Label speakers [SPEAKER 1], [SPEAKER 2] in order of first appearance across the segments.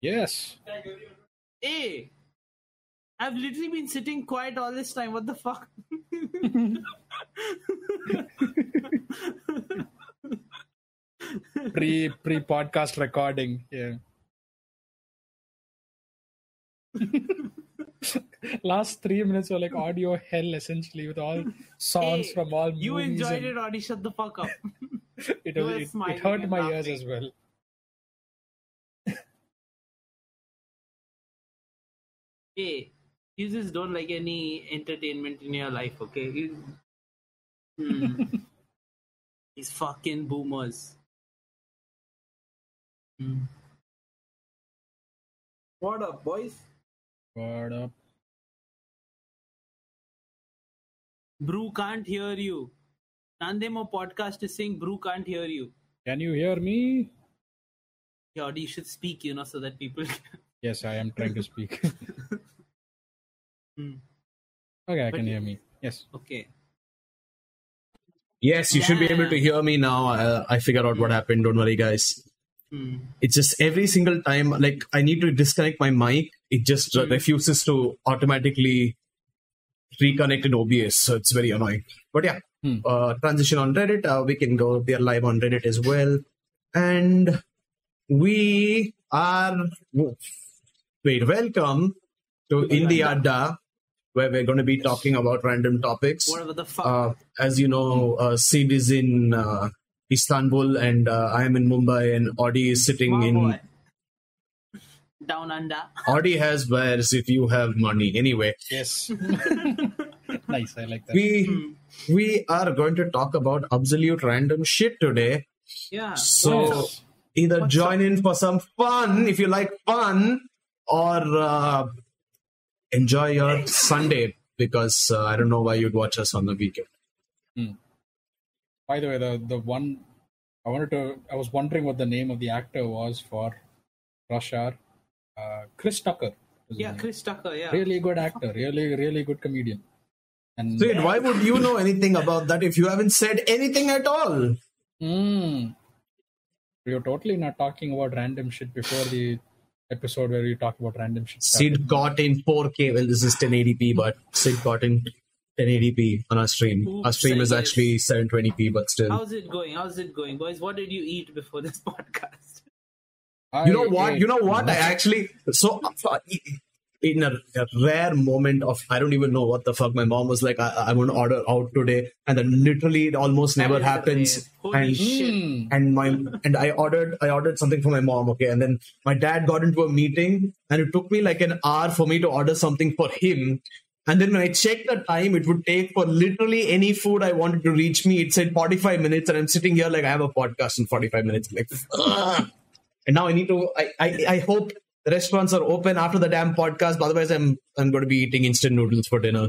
[SPEAKER 1] Yes.
[SPEAKER 2] Hey, I've literally been sitting quiet all this time. What the fuck?
[SPEAKER 1] Pre pre podcast recording. Yeah. Last three minutes were like audio hell essentially with all songs
[SPEAKER 2] Hey,
[SPEAKER 1] from all
[SPEAKER 2] you
[SPEAKER 1] movies
[SPEAKER 2] enjoyed
[SPEAKER 1] and-
[SPEAKER 2] it, Audi. Shut the fuck up.
[SPEAKER 1] it, was-
[SPEAKER 2] You were
[SPEAKER 1] it, it
[SPEAKER 2] smiling
[SPEAKER 1] hurt
[SPEAKER 2] and
[SPEAKER 1] my ears
[SPEAKER 2] laughing.
[SPEAKER 1] as well.
[SPEAKER 2] hey, you just don't like any entertainment in your life, okay? You... Hmm. These fucking boomers. Hmm. What up, boys?
[SPEAKER 1] What up?
[SPEAKER 2] Brew can't hear you. Nandemo podcast is saying Brew can't hear you.
[SPEAKER 1] Can you hear me?
[SPEAKER 2] Yeah, Audi, you should speak, you know, so that people.
[SPEAKER 1] Yes, I am trying to speak.
[SPEAKER 2] Hmm.
[SPEAKER 1] Okay, I
[SPEAKER 2] But
[SPEAKER 1] can
[SPEAKER 2] you-
[SPEAKER 1] hear me. Yes.
[SPEAKER 2] okay.
[SPEAKER 3] Yes, you should be able to
[SPEAKER 2] Yeah.
[SPEAKER 3] hear me now. Uh, I figured out what happened. Don't worry, guys.
[SPEAKER 2] Hmm.
[SPEAKER 3] It's just every single time, like I need to disconnect my mic. It just uh,
[SPEAKER 2] Mm.
[SPEAKER 3] refuses to automatically reconnect in OBS, so it's very annoying. But yeah,
[SPEAKER 1] Mm.
[SPEAKER 3] uh, transition on Reddit. Uh, we can go. We are live on Reddit as well, and we are wait. Welcome to India Da, where we're going to be talking about random topics
[SPEAKER 2] Whatever the fuck.
[SPEAKER 3] uh, as you know, uh, Sid is in uh, Istanbul and uh, I am in Mumbai, and Audi is sitting
[SPEAKER 2] My
[SPEAKER 3] in.
[SPEAKER 2] boy. Down under.
[SPEAKER 3] Audi has wares if you have money. Anyway,
[SPEAKER 1] Yes. nice. I like that.
[SPEAKER 3] we we are going to talk about absolute random shit today.
[SPEAKER 2] Yeah.
[SPEAKER 3] So
[SPEAKER 1] Yes.
[SPEAKER 3] either join in for some fun if you like fun, or uh, enjoy your Sunday because uh, I don't know why you'd watch us on the weekend.
[SPEAKER 1] By the way, the the one I wanted to I was wondering what the name of the actor was for Rashar. Uh, Chris Tucker. was his
[SPEAKER 2] Yeah,
[SPEAKER 1] name.
[SPEAKER 2] Chris Tucker. Yeah.
[SPEAKER 1] Really good actor. Really, really good comedian. And
[SPEAKER 3] Sid, why would you know anything about that if you haven't said anything at all?
[SPEAKER 1] Mm. You're totally not talking about random shit before the episode where you talk about random shit. started.
[SPEAKER 3] Sid got in 4K. Well, this is 1080p, but Sid got in 1080p on our stream. our
[SPEAKER 2] Oops,
[SPEAKER 3] stream is
[SPEAKER 2] I guess.
[SPEAKER 3] actually 720p, but still.
[SPEAKER 2] How's it going? How's it going, boys? What did you eat before this podcast?
[SPEAKER 1] I
[SPEAKER 3] you know what?
[SPEAKER 1] ate-
[SPEAKER 3] You know what? I actually so uh, in a, a rare moment of I don't even know what the fuck. My mom was like, I, I'm gonna order out today, and then literally it almost
[SPEAKER 2] That
[SPEAKER 3] never
[SPEAKER 2] is
[SPEAKER 3] happens.
[SPEAKER 2] rare. Holy
[SPEAKER 3] and
[SPEAKER 2] shit.
[SPEAKER 1] Mm.
[SPEAKER 3] and my and I ordered I ordered something for my mom, okay, and then my dad got into a meeting, and it took me like an hour for me to order something for him. And then when I checked the time it would take for literally any food I wanted to reach me, it said 45 minutes, and I'm sitting here like I have a podcast in 45 minutes. Like, ugh. and now I need to. I, I I hope the restaurants are open after the damn podcast. Otherwise, I'm I'm going to be eating instant noodles for dinner.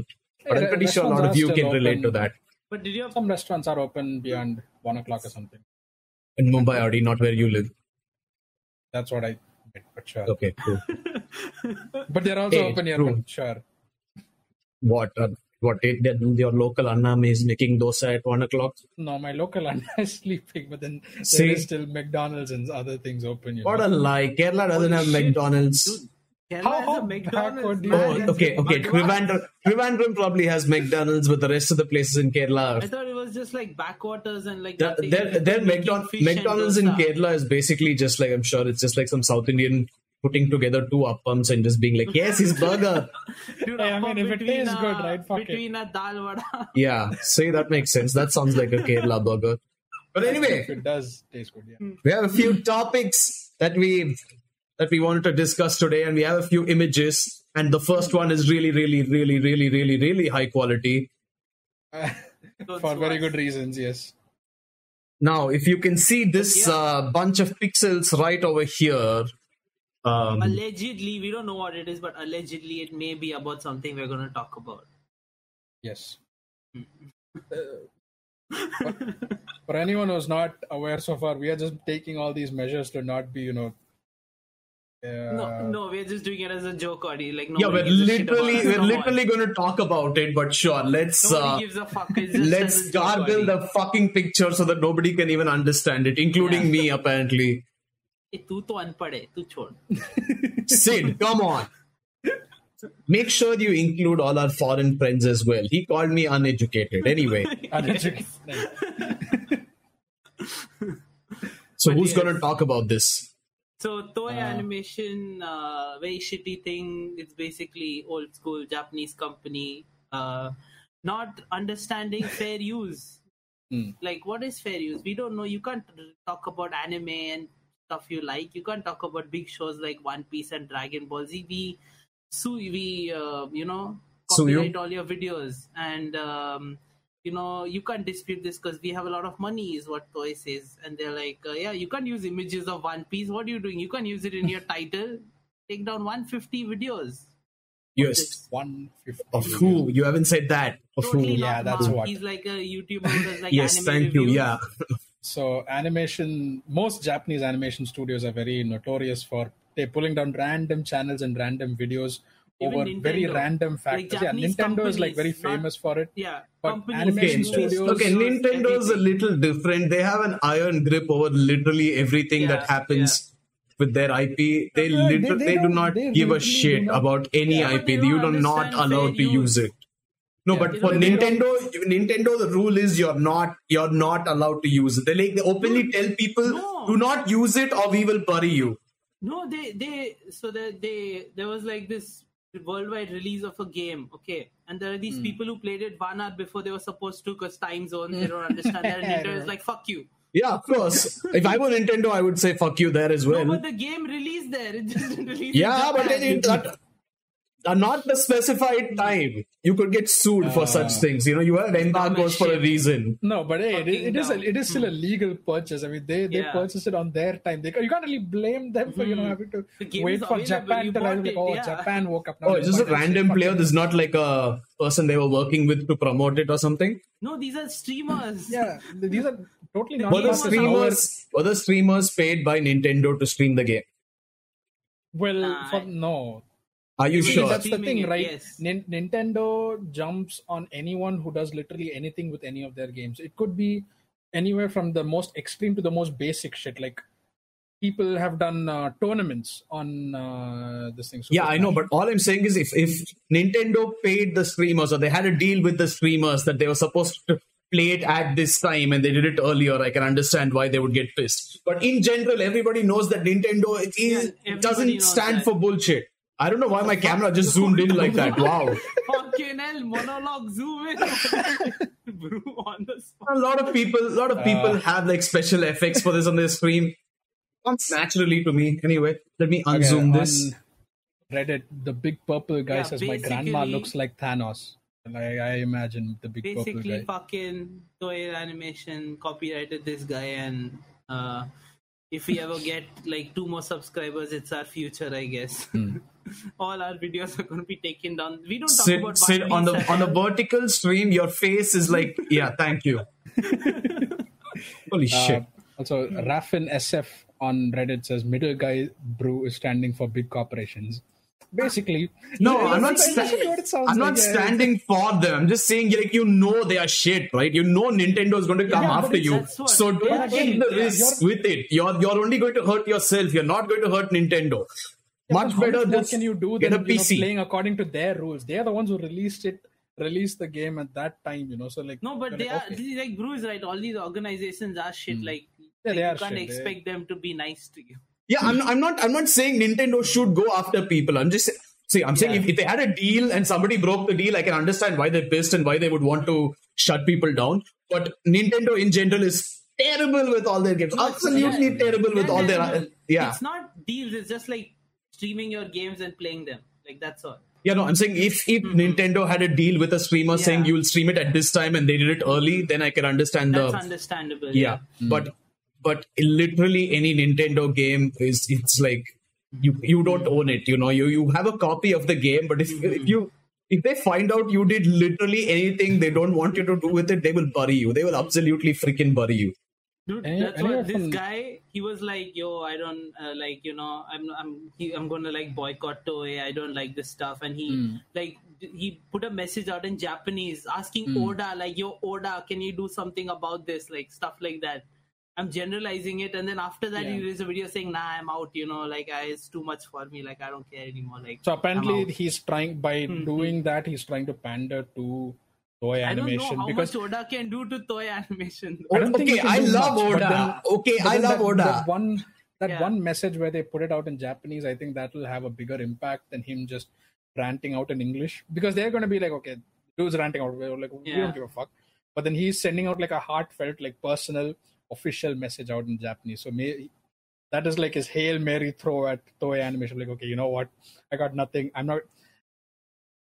[SPEAKER 3] But I'm
[SPEAKER 1] Yeah,
[SPEAKER 3] pretty sure a lot
[SPEAKER 1] restaurants
[SPEAKER 3] of
[SPEAKER 1] are
[SPEAKER 3] you can
[SPEAKER 1] still
[SPEAKER 3] relate to
[SPEAKER 1] open.
[SPEAKER 3] that.
[SPEAKER 2] But did you have
[SPEAKER 1] Some restaurants are open beyond one o'clock or something.
[SPEAKER 3] In Mumbai, already not where you live.
[SPEAKER 1] That's what I meant, but sure.
[SPEAKER 3] Okay, cool.
[SPEAKER 1] But they're also
[SPEAKER 3] Hey,
[SPEAKER 1] open here,
[SPEAKER 3] true.
[SPEAKER 1] but sure.
[SPEAKER 3] what uh, what it, that your local annam is making dosa at one o'clock.
[SPEAKER 1] No, my local Anna is sleeping, but then there
[SPEAKER 3] See?
[SPEAKER 1] is still McDonald's and other things open. You
[SPEAKER 3] What
[SPEAKER 1] know?
[SPEAKER 3] a lie! Kerala doesn't have
[SPEAKER 2] shit,
[SPEAKER 3] McDonald's.
[SPEAKER 2] Dude, Kerala
[SPEAKER 1] How-
[SPEAKER 2] has
[SPEAKER 1] how
[SPEAKER 2] a
[SPEAKER 1] backward
[SPEAKER 2] McDonald's.
[SPEAKER 1] you
[SPEAKER 2] man.
[SPEAKER 1] are.
[SPEAKER 3] Oh, okay, okay.
[SPEAKER 2] Madras.
[SPEAKER 3] Trivandrum, Trivandrum probably has McDonald's, but the rest of the places in
[SPEAKER 2] I
[SPEAKER 3] Kerala,
[SPEAKER 2] thought it was just like backwaters and like
[SPEAKER 3] their
[SPEAKER 2] nothing.
[SPEAKER 3] their, their McDon-
[SPEAKER 2] Fish and
[SPEAKER 3] McDonald's in
[SPEAKER 2] dosa.
[SPEAKER 3] Kerala is basically just like I'm sure it's just like some South Indian putting together two uppums and just being like, yes, his burger.
[SPEAKER 2] Dude,
[SPEAKER 1] Hey, I
[SPEAKER 2] up
[SPEAKER 1] mean, if it
[SPEAKER 2] between
[SPEAKER 1] tastes
[SPEAKER 2] a-
[SPEAKER 1] good, right, fuck it.
[SPEAKER 2] between a dal vada.
[SPEAKER 3] yeah, see that makes sense. That sounds like a Kerala burger. But anyway,
[SPEAKER 1] If it does taste good,
[SPEAKER 2] Hmm.
[SPEAKER 1] yeah.
[SPEAKER 3] we have a few topics that we that we wanted to discuss today and we have a few images and the first one is really really really really really really high quality
[SPEAKER 2] Don't
[SPEAKER 1] For
[SPEAKER 2] sue
[SPEAKER 1] very
[SPEAKER 2] us.
[SPEAKER 1] good reasons, yes.
[SPEAKER 3] now if you can see this
[SPEAKER 2] Yeah.
[SPEAKER 3] uh, bunch of pixels right over here um,
[SPEAKER 2] Allegedly, we don't know what it is, but allegedly, it may be about something we're gonna talk about.
[SPEAKER 1] Yes.
[SPEAKER 2] Hmm.
[SPEAKER 1] Uh, for- for anyone who's not aware so far, we are just taking all these measures to not be, you know. Uh,
[SPEAKER 2] no, no, we're just doing it as a joke, Audi. Like,
[SPEAKER 3] yeah
[SPEAKER 2] nobody
[SPEAKER 3] we're
[SPEAKER 2] gives a shit about
[SPEAKER 3] literally
[SPEAKER 2] us,
[SPEAKER 3] we're
[SPEAKER 2] no one.
[SPEAKER 3] literally going to talk about it but sure let's
[SPEAKER 2] Nobody
[SPEAKER 3] uh,
[SPEAKER 2] gives a fuck. It's just as
[SPEAKER 3] let's
[SPEAKER 2] a joke,
[SPEAKER 3] gargle
[SPEAKER 2] Audi.
[SPEAKER 3] the fucking picture so that nobody can even understand it including
[SPEAKER 2] Yeah.
[SPEAKER 3] me apparently
[SPEAKER 2] ए, तू तो अनपढ़ है तू छोड़
[SPEAKER 3] Sid, come on. Make sure you include all our foreign friends as well. He called me uneducated. Anyway,
[SPEAKER 1] Uneducated.
[SPEAKER 3] so
[SPEAKER 2] But yes.
[SPEAKER 3] who's going to talk about this?
[SPEAKER 2] So toy
[SPEAKER 1] Uh,
[SPEAKER 2] animation, uh, very shitty thing. It's basically old school Japanese company, uh, not understanding fair use.
[SPEAKER 1] Hmm.
[SPEAKER 2] Like what is fair use? We don't know. You can't talk about anime and stuff you like. You can't talk about big shows like One Piece and Dragon Ball Z. We sue we uh, you know
[SPEAKER 3] Sue you?
[SPEAKER 2] copyright all your videos and um, you know you can't dispute this because we have a lot of money is what toy says and they're like uh, yeah you can't use images of one piece what are you doing you can't use it in your title take down 150 videos
[SPEAKER 3] Yes.
[SPEAKER 1] One fifty.
[SPEAKER 3] Of who? You haven't said that. Of
[SPEAKER 2] totally
[SPEAKER 3] who?
[SPEAKER 1] Yeah,
[SPEAKER 2] not
[SPEAKER 1] that's
[SPEAKER 2] Mark.
[SPEAKER 1] what.
[SPEAKER 2] he's like a youtuber who does like
[SPEAKER 3] Yes,
[SPEAKER 2] anime
[SPEAKER 3] thank you.
[SPEAKER 2] reviews.
[SPEAKER 3] Yeah.
[SPEAKER 1] So animation, most Japanese animation studios are very notorious for they pulling down random channels and random videos
[SPEAKER 2] Even
[SPEAKER 1] over very
[SPEAKER 2] Nintendo.
[SPEAKER 1] random
[SPEAKER 2] Like
[SPEAKER 1] factors. yeah,
[SPEAKER 2] Japanese
[SPEAKER 1] Nintendo is like very
[SPEAKER 2] companies, not-
[SPEAKER 1] famous for it.
[SPEAKER 2] yeah
[SPEAKER 1] But
[SPEAKER 2] companies,
[SPEAKER 1] animation
[SPEAKER 3] Okay,
[SPEAKER 2] videos,
[SPEAKER 1] studios-
[SPEAKER 3] okay.
[SPEAKER 2] shows,
[SPEAKER 3] Nintendo's a
[SPEAKER 2] everything.
[SPEAKER 3] little different. They have an iron grip over literally everything that
[SPEAKER 2] Yeah,
[SPEAKER 3] happens with their IP. They
[SPEAKER 1] Yeah, they-
[SPEAKER 3] literally
[SPEAKER 1] they
[SPEAKER 3] they, do
[SPEAKER 1] don't-
[SPEAKER 3] not
[SPEAKER 1] they
[SPEAKER 3] give a
[SPEAKER 1] literally
[SPEAKER 3] shit
[SPEAKER 1] do not-
[SPEAKER 3] about any
[SPEAKER 1] Yeah,
[SPEAKER 2] but
[SPEAKER 3] IP.
[SPEAKER 2] they
[SPEAKER 3] You
[SPEAKER 2] don't
[SPEAKER 3] are not
[SPEAKER 2] understand
[SPEAKER 3] allowed to
[SPEAKER 2] fair
[SPEAKER 3] use
[SPEAKER 2] use.
[SPEAKER 3] it. No,
[SPEAKER 1] Yeah,
[SPEAKER 3] but
[SPEAKER 2] they
[SPEAKER 3] for
[SPEAKER 2] don't- they don't-
[SPEAKER 3] Nintendo, Nintendo, the rule is you're not you're not allowed to use it. They like they openly tell people,
[SPEAKER 2] No.
[SPEAKER 3] do not use it or we will bury you.
[SPEAKER 2] No, they they so that they there was like this worldwide release of a game, okay, and there are these
[SPEAKER 1] Hmm.
[SPEAKER 2] people who played it one hour before they were supposed to because time zone they don't understand that. And Nintendo is like fuck you.
[SPEAKER 3] Yeah, of course. if I were Nintendo, I would say fuck you there as well.
[SPEAKER 2] No, but the game released there. It just released. in
[SPEAKER 3] Yeah, but
[SPEAKER 2] Japan.
[SPEAKER 3] it, it, that, uh, not the specified time. You could get sued for such things. You know, you have embargoes for a
[SPEAKER 2] shit.
[SPEAKER 3] reason.
[SPEAKER 1] No, but hey, it, is- it is a,
[SPEAKER 2] Fucking
[SPEAKER 1] it is still a legal purchase. I mean, they they
[SPEAKER 2] Yeah. Hmm.
[SPEAKER 1] purchased it on their time. They, you can't really blame them for you know having to
[SPEAKER 2] The game
[SPEAKER 1] wait
[SPEAKER 2] is
[SPEAKER 1] for
[SPEAKER 2] available.
[SPEAKER 1] Japan
[SPEAKER 2] You
[SPEAKER 1] to
[SPEAKER 2] bought
[SPEAKER 1] like,
[SPEAKER 2] it,
[SPEAKER 1] oh
[SPEAKER 2] yeah.
[SPEAKER 1] Japan woke up now.
[SPEAKER 3] Oh, it's just a random player. There's not like a person they were working with to promote it or something.
[SPEAKER 2] no, these are streamers.
[SPEAKER 1] Yeah, these are totally not.
[SPEAKER 3] Were the
[SPEAKER 1] not an hour-
[SPEAKER 3] streamers were the streamers paid by Nintendo to stream the game?
[SPEAKER 1] Well,
[SPEAKER 2] Nah.
[SPEAKER 1] for, no,
[SPEAKER 3] Are you
[SPEAKER 2] See,
[SPEAKER 1] See,
[SPEAKER 3] sure?
[SPEAKER 1] that's the
[SPEAKER 2] Streaming
[SPEAKER 1] thing,
[SPEAKER 2] it,
[SPEAKER 1] right?
[SPEAKER 2] yes.
[SPEAKER 1] Nin- Nintendo jumps on anyone who does literally anything with any of their games. It could be anywhere from the most extreme to the most basic shit. Like people have done uh, tournaments on uh, this thing. Super
[SPEAKER 3] yeah, I know,
[SPEAKER 1] Smash.
[SPEAKER 3] but all I'm saying is if, if Nintendo paid the streamers or they had a deal with the streamers that they were supposed to play it at this time and they did it earlier, I can understand why they would get pissed. But in general, everybody knows that Nintendo it is,
[SPEAKER 2] everybody
[SPEAKER 3] doesn't
[SPEAKER 2] knows
[SPEAKER 3] stand
[SPEAKER 2] that.
[SPEAKER 3] for bullshit. I don't know why my camera just zoomed in like that. Wow.
[SPEAKER 2] Fucking hell, monologue zoom in. Bro, on the spot.
[SPEAKER 3] A lot of people, a lot of
[SPEAKER 2] Uh.
[SPEAKER 3] people have like special effects for this on their screen. Comes naturally to me. Anyway, let me
[SPEAKER 1] Okay,
[SPEAKER 3] unzoom
[SPEAKER 1] on
[SPEAKER 3] this.
[SPEAKER 1] Reddit, the big purple guy
[SPEAKER 2] Yeah,
[SPEAKER 1] says my grandma
[SPEAKER 2] basically-
[SPEAKER 1] looks like Thanos. And I, I imagine the big purple
[SPEAKER 2] basically
[SPEAKER 1] guy.
[SPEAKER 2] fucking toy animation copyrighted this guy and uh if we ever get like two more subscribers it's our future i guess
[SPEAKER 3] Hmm.
[SPEAKER 2] all our videos are going to be taken down we don't talk
[SPEAKER 3] Sit,
[SPEAKER 2] about
[SPEAKER 3] sit
[SPEAKER 2] One
[SPEAKER 3] on the
[SPEAKER 2] Piece
[SPEAKER 3] on the
[SPEAKER 2] at all.
[SPEAKER 3] vertical stream. Your face is like, yeah, thank you. Holy
[SPEAKER 1] Uh,
[SPEAKER 3] shit!
[SPEAKER 1] Um, Also, Raffin SF on Reddit says middle guy brew is standing for big corporations. Basically,
[SPEAKER 3] No,
[SPEAKER 1] yeah,
[SPEAKER 3] I'm not.
[SPEAKER 1] that's
[SPEAKER 3] Sta-
[SPEAKER 1] basically what it sounds
[SPEAKER 3] I'm not
[SPEAKER 1] like, yeah.
[SPEAKER 3] standing for them. I'm just saying, like, you know, they are shit, right? You know, Nintendo is going to come
[SPEAKER 1] Yeah, but
[SPEAKER 3] after
[SPEAKER 2] it's-
[SPEAKER 3] you,
[SPEAKER 2] that's what-
[SPEAKER 3] so
[SPEAKER 2] they
[SPEAKER 1] are
[SPEAKER 3] don't take
[SPEAKER 1] shit,
[SPEAKER 3] the
[SPEAKER 1] yeah.
[SPEAKER 3] risk
[SPEAKER 1] You're-
[SPEAKER 3] with it. You're you're only going to hurt yourself. You're not going to hurt Nintendo. Much
[SPEAKER 1] How much
[SPEAKER 3] better
[SPEAKER 1] more
[SPEAKER 3] just
[SPEAKER 1] can you do
[SPEAKER 3] get
[SPEAKER 1] than
[SPEAKER 3] a
[SPEAKER 1] you know,
[SPEAKER 3] PC.
[SPEAKER 1] playing according to their rules? They are the ones who released it, released the game at that time. You know, so like
[SPEAKER 2] no but
[SPEAKER 1] you're
[SPEAKER 2] they
[SPEAKER 1] like,
[SPEAKER 2] are
[SPEAKER 1] okay.
[SPEAKER 2] this is like brew is right all these organizations are shit
[SPEAKER 3] Hmm.
[SPEAKER 2] like,
[SPEAKER 1] Yeah,
[SPEAKER 2] like,
[SPEAKER 1] they
[SPEAKER 2] you
[SPEAKER 1] are
[SPEAKER 2] can't
[SPEAKER 1] shit. They-
[SPEAKER 2] expect them to be nice to you
[SPEAKER 3] Yeah, I'm, I'm not. I'm not saying Nintendo should go after people. I'm just see. I'm saying
[SPEAKER 2] Yeah.
[SPEAKER 3] if, if they had a deal and somebody broke the deal, I can understand why they're pissed and why they would want to shut people down. But Nintendo in general is terrible with all their games. Absolutely
[SPEAKER 2] Yeah.
[SPEAKER 3] terrible with
[SPEAKER 2] Yeah,
[SPEAKER 3] all
[SPEAKER 2] no,
[SPEAKER 3] their.
[SPEAKER 2] no, no.
[SPEAKER 3] Yeah,
[SPEAKER 2] it's not deals it's just like streaming your games and playing them like that's all
[SPEAKER 3] yeah. No, I'm saying if if Nintendo had a deal with a streamer saying
[SPEAKER 2] Mm-hmm. Yeah.
[SPEAKER 3] you'll stream it at this time and they did it early, then I can understand
[SPEAKER 2] that's
[SPEAKER 3] the
[SPEAKER 2] understandable
[SPEAKER 3] yeah
[SPEAKER 2] Hmm.
[SPEAKER 3] but but literally any nintendo game is it's like you you don't own it you know you you have a copy of the game but if, if you if they find out you did literally anything they don't want you to do with it they will bury you they will absolutely freaking bury you
[SPEAKER 2] Dude,
[SPEAKER 1] Any-
[SPEAKER 2] that's
[SPEAKER 1] anywhere
[SPEAKER 2] what this
[SPEAKER 1] from-
[SPEAKER 2] guy he was like, yo, I don't uh, like, you know, I'm I'm he, I'm gonna like boycott Toei. I don't like this stuff, and he
[SPEAKER 1] Hmm.
[SPEAKER 2] like he put a message out in
[SPEAKER 1] Hmm.
[SPEAKER 2] Japanese asking Oda like, yo, Oda, can you do something about this, like stuff like that. I'm generalizing it, and then after that,
[SPEAKER 1] Yeah.
[SPEAKER 2] he released a video saying, "Nah, I'm out. You know, like I, it's too much for me. Like I don't care anymore. Like
[SPEAKER 1] So
[SPEAKER 2] I'm
[SPEAKER 1] apparently
[SPEAKER 2] out.
[SPEAKER 1] he's trying by doing that he's trying to pander to toy
[SPEAKER 2] Hmm, I don't know
[SPEAKER 1] animation
[SPEAKER 2] how
[SPEAKER 1] because
[SPEAKER 2] much Oda can do to toy animation.
[SPEAKER 1] I don't think
[SPEAKER 3] okay,
[SPEAKER 1] you can
[SPEAKER 3] I
[SPEAKER 1] do
[SPEAKER 3] love
[SPEAKER 1] much, but
[SPEAKER 3] Oda.
[SPEAKER 1] then-
[SPEAKER 3] Okay,
[SPEAKER 1] but
[SPEAKER 3] I
[SPEAKER 1] then
[SPEAKER 3] love
[SPEAKER 1] that-
[SPEAKER 3] Oda.
[SPEAKER 1] That one that
[SPEAKER 2] Yeah.
[SPEAKER 1] one message where they put it out in Japanese, I think that will have a bigger impact than him just ranting out in English because they're going to be like, okay, dude's ranting out, we're like we
[SPEAKER 2] Yeah.
[SPEAKER 1] don't give a fuck. But then he's sending out like a heartfelt, like personal, official message out in Japanese. So may, that is like his hail mary throw at toy animation. Like, okay, you know what? I got nothing. I'm not.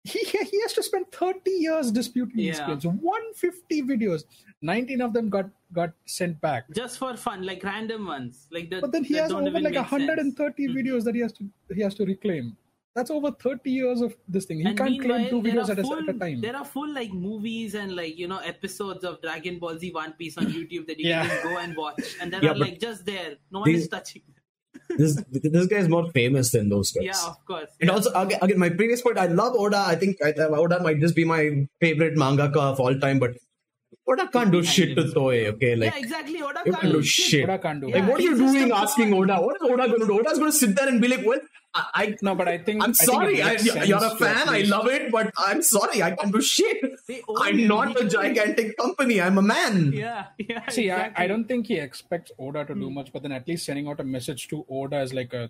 [SPEAKER 1] He he has to spend 30 years disputing these
[SPEAKER 2] Yeah.
[SPEAKER 1] claims. 150 videos, 19 of them got got sent back.
[SPEAKER 2] Just for fun, like random ones. Like that.
[SPEAKER 1] But then he
[SPEAKER 2] that
[SPEAKER 1] has
[SPEAKER 2] don't
[SPEAKER 1] over
[SPEAKER 2] even
[SPEAKER 1] like
[SPEAKER 2] make sense. Hmm.
[SPEAKER 1] 130 videos that he has to he has to reclaim. That's over 30 years of this thing. He
[SPEAKER 2] and
[SPEAKER 1] can't claim
[SPEAKER 2] meanwhile,
[SPEAKER 1] two
[SPEAKER 2] there
[SPEAKER 1] videos
[SPEAKER 2] are
[SPEAKER 1] at a,
[SPEAKER 2] full,
[SPEAKER 1] at a time.
[SPEAKER 2] There are full like movies and like you know episodes of Dragon Ball Z One Piece on YouTube that you
[SPEAKER 1] Yeah.
[SPEAKER 2] can just go and watch, and they're
[SPEAKER 3] Yeah,
[SPEAKER 2] all,
[SPEAKER 3] but
[SPEAKER 2] like just there. No one
[SPEAKER 3] these-
[SPEAKER 2] is touching. them.
[SPEAKER 3] this this guy is more famous than those guys.
[SPEAKER 2] Yeah, of course.
[SPEAKER 3] And also, again, again, my previous point, I love Oda. I think I, uh, Oda might just be my favorite mangaka of all time, but Oda can't do shit to Toei, okay? Like,
[SPEAKER 2] yeah, exactly. Oda
[SPEAKER 3] you
[SPEAKER 2] can't
[SPEAKER 3] can't do shit.
[SPEAKER 1] Oda can't do
[SPEAKER 3] Like,
[SPEAKER 1] it.
[SPEAKER 3] what are you
[SPEAKER 2] He's just
[SPEAKER 3] doing
[SPEAKER 2] a
[SPEAKER 3] asking Oda? What is Oda going to do? Oda's going to sit there and be like, well, I. I
[SPEAKER 1] No, but I think
[SPEAKER 3] I'm
[SPEAKER 1] I think it
[SPEAKER 3] sorry. I,
[SPEAKER 1] makes sense
[SPEAKER 3] you're
[SPEAKER 1] to
[SPEAKER 3] a
[SPEAKER 1] at
[SPEAKER 3] fan. I
[SPEAKER 1] least-
[SPEAKER 3] love it, but I'm sorry. I can't do shit.
[SPEAKER 2] They own
[SPEAKER 3] I'm not a
[SPEAKER 2] Uniqlo.
[SPEAKER 3] gigantic company. I'm a man.
[SPEAKER 2] Yeah, yeah.
[SPEAKER 1] See,
[SPEAKER 2] exactly. Hmm.
[SPEAKER 1] I, I don't think he expects Oda to do much, but then at least sending out a message to Oda is like a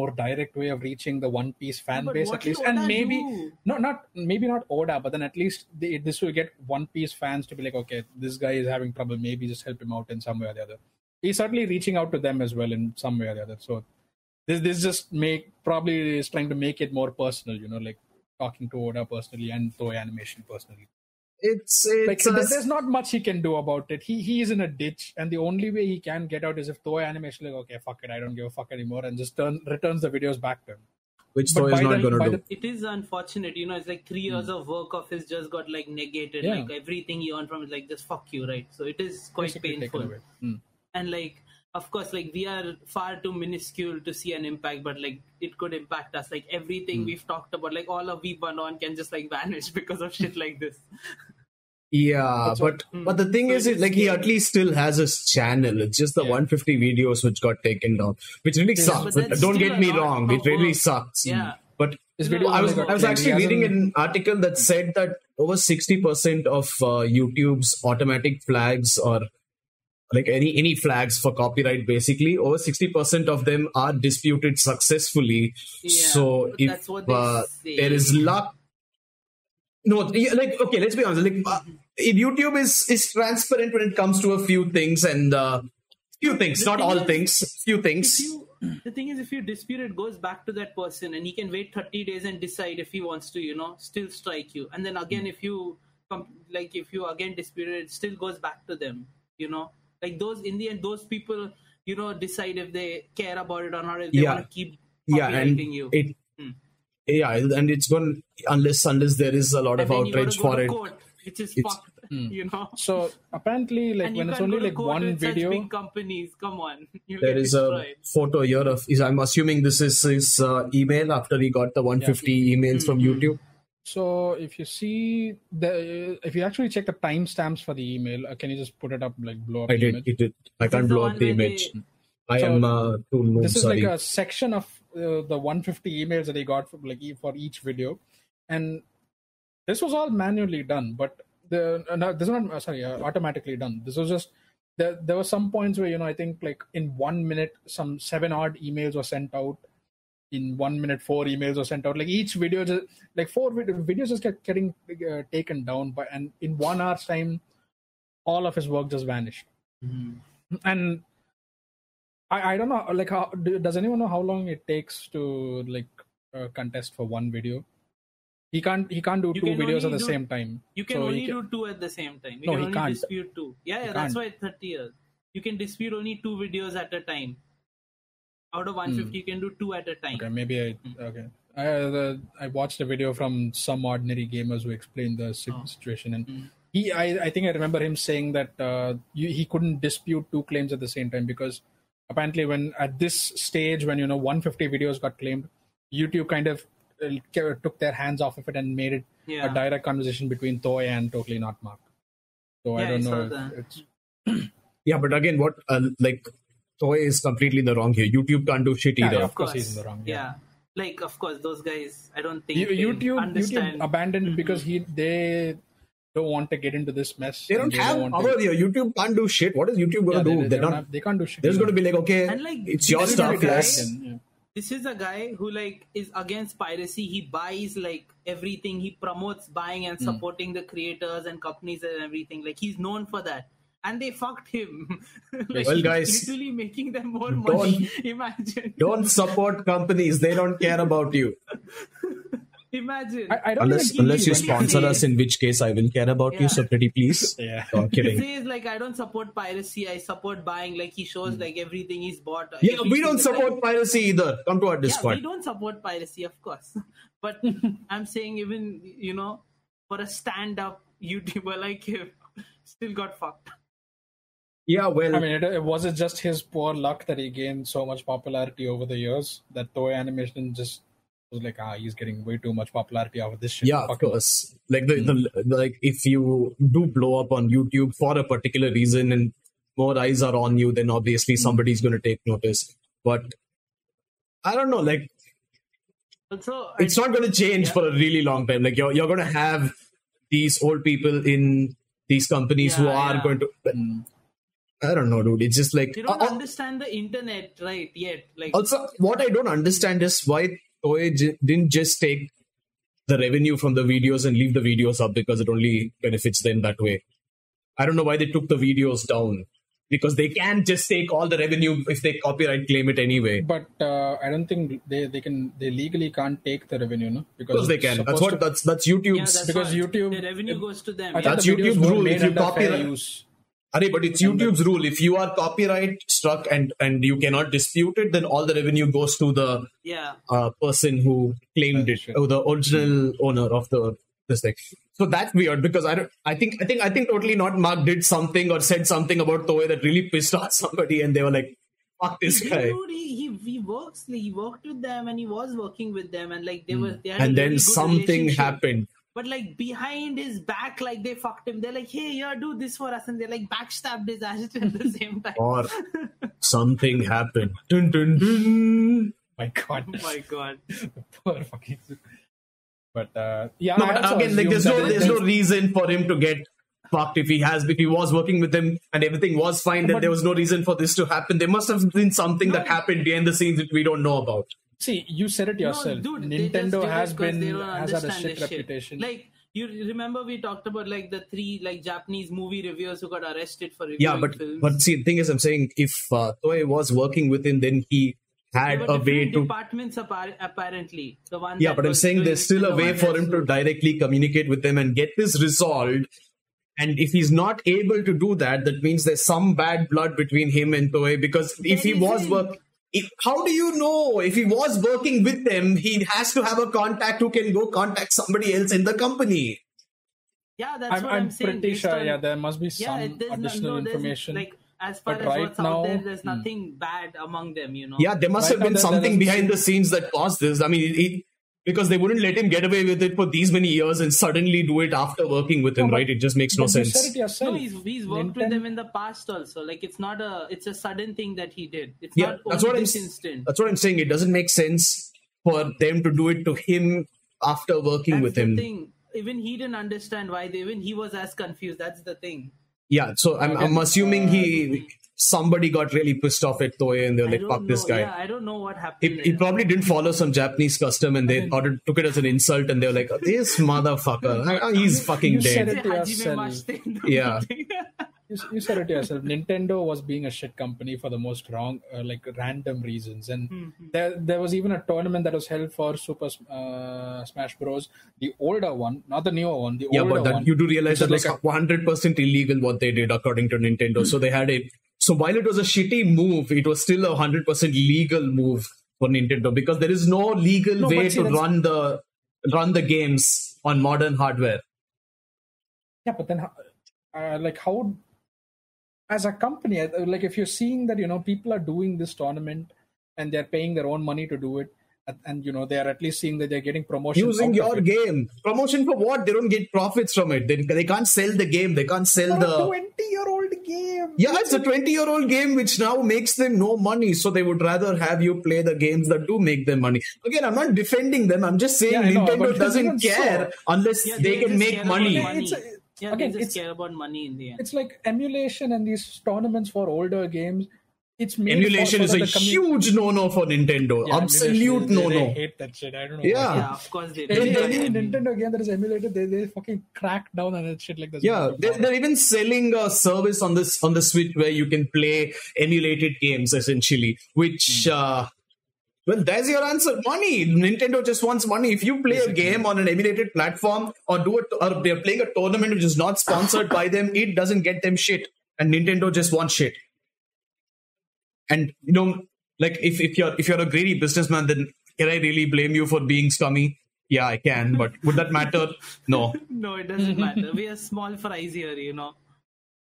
[SPEAKER 1] more direct way of reaching the One Piece fan
[SPEAKER 2] but
[SPEAKER 1] base
[SPEAKER 2] what
[SPEAKER 1] at least,
[SPEAKER 2] will
[SPEAKER 1] and
[SPEAKER 2] Oda
[SPEAKER 1] maybe
[SPEAKER 2] do?
[SPEAKER 1] no, not maybe not Oda, but then at least they, this will get One Piece fans to be like, okay, this guy is having trouble. Maybe just help him out in some way or the other. He's certainly reaching out to them as well in some way or the other. So this this just make probably is trying to make it more personal, you know, like talking to Oda personally and Toei Animation personally
[SPEAKER 3] It's
[SPEAKER 1] like
[SPEAKER 3] it's a-
[SPEAKER 1] there- there's not much he can do about it. He he is in a ditch, and the only way he can get out is if Toei Animation like, okay, fuck it, I don't give a fuck anymore, and just turn returns the videos back to him.
[SPEAKER 3] which
[SPEAKER 1] but
[SPEAKER 3] Toei
[SPEAKER 1] by
[SPEAKER 3] is not
[SPEAKER 1] the-
[SPEAKER 3] going
[SPEAKER 1] by
[SPEAKER 3] to
[SPEAKER 1] the
[SPEAKER 3] do.
[SPEAKER 2] It is unfortunate, you know. It's like three years of work of his just got like negated.
[SPEAKER 1] Hmm. Yeah.
[SPEAKER 2] Like everything he earned from it, like just fuck you, right? So it is quite
[SPEAKER 1] Basically taken
[SPEAKER 2] painful.
[SPEAKER 1] away. Mm.
[SPEAKER 2] And like, of course, like we are far too minuscule to see an impact, but like it could impact us. Like
[SPEAKER 3] Hmm.
[SPEAKER 2] everything we've talked about, like all of we one on can just like vanish because of shit like this.
[SPEAKER 3] Yeah,
[SPEAKER 1] That's
[SPEAKER 3] but but the thing
[SPEAKER 2] hmm. So
[SPEAKER 3] is,
[SPEAKER 2] it is
[SPEAKER 3] it, like he at least still has his channel. It's just the
[SPEAKER 1] Yeah.
[SPEAKER 3] 150 videos which got taken down, which really
[SPEAKER 2] but
[SPEAKER 3] sucks.
[SPEAKER 2] that's
[SPEAKER 3] Don't
[SPEAKER 2] still
[SPEAKER 3] get
[SPEAKER 2] a
[SPEAKER 3] me
[SPEAKER 2] lot
[SPEAKER 3] wrong,
[SPEAKER 2] of
[SPEAKER 3] it really
[SPEAKER 2] work.
[SPEAKER 3] sucks.
[SPEAKER 2] Yeah.
[SPEAKER 3] But
[SPEAKER 1] His
[SPEAKER 2] No,
[SPEAKER 1] video
[SPEAKER 3] I was
[SPEAKER 1] only got
[SPEAKER 3] I was
[SPEAKER 1] played.
[SPEAKER 3] actually
[SPEAKER 1] He
[SPEAKER 3] reading
[SPEAKER 1] hasn't-
[SPEAKER 3] an article that said that over 60% of uh, YouTube's automatic flags or like any any flags for copyright basically over 60% of them are disputed successfully
[SPEAKER 2] Yeah,
[SPEAKER 3] so
[SPEAKER 2] but
[SPEAKER 3] if
[SPEAKER 2] that's what they
[SPEAKER 3] uh,
[SPEAKER 2] say.
[SPEAKER 3] there is luck no yeah, like okay let's be honest like uh, in youtube is is transparent when it comes to a few things and uh, few things
[SPEAKER 2] The
[SPEAKER 3] not
[SPEAKER 2] thing
[SPEAKER 3] all
[SPEAKER 2] is,
[SPEAKER 3] things few things
[SPEAKER 2] If you, the thing is, if you dispute it, goes back to that person, and he can wait 30 days and decide if he wants to, you know, still strike you. And
[SPEAKER 3] Hmm.
[SPEAKER 2] then again, if you com- like, if you again dispute it, it still goes back to them, you know. Like those in the end, those people, you know, decide if they care about it or not. If they
[SPEAKER 3] Yeah.
[SPEAKER 2] want to keep
[SPEAKER 3] yeah and
[SPEAKER 2] copyrighting you. Hmm.
[SPEAKER 3] it yeah and it's going unless unless there is a
[SPEAKER 2] And
[SPEAKER 3] lot of
[SPEAKER 2] then you gotta
[SPEAKER 3] outrage
[SPEAKER 2] go
[SPEAKER 3] for
[SPEAKER 2] to
[SPEAKER 3] it
[SPEAKER 2] court, which is
[SPEAKER 3] It's-
[SPEAKER 2] fucked, you know.
[SPEAKER 1] So apparently, like
[SPEAKER 2] and you
[SPEAKER 1] Hmm. when it's
[SPEAKER 2] can't
[SPEAKER 1] only
[SPEAKER 2] go to
[SPEAKER 1] like
[SPEAKER 2] court
[SPEAKER 1] one
[SPEAKER 2] with
[SPEAKER 1] video,
[SPEAKER 2] such big companies. Come on, you
[SPEAKER 3] there
[SPEAKER 2] get
[SPEAKER 3] is a
[SPEAKER 2] destroyed.
[SPEAKER 3] photo here of is i'm assuming this is his uh, email after he got the 150 emails from
[SPEAKER 2] Mm-hmm.
[SPEAKER 3] youtube
[SPEAKER 1] So if you see the if you actually check the timestamps for the email, uh, can you just put it up like blow up
[SPEAKER 3] i
[SPEAKER 1] the
[SPEAKER 3] did
[SPEAKER 1] image?
[SPEAKER 3] it did i
[SPEAKER 2] This
[SPEAKER 3] can't
[SPEAKER 2] is the
[SPEAKER 3] blow
[SPEAKER 2] one
[SPEAKER 3] up the
[SPEAKER 2] where they-
[SPEAKER 3] image i
[SPEAKER 1] So
[SPEAKER 3] am uh, too low
[SPEAKER 1] this is
[SPEAKER 3] sorry
[SPEAKER 1] like a section of uh, the 150 emails that he got from like e- for each video and this was all manually done but the uh, no, this is not uh, sorry uh, automatically done this was just there, there were some points where you know i think like in one minute some seven odd emails were sent out in one minute four emails were sent out like each video just like four vid- videos just kept getting uh, taken down by and in one hour's time all of his work just vanished and I, I don't know like how do, does anyone know how long it takes to like uh, contest for one video he can't he can't do
[SPEAKER 2] You
[SPEAKER 1] two
[SPEAKER 2] can
[SPEAKER 1] videos at
[SPEAKER 2] only
[SPEAKER 1] the
[SPEAKER 2] do-
[SPEAKER 1] same time
[SPEAKER 2] You can
[SPEAKER 1] So he
[SPEAKER 2] only
[SPEAKER 1] ca-
[SPEAKER 2] do two at the same time. You
[SPEAKER 1] No,
[SPEAKER 2] can
[SPEAKER 1] he
[SPEAKER 2] only
[SPEAKER 1] can't.
[SPEAKER 2] dispute two. Yeah, yeah
[SPEAKER 1] He
[SPEAKER 2] that's
[SPEAKER 1] can't.
[SPEAKER 2] why it's 30 years. You can dispute only two videos at a time. Out of 150, you can do two at a time.
[SPEAKER 1] Hmm. okay maybe i okay I, the, I watched a video from some ordinary gamers who explained the
[SPEAKER 2] Oh.
[SPEAKER 1] si- situation and
[SPEAKER 2] Mm.
[SPEAKER 1] he I, I think i remember him saying that uh, you, he couldn't dispute two claims at the same time because apparently when at this stage when you know 150 videos got claimed youtube kind of uh, ca- took their hands off of it and made it
[SPEAKER 2] Yeah.
[SPEAKER 1] a direct conversation between toy and totally not mark so i
[SPEAKER 2] Yeah, I
[SPEAKER 1] don't
[SPEAKER 2] saw
[SPEAKER 1] know if
[SPEAKER 2] that.
[SPEAKER 1] it's
[SPEAKER 3] Yeah, but again, what uh, like Toy is completely in the wrong here. YouTube can't do shit
[SPEAKER 1] Yeah,
[SPEAKER 3] either.
[SPEAKER 1] yeah. Of course he's in the wrong, yeah.
[SPEAKER 2] Like of course those guys I don't think
[SPEAKER 1] You-
[SPEAKER 2] they
[SPEAKER 1] YouTube,
[SPEAKER 2] understand Mm-hmm.
[SPEAKER 1] YouTube abandoned because he they don't want to get into this mess.
[SPEAKER 3] They
[SPEAKER 1] and
[SPEAKER 3] don't have
[SPEAKER 1] want
[SPEAKER 3] power
[SPEAKER 1] to-
[SPEAKER 3] here. YouTube can't do shit. What is YouTube
[SPEAKER 1] Yeah,
[SPEAKER 3] gonna
[SPEAKER 1] they,
[SPEAKER 3] do?
[SPEAKER 1] they
[SPEAKER 3] They're
[SPEAKER 1] don't
[SPEAKER 3] not.
[SPEAKER 1] have- they can't do shit.
[SPEAKER 3] There's gonna be like, okay,
[SPEAKER 2] And, like,
[SPEAKER 3] it's your
[SPEAKER 2] this is
[SPEAKER 3] stuff.
[SPEAKER 2] like a
[SPEAKER 3] Yes.
[SPEAKER 2] guy-
[SPEAKER 1] Yeah.
[SPEAKER 2] this is a guy who like is against piracy he buys like everything he promotes buying
[SPEAKER 3] Hmm.
[SPEAKER 2] and supporting the creators and companies and everything like he's known for that and they fucked him like,
[SPEAKER 3] Well,
[SPEAKER 2] he's
[SPEAKER 3] guys,
[SPEAKER 2] literally making them more money imagine
[SPEAKER 3] Don't support companies. They don't care about you.
[SPEAKER 2] imagine
[SPEAKER 1] I, I don't
[SPEAKER 3] Unless
[SPEAKER 1] even
[SPEAKER 3] unless you
[SPEAKER 2] when you
[SPEAKER 3] sponsor
[SPEAKER 2] say-
[SPEAKER 3] us, in which case I will care about you
[SPEAKER 2] Yeah.
[SPEAKER 3] separately, please.
[SPEAKER 1] Yeah.
[SPEAKER 3] No, I'm
[SPEAKER 2] he
[SPEAKER 3] kidding.
[SPEAKER 2] says like i don't support piracy i support buying like he shows like everything he's bought
[SPEAKER 3] Hmm. Yeah,
[SPEAKER 2] every
[SPEAKER 3] we don't
[SPEAKER 2] single-
[SPEAKER 3] support piracy either. Come to our
[SPEAKER 2] yeah, we
[SPEAKER 3] Discord.
[SPEAKER 2] don't support piracy, of course. But I'm saying even you know, for a stand-up YouTuber like him, still got fucked.
[SPEAKER 3] Yeah, well,
[SPEAKER 1] I mean, it, it was it just his poor luck that he gained so much popularity over the years that Toei Animation just was like, ah, he's getting way too much popularity out of this shit.
[SPEAKER 3] yeah, of
[SPEAKER 1] Fuck it.
[SPEAKER 3] course. Like the, the like if you do blow up on YouTube for a particular reason and more eyes are on you, then obviously somebody's going to take notice. But I don't know. Like
[SPEAKER 2] Also, I-
[SPEAKER 3] it's not going to change
[SPEAKER 2] Yeah.
[SPEAKER 3] for a really long time. Like you're you're going to have these old people in these companies who
[SPEAKER 2] Yeah,
[SPEAKER 3] are
[SPEAKER 2] yeah.
[SPEAKER 3] going to. I don't know, dude. It's just like
[SPEAKER 2] you don't
[SPEAKER 3] uh, uh,
[SPEAKER 2] understand the internet, right? Yet, like
[SPEAKER 3] also what I don't understand is why Toei j- didn't just take the revenue from the videos and leave the videos up because it only benefits them that way. I don't know why they took the videos down because they can just take all the revenue if they copyright claim it anyway.
[SPEAKER 1] But uh, I don't think they, they can they legally can't take the revenue, no?
[SPEAKER 3] Of course they
[SPEAKER 1] it's
[SPEAKER 3] can. That's
[SPEAKER 1] supposed to-
[SPEAKER 3] what that's that's
[SPEAKER 2] yeah,
[SPEAKER 3] YouTube's.
[SPEAKER 2] that's
[SPEAKER 1] because
[SPEAKER 2] why.
[SPEAKER 1] YouTube-
[SPEAKER 2] the revenue goes to them.
[SPEAKER 1] I
[SPEAKER 2] yeah.
[SPEAKER 1] thought
[SPEAKER 3] That's
[SPEAKER 1] the videos
[SPEAKER 3] YouTube's
[SPEAKER 1] were
[SPEAKER 3] rule.
[SPEAKER 1] made
[SPEAKER 3] If you
[SPEAKER 1] under
[SPEAKER 3] copy
[SPEAKER 1] fair
[SPEAKER 3] the-
[SPEAKER 1] use.
[SPEAKER 3] Array, but it's YouTube's rule. If you are copyright struck and and you cannot dispute it, then all the revenue goes to the
[SPEAKER 2] yeah.
[SPEAKER 3] uh, person who claimed it,
[SPEAKER 1] Sure.
[SPEAKER 3] or the original owner of the this thing. So that's weird because I don't. I think I think I think totally not. Mark did something or said something about Toei that really pissed off somebody, and they were like, "Fuck this guy."
[SPEAKER 2] Dude, he, he he works he worked with them and he was working with them and like they were they had a
[SPEAKER 3] Hmm. And
[SPEAKER 2] really
[SPEAKER 3] then
[SPEAKER 2] good
[SPEAKER 3] something
[SPEAKER 2] relationship.
[SPEAKER 3] happened.
[SPEAKER 2] But like behind his back, like they fucked him. They're like, hey, yeah, do this for us, and they like backstabbed his ass at the same time.
[SPEAKER 3] Or something happened. Dun, dun, dun.
[SPEAKER 1] My God.
[SPEAKER 2] Oh my god.
[SPEAKER 1] Poor fucking. But uh, yeah,
[SPEAKER 3] No,
[SPEAKER 1] I
[SPEAKER 3] but
[SPEAKER 1] also
[SPEAKER 3] again, like
[SPEAKER 1] assume
[SPEAKER 3] there's
[SPEAKER 1] that
[SPEAKER 3] no
[SPEAKER 1] it-
[SPEAKER 3] there's no reason for him to get fucked if he has if he was working with him and everything was fine. Then
[SPEAKER 1] But-
[SPEAKER 3] there was no reason for this to happen. There must have been something that happened behind the scenes that we don't know about.
[SPEAKER 1] See, you said it yourself.
[SPEAKER 2] No, dude, they just did
[SPEAKER 1] Nintendo
[SPEAKER 2] it
[SPEAKER 1] has
[SPEAKER 2] 'cause
[SPEAKER 1] been
[SPEAKER 2] they don't
[SPEAKER 1] has had a
[SPEAKER 2] understand
[SPEAKER 1] shit
[SPEAKER 2] this
[SPEAKER 1] reputation.
[SPEAKER 2] Like you remember we talked about like the three like Japanese movie reviewers who got arrested for reviewing
[SPEAKER 3] Yeah, but
[SPEAKER 2] films.
[SPEAKER 3] but see, the thing is, I'm saying if uh, Toei was working with him, then he
[SPEAKER 2] There
[SPEAKER 3] had
[SPEAKER 2] were
[SPEAKER 3] a
[SPEAKER 2] different
[SPEAKER 3] way to.
[SPEAKER 2] departments appar- apparently the one.
[SPEAKER 3] Yeah,
[SPEAKER 2] that
[SPEAKER 3] but I'm
[SPEAKER 2] was
[SPEAKER 3] saying
[SPEAKER 2] doing
[SPEAKER 3] there's still
[SPEAKER 2] the
[SPEAKER 3] a way
[SPEAKER 2] one
[SPEAKER 3] for
[SPEAKER 2] that-
[SPEAKER 3] him to directly communicate with them and get this resolved. And if he's not able to do that, that means there's some bad blood between him and Toei. Because if he
[SPEAKER 2] There
[SPEAKER 3] was
[SPEAKER 2] isn't.
[SPEAKER 3] work, if, how do you know if he was working with them? He has to have a contact who can go contact somebody else in the company.
[SPEAKER 2] Yeah, that's
[SPEAKER 1] I'm,
[SPEAKER 2] what
[SPEAKER 1] I'm,
[SPEAKER 2] saying.
[SPEAKER 1] pretty
[SPEAKER 2] based
[SPEAKER 1] sure.
[SPEAKER 2] on-
[SPEAKER 1] yeah, there must be some
[SPEAKER 2] it- there's no-
[SPEAKER 1] additional
[SPEAKER 2] no, there's,
[SPEAKER 1] information.
[SPEAKER 2] Like as far
[SPEAKER 1] But
[SPEAKER 2] as
[SPEAKER 1] right
[SPEAKER 2] what's out
[SPEAKER 1] now- Hmm.
[SPEAKER 2] there, there's
[SPEAKER 3] Hmm.
[SPEAKER 2] nothing bad among them. You know.
[SPEAKER 3] Yeah, there must
[SPEAKER 1] Right
[SPEAKER 3] have
[SPEAKER 1] now
[SPEAKER 3] been
[SPEAKER 1] there- there
[SPEAKER 3] something
[SPEAKER 1] doesn't
[SPEAKER 3] behind the scenes that caused this. I mean, it, it- because they wouldn't let him get away with it for these many years and suddenly do it after working with him,
[SPEAKER 1] No, but-
[SPEAKER 3] right? It just makes no
[SPEAKER 1] But You said
[SPEAKER 3] sense.
[SPEAKER 1] it yourself.
[SPEAKER 2] No, he's, he's worked with
[SPEAKER 1] Nintendo-
[SPEAKER 2] them in the past also. Like it's not a it's a sudden thing that he did. It's
[SPEAKER 3] Yeah,
[SPEAKER 2] not
[SPEAKER 3] that's
[SPEAKER 2] only
[SPEAKER 3] what I'm.
[SPEAKER 2] this instant.
[SPEAKER 3] That's what I'm saying. It doesn't make sense for them to do it to him after working
[SPEAKER 2] That's
[SPEAKER 3] with
[SPEAKER 2] the
[SPEAKER 3] him.
[SPEAKER 2] thing. Even he didn't understand why they even he was as confused. That's the thing.
[SPEAKER 3] Yeah, so I'm, I'm
[SPEAKER 1] Okay.
[SPEAKER 3] assuming he somebody got really pissed off at Toei and they're
[SPEAKER 2] uh, I
[SPEAKER 3] like,
[SPEAKER 2] don't
[SPEAKER 3] "Fuck
[SPEAKER 2] know.
[SPEAKER 3] this guy."
[SPEAKER 2] Yeah, I don't know what happened.
[SPEAKER 3] He, he
[SPEAKER 2] there.
[SPEAKER 3] probably didn't follow some Japanese custom and they ordered, took it as an insult and they were like, this motherfucker, ah, he's fucking
[SPEAKER 1] You
[SPEAKER 3] dead.
[SPEAKER 1] said
[SPEAKER 2] Say
[SPEAKER 1] it
[SPEAKER 2] Hajime
[SPEAKER 1] yourself.
[SPEAKER 2] Mashite in the
[SPEAKER 3] Yeah.
[SPEAKER 2] meeting.
[SPEAKER 1] You, you said it yourself. Nintendo was being a shit company for the most wrong, uh, like random reasons. And
[SPEAKER 2] Hmm,
[SPEAKER 1] there, there was even a tournament that was held for Super uh, Smash Bros. The older one, not the newer one. The
[SPEAKER 3] Yeah,
[SPEAKER 1] older
[SPEAKER 3] but that,
[SPEAKER 1] one.
[SPEAKER 3] you do realize
[SPEAKER 1] which
[SPEAKER 3] that
[SPEAKER 1] is
[SPEAKER 3] was
[SPEAKER 1] like a-
[SPEAKER 3] 100% illegal what they did according to Nintendo. So they had a. So while it was a shitty move, it was still a 100% legal move for Nintendo because there is no legal
[SPEAKER 1] No,
[SPEAKER 3] way
[SPEAKER 1] but see,
[SPEAKER 3] to
[SPEAKER 1] that's-
[SPEAKER 3] run the run the games on modern hardware.
[SPEAKER 1] Yeah, but then, how- uh, like, how, as a company, uh, like, if you're seeing that, you know, people are doing this tournament and they're paying their own money to do it, and, and you know, they're at least seeing that they're getting promotion.
[SPEAKER 3] Using
[SPEAKER 1] out of
[SPEAKER 3] your
[SPEAKER 1] it.
[SPEAKER 3] game. Promotion for what? They don't get profits from it. They, they can't sell the game. They can't sell
[SPEAKER 1] Not a
[SPEAKER 3] the.
[SPEAKER 1] 20 year old game.
[SPEAKER 3] Yeah, it's a 20 year old game which now makes them no money. So they would rather have you play the games that do make them money. Again, I'm not defending them. I'm just saying
[SPEAKER 1] Yeah, I know,
[SPEAKER 3] Nintendo
[SPEAKER 1] but
[SPEAKER 3] doesn't
[SPEAKER 1] even so-
[SPEAKER 3] care unless
[SPEAKER 2] Yeah,
[SPEAKER 3] they, can
[SPEAKER 2] just
[SPEAKER 3] make
[SPEAKER 2] care
[SPEAKER 3] money.
[SPEAKER 2] About money.
[SPEAKER 1] It's a-
[SPEAKER 2] yeah,
[SPEAKER 1] again,
[SPEAKER 2] they just
[SPEAKER 1] it's-
[SPEAKER 2] care about money in the end.
[SPEAKER 1] it's like emulation and these tournaments for older games. It's made for-
[SPEAKER 3] Emulation
[SPEAKER 1] so
[SPEAKER 3] is
[SPEAKER 1] that
[SPEAKER 3] a
[SPEAKER 1] the commu-
[SPEAKER 3] huge no no for Nintendo.
[SPEAKER 1] Yeah,
[SPEAKER 3] Absolute
[SPEAKER 1] emulation, they-
[SPEAKER 3] no
[SPEAKER 1] they
[SPEAKER 3] no.
[SPEAKER 1] Hate that shit. I don't know.
[SPEAKER 3] Yeah.
[SPEAKER 1] why.
[SPEAKER 2] Yeah, of course they.
[SPEAKER 1] Any,
[SPEAKER 2] do.
[SPEAKER 1] any Nintendo game that is emulated, they, they fucking crack down on that shit like this.
[SPEAKER 3] Yeah, they're, they're even selling a service on this on the Switch where you can play emulated games essentially. Which, uh, well, there's your answer. Money. Nintendo just wants money. If you play a game on an emulated platform or do it, or they're playing a tournament which is not sponsored by them, it doesn't get them shit. And Nintendo just wants shit. And you know, like if if you're if you're a greedy businessman, then can I really blame you for being scummy? Yeah, I can, but would that matter? No.
[SPEAKER 2] No, it doesn't matter. We are small fries here, you know.